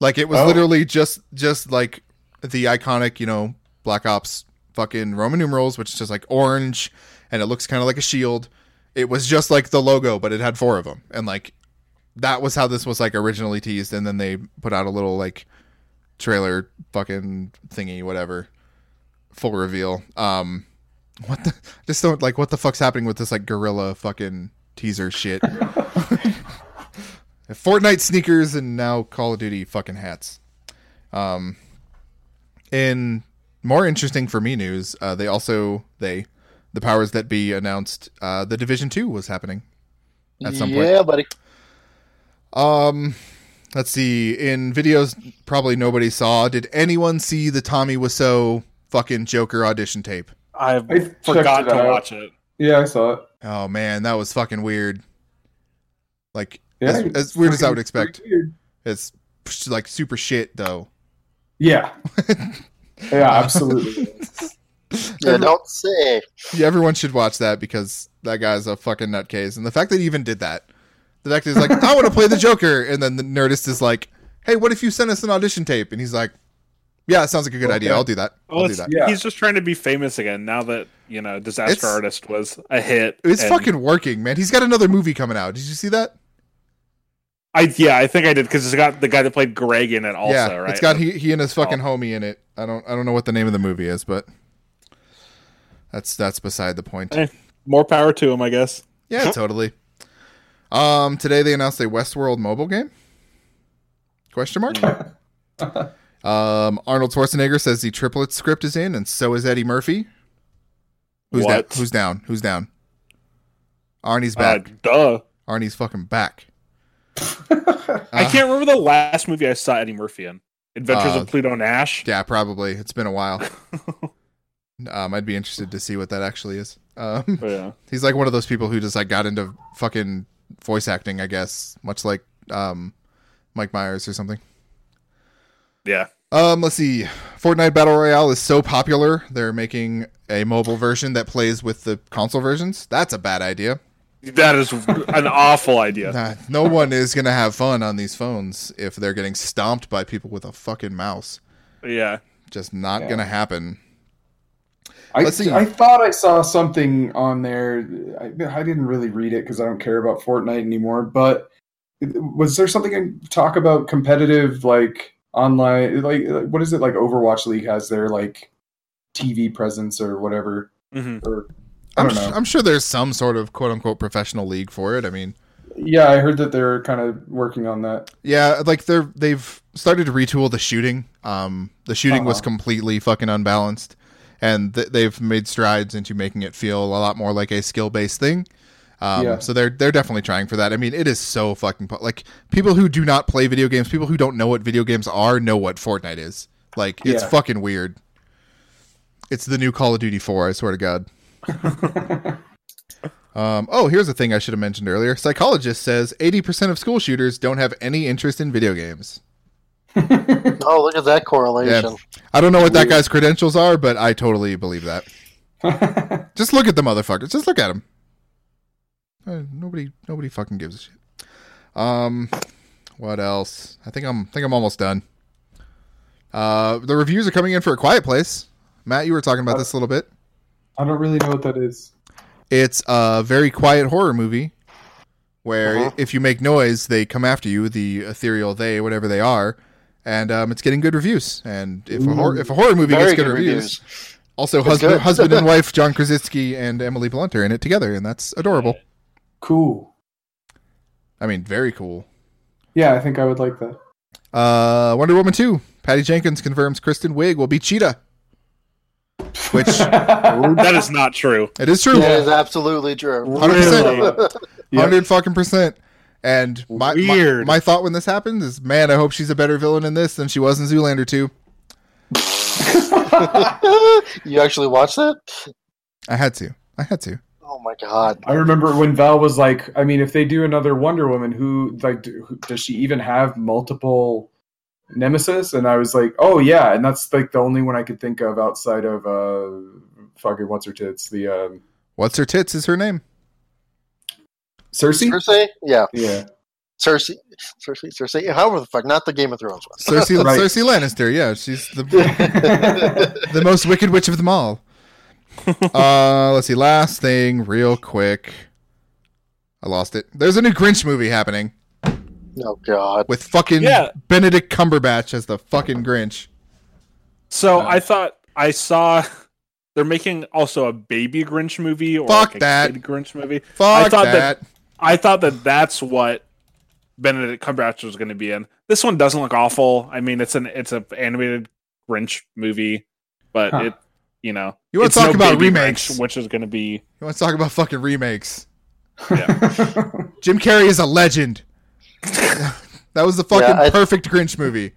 [SPEAKER 3] like it was
[SPEAKER 9] Oh.
[SPEAKER 3] literally just just like the iconic, you know, Black Ops fucking Roman numerals, which is just like orange and it looks kind of like a shield. It was just like the logo, but it had four of them. And like that was how this was like originally teased and then they put out a little like trailer fucking thingy whatever full reveal. Um what the just don't like what the fuck's happening with this like gorilla fucking teaser shit. Fortnite sneakers and now Call of Duty fucking hats. Um, in more interesting for me news, uh, they also they the powers that be announced uh, the Division Two was happening at some point.
[SPEAKER 8] yeah, buddy.
[SPEAKER 3] Um, let's see. In videos, probably nobody saw. Did anyone see the Tommy Wiseau fucking Joker audition tape?
[SPEAKER 5] I
[SPEAKER 9] I checked
[SPEAKER 5] forgot
[SPEAKER 9] it
[SPEAKER 5] to
[SPEAKER 9] out.
[SPEAKER 5] watch it.
[SPEAKER 9] Yeah, I saw it.
[SPEAKER 3] Oh man, that was fucking weird. Like
[SPEAKER 9] Yeah,
[SPEAKER 3] as, as weird as I would
[SPEAKER 9] It's pretty
[SPEAKER 3] expect.
[SPEAKER 9] weird.
[SPEAKER 3] It's like super shit though.
[SPEAKER 9] Yeah. yeah, absolutely.
[SPEAKER 8] Yeah, don't say.
[SPEAKER 3] Yeah, everyone should watch that because that guy's a fucking nutcase. And the fact that he even did that, the fact that he's like, I want to play the Joker. And then the Nerdist is like, hey, what if you sent us an audition tape? And he's like, yeah, it sounds like a good idea. I'll do that.
[SPEAKER 5] Well,
[SPEAKER 3] I'll do
[SPEAKER 5] it's-
[SPEAKER 3] that.
[SPEAKER 9] yeah.
[SPEAKER 5] He's just trying to be famous again now that you know Disaster
[SPEAKER 3] It's-
[SPEAKER 5] Artist was a hit.
[SPEAKER 3] It's
[SPEAKER 5] and
[SPEAKER 3] fucking working, man. He's got another movie coming out. Did you see that?
[SPEAKER 5] I yeah, I think I did because it's got the guy that played Greg in it also.
[SPEAKER 3] yeah,
[SPEAKER 5] right? Uh,
[SPEAKER 3] it's got he, he and his fucking homie in it. I don't I don't know what the name of the movie is, but that's that's beside the point.
[SPEAKER 5] Eh. more power to him, I guess.
[SPEAKER 3] Yeah, totally. Um, today they announced a Westworld mobile game. Question mark.
[SPEAKER 5] Mm.
[SPEAKER 3] um, Arnold Schwarzenegger says the triplet script is in, and so is Eddie Murphy. Who's
[SPEAKER 5] What?
[SPEAKER 3] down? Who's down? Who's down? Arnie's
[SPEAKER 5] Uh,
[SPEAKER 3] back.
[SPEAKER 5] duh.
[SPEAKER 3] Arnie's fucking back. Ah,
[SPEAKER 5] I can't remember the last movie I saw Eddie Murphy in. Adventures
[SPEAKER 3] Uh,
[SPEAKER 5] of Pluto Nash.
[SPEAKER 3] Yeah, probably. It's been a while. um, I'd be interested to see what that actually is. Um,
[SPEAKER 5] But, Oh, yeah.
[SPEAKER 3] he's like one of those people who just like got into fucking voice acting, I guess, much like um, Mike Myers or something.
[SPEAKER 5] yeah.
[SPEAKER 3] Um, let's see. Fortnite Battle Royale is so popular, they're making a mobile version that plays with the console versions. That's a bad idea.
[SPEAKER 5] That is an awful idea.
[SPEAKER 3] Nah, no one is gonna have fun on these phones if they're getting stomped by people with a fucking mouse.
[SPEAKER 5] Yeah,
[SPEAKER 3] just not
[SPEAKER 9] Yeah.
[SPEAKER 3] gonna happen.
[SPEAKER 9] I,
[SPEAKER 3] Let's see.
[SPEAKER 9] I thought I saw something on there. I, I didn't really read it because I don't care about Fortnite anymore. But was there something in- talk about competitive, like online, like what is it? Like Overwatch League has their like TV presence or whatever.
[SPEAKER 5] Mhm.
[SPEAKER 9] Or I
[SPEAKER 3] I'm,
[SPEAKER 9] don't
[SPEAKER 3] su-
[SPEAKER 9] know.
[SPEAKER 3] I'm sure there's some sort of quote unquote professional league for it. I mean,
[SPEAKER 9] yeah, I heard that they're kind of working on that.
[SPEAKER 3] Yeah, like they're they've started to retool the shooting. Um, the shooting was
[SPEAKER 9] Uh-huh.
[SPEAKER 3] completely fucking unbalanced, and th- they've made strides into making it feel a lot more like a skill based thing. Um,
[SPEAKER 9] Yeah.
[SPEAKER 3] So they're they're definitely trying for that. I mean, it is so fucking po- like people who do not play video games, people who don't know what video games are, know what Fortnite is. Like it's
[SPEAKER 9] Yeah.
[SPEAKER 3] fucking weird. It's the new Call of Duty Four. I swear to God. Um, oh, here's a thing I should have mentioned earlier. Psychologist says 80% of school shooters don't have any interest in video games.
[SPEAKER 8] Oh, look at that correlation.
[SPEAKER 3] I don't know what that guy's credentials are, but I totally believe that. Just look at the motherfuckers. Just look at him. nobody, nobody fucking gives a shit. Um, what else? I think I'm, think I'm almost done. Uh, the reviews are coming in for a quiet place. Matt, you were talking about this a little bit.
[SPEAKER 9] I don't really know what that is.
[SPEAKER 3] It's a very quiet horror movie where
[SPEAKER 8] Uh-huh.
[SPEAKER 3] i- if you make noise, they come after you, the ethereal they, whatever they are, and um, it's getting good reviews. And if a, hor- if a horror movie gets
[SPEAKER 8] Very
[SPEAKER 3] good,
[SPEAKER 8] good
[SPEAKER 3] reviews,
[SPEAKER 8] reviews.
[SPEAKER 3] also
[SPEAKER 8] It's
[SPEAKER 3] husband
[SPEAKER 8] good.
[SPEAKER 3] husband and wife John Krasinski and Emily Blunt are in it together, and that's adorable.
[SPEAKER 9] Cool.
[SPEAKER 3] I mean, very cool.
[SPEAKER 9] Yeah, I think I would like that.
[SPEAKER 3] Uh, Wonder Woman two. Patty Jenkins confirms Kristen Wiig will be Cheetah, which
[SPEAKER 5] that is not true.
[SPEAKER 3] it is true.
[SPEAKER 8] That is absolutely true.
[SPEAKER 3] 100%.
[SPEAKER 9] Yeah.
[SPEAKER 3] hundred fucking percent. And my, my
[SPEAKER 5] Weird.
[SPEAKER 3] my thought when this happens is, man, I hope she's a better villain in this than she was in Zoolander two.
[SPEAKER 8] you actually watched that?
[SPEAKER 3] I had to. I had to.
[SPEAKER 8] Oh my god.
[SPEAKER 9] I remember when Val was like, I mean, if they do another Wonder Woman, who like do, who- does she even have multiple nemesis? And I was like, oh yeah, and that's like the only one I could think of outside of uh, fucking what's her tits, the um,
[SPEAKER 3] What's her tits is her name.
[SPEAKER 9] Cersei.
[SPEAKER 8] Cersei? Yeah.
[SPEAKER 9] Yeah,
[SPEAKER 8] Cersei. Cersei. Cersei. However the fuck, not the Game of Thrones one.
[SPEAKER 3] Cersei
[SPEAKER 9] Right.
[SPEAKER 3] Cersei Lannister. Yeah, she's the the most wicked witch of them all. Uh, let's see. Last thing, real quick. I lost it. There's a new Grinch movie happening
[SPEAKER 8] Oh god.
[SPEAKER 3] with fucking
[SPEAKER 5] Yeah.
[SPEAKER 3] Benedict Cumberbatch as the fucking Grinch.
[SPEAKER 5] So I thought I saw they're making also a baby Grinch movie or
[SPEAKER 3] Fuck
[SPEAKER 5] like a
[SPEAKER 3] that.
[SPEAKER 5] kid Grinch movie.
[SPEAKER 3] Fuck
[SPEAKER 5] thought
[SPEAKER 3] that.
[SPEAKER 5] that- I thought that that's what Benedict Cumberbatch was going to be in. This one doesn't look awful. I mean, it's an it's an animated Grinch movie, but
[SPEAKER 9] Huh.
[SPEAKER 5] it you know
[SPEAKER 3] You wanna
[SPEAKER 5] it's
[SPEAKER 3] talk about
[SPEAKER 5] baby
[SPEAKER 3] remakes.
[SPEAKER 5] Grinch, which is going to be
[SPEAKER 3] You want to talk about fucking remakes? Jim Carrey is a legend. that was the fucking
[SPEAKER 8] Yeah, I-
[SPEAKER 3] perfect Grinch movie.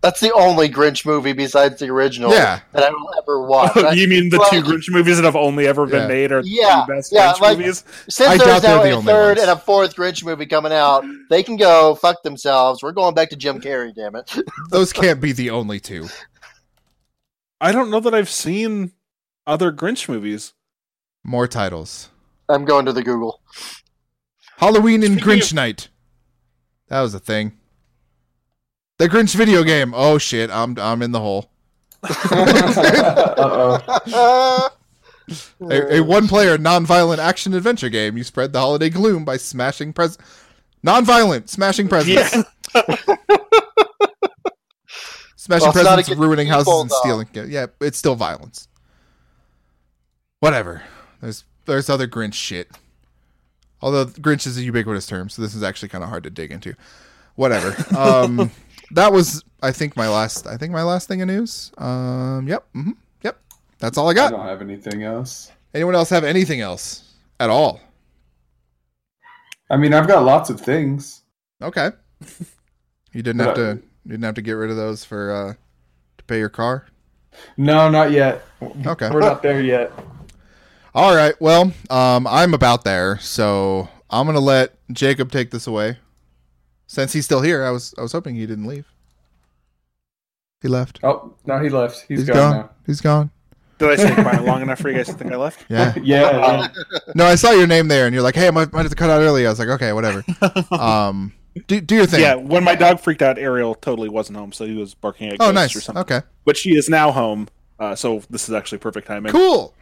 [SPEAKER 8] That's the only Grinch movie besides the original
[SPEAKER 3] Yeah.
[SPEAKER 8] that I will ever watch. I-
[SPEAKER 5] Oh, you mean the two
[SPEAKER 8] like,
[SPEAKER 5] Grinch movies that have only ever been
[SPEAKER 3] Yeah.
[SPEAKER 5] made are
[SPEAKER 8] Yeah,
[SPEAKER 5] the best
[SPEAKER 8] yeah,
[SPEAKER 5] Grinch
[SPEAKER 8] like-
[SPEAKER 5] movies?
[SPEAKER 8] Since
[SPEAKER 3] I doubt
[SPEAKER 8] there's
[SPEAKER 3] they're
[SPEAKER 8] now
[SPEAKER 3] the
[SPEAKER 8] a
[SPEAKER 3] only
[SPEAKER 8] third
[SPEAKER 3] ones.
[SPEAKER 8] and a fourth Grinch movie coming out, they can go fuck themselves. We're going back to Jim Carrey, damn it.
[SPEAKER 3] Those can't be the only two.
[SPEAKER 5] I don't know that I've seen other Grinch movies.
[SPEAKER 3] More titles.
[SPEAKER 8] I'm going to the Google.
[SPEAKER 3] Halloween and Grinch Night. That was a thing. The Grinch video game. Oh shit, I'm I'm in the hole.
[SPEAKER 9] uh oh.
[SPEAKER 3] A, a
[SPEAKER 8] Uh,
[SPEAKER 3] one-player non-violent action adventure game. You spread the holiday gloom by smashing pres non-violent smashing presents. Smashing
[SPEAKER 8] Well, it's not
[SPEAKER 3] presents,
[SPEAKER 8] against
[SPEAKER 3] ruining houses,
[SPEAKER 8] people,
[SPEAKER 3] and
[SPEAKER 8] though.
[SPEAKER 3] stealing. Yeah, Yeah, it's still violence. Whatever. There's there's other Grinch shit. Although Grinch is a ubiquitous term, so this is actually kind of hard to dig into. Whatever. Um, that was, I think, my last. I think my last thing of news. Um, yep. hmm yep. That's all I
[SPEAKER 9] I
[SPEAKER 3] got.
[SPEAKER 9] don't have anything else.
[SPEAKER 3] Anyone else have anything else at all?
[SPEAKER 9] I mean, I've got lots of things.
[SPEAKER 3] Okay. You didn't have to. You didn't have to get rid of those for uh, to pay your car.
[SPEAKER 9] No, not yet.
[SPEAKER 3] Okay.
[SPEAKER 9] We're not there yet.
[SPEAKER 3] All right. Well, um, I'm about there, so I'm gonna let Jacob take this away. Since he's still here, I was I was hoping he didn't leave. He left.
[SPEAKER 9] Oh, no, he left.
[SPEAKER 3] He's
[SPEAKER 9] He's gone,
[SPEAKER 3] He's gone.
[SPEAKER 5] Did I stay quiet long enough for you guys to think I left?
[SPEAKER 3] Yeah.
[SPEAKER 9] Yeah.
[SPEAKER 3] No, I saw your name there, and you're like, "Hey, I might, might have to cut out early." I was like, "Okay, whatever." Um, do do your thing.
[SPEAKER 5] Yeah, when my dog freaked out, Ariel totally wasn't home, so he was barking at
[SPEAKER 3] Oh,
[SPEAKER 5] ghosts
[SPEAKER 3] nice.
[SPEAKER 5] or something.
[SPEAKER 3] Okay.
[SPEAKER 5] But she is now home, uh, so this is actually perfect timing.
[SPEAKER 3] Cool.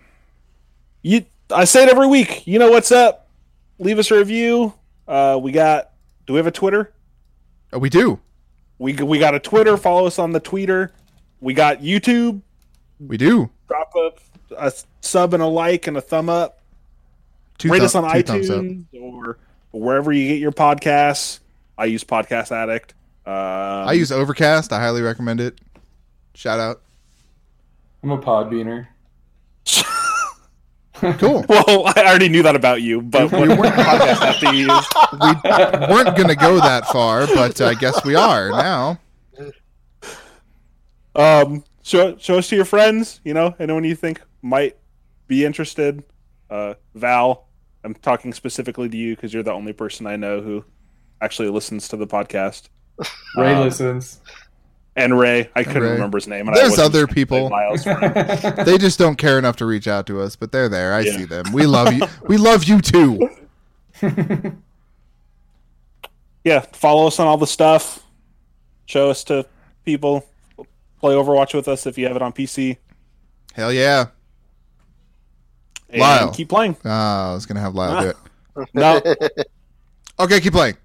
[SPEAKER 5] You, I say it every week. You know what's up? Leave us a review. Uh, we got. Do we have a Twitter?
[SPEAKER 3] Uh, We do.
[SPEAKER 5] We we got a Twitter. Follow us on the Twitter. We got YouTube.
[SPEAKER 3] We do.
[SPEAKER 5] Drop a, a sub and a like and a thumb up.
[SPEAKER 3] Two
[SPEAKER 5] Rate
[SPEAKER 3] thu-
[SPEAKER 5] us on
[SPEAKER 3] two thumbs up.
[SPEAKER 5] iTunes or wherever you get your podcasts. I use Podcast Addict. Um,
[SPEAKER 3] I use Overcast. I highly recommend it. Shout out.
[SPEAKER 9] I'm a podbeaner.
[SPEAKER 3] Cool.
[SPEAKER 5] Well, I already knew that about you, but what podcast app do you use?
[SPEAKER 3] Weren't gonna go that far, but uh, I guess we are now.
[SPEAKER 5] Um, show show us to your friends. You know, anyone you think might be interested. Uh, Val, I'm talking specifically to you because you're the only person I know who actually listens to the podcast.
[SPEAKER 9] Ray
[SPEAKER 5] Um,
[SPEAKER 9] listens.
[SPEAKER 5] and Ray, I couldn't
[SPEAKER 3] Ray.
[SPEAKER 5] remember his name. And I
[SPEAKER 3] There's
[SPEAKER 5] wasn't
[SPEAKER 3] other
[SPEAKER 5] trying to play
[SPEAKER 3] people.
[SPEAKER 5] Miles.
[SPEAKER 3] They just don't care enough to reach out to us, but they're there. I
[SPEAKER 5] Yeah.
[SPEAKER 3] see them. We love you. We love you too.
[SPEAKER 5] yeah, follow us on all the stuff. Show us to people. Play Overwatch with us if you have it on PC.
[SPEAKER 3] Hell yeah.
[SPEAKER 5] And
[SPEAKER 3] Lyle.
[SPEAKER 5] keep playing.
[SPEAKER 3] Uh, Ah, I was gonna have Lyle do it.
[SPEAKER 5] No,
[SPEAKER 3] Okay, keep playing.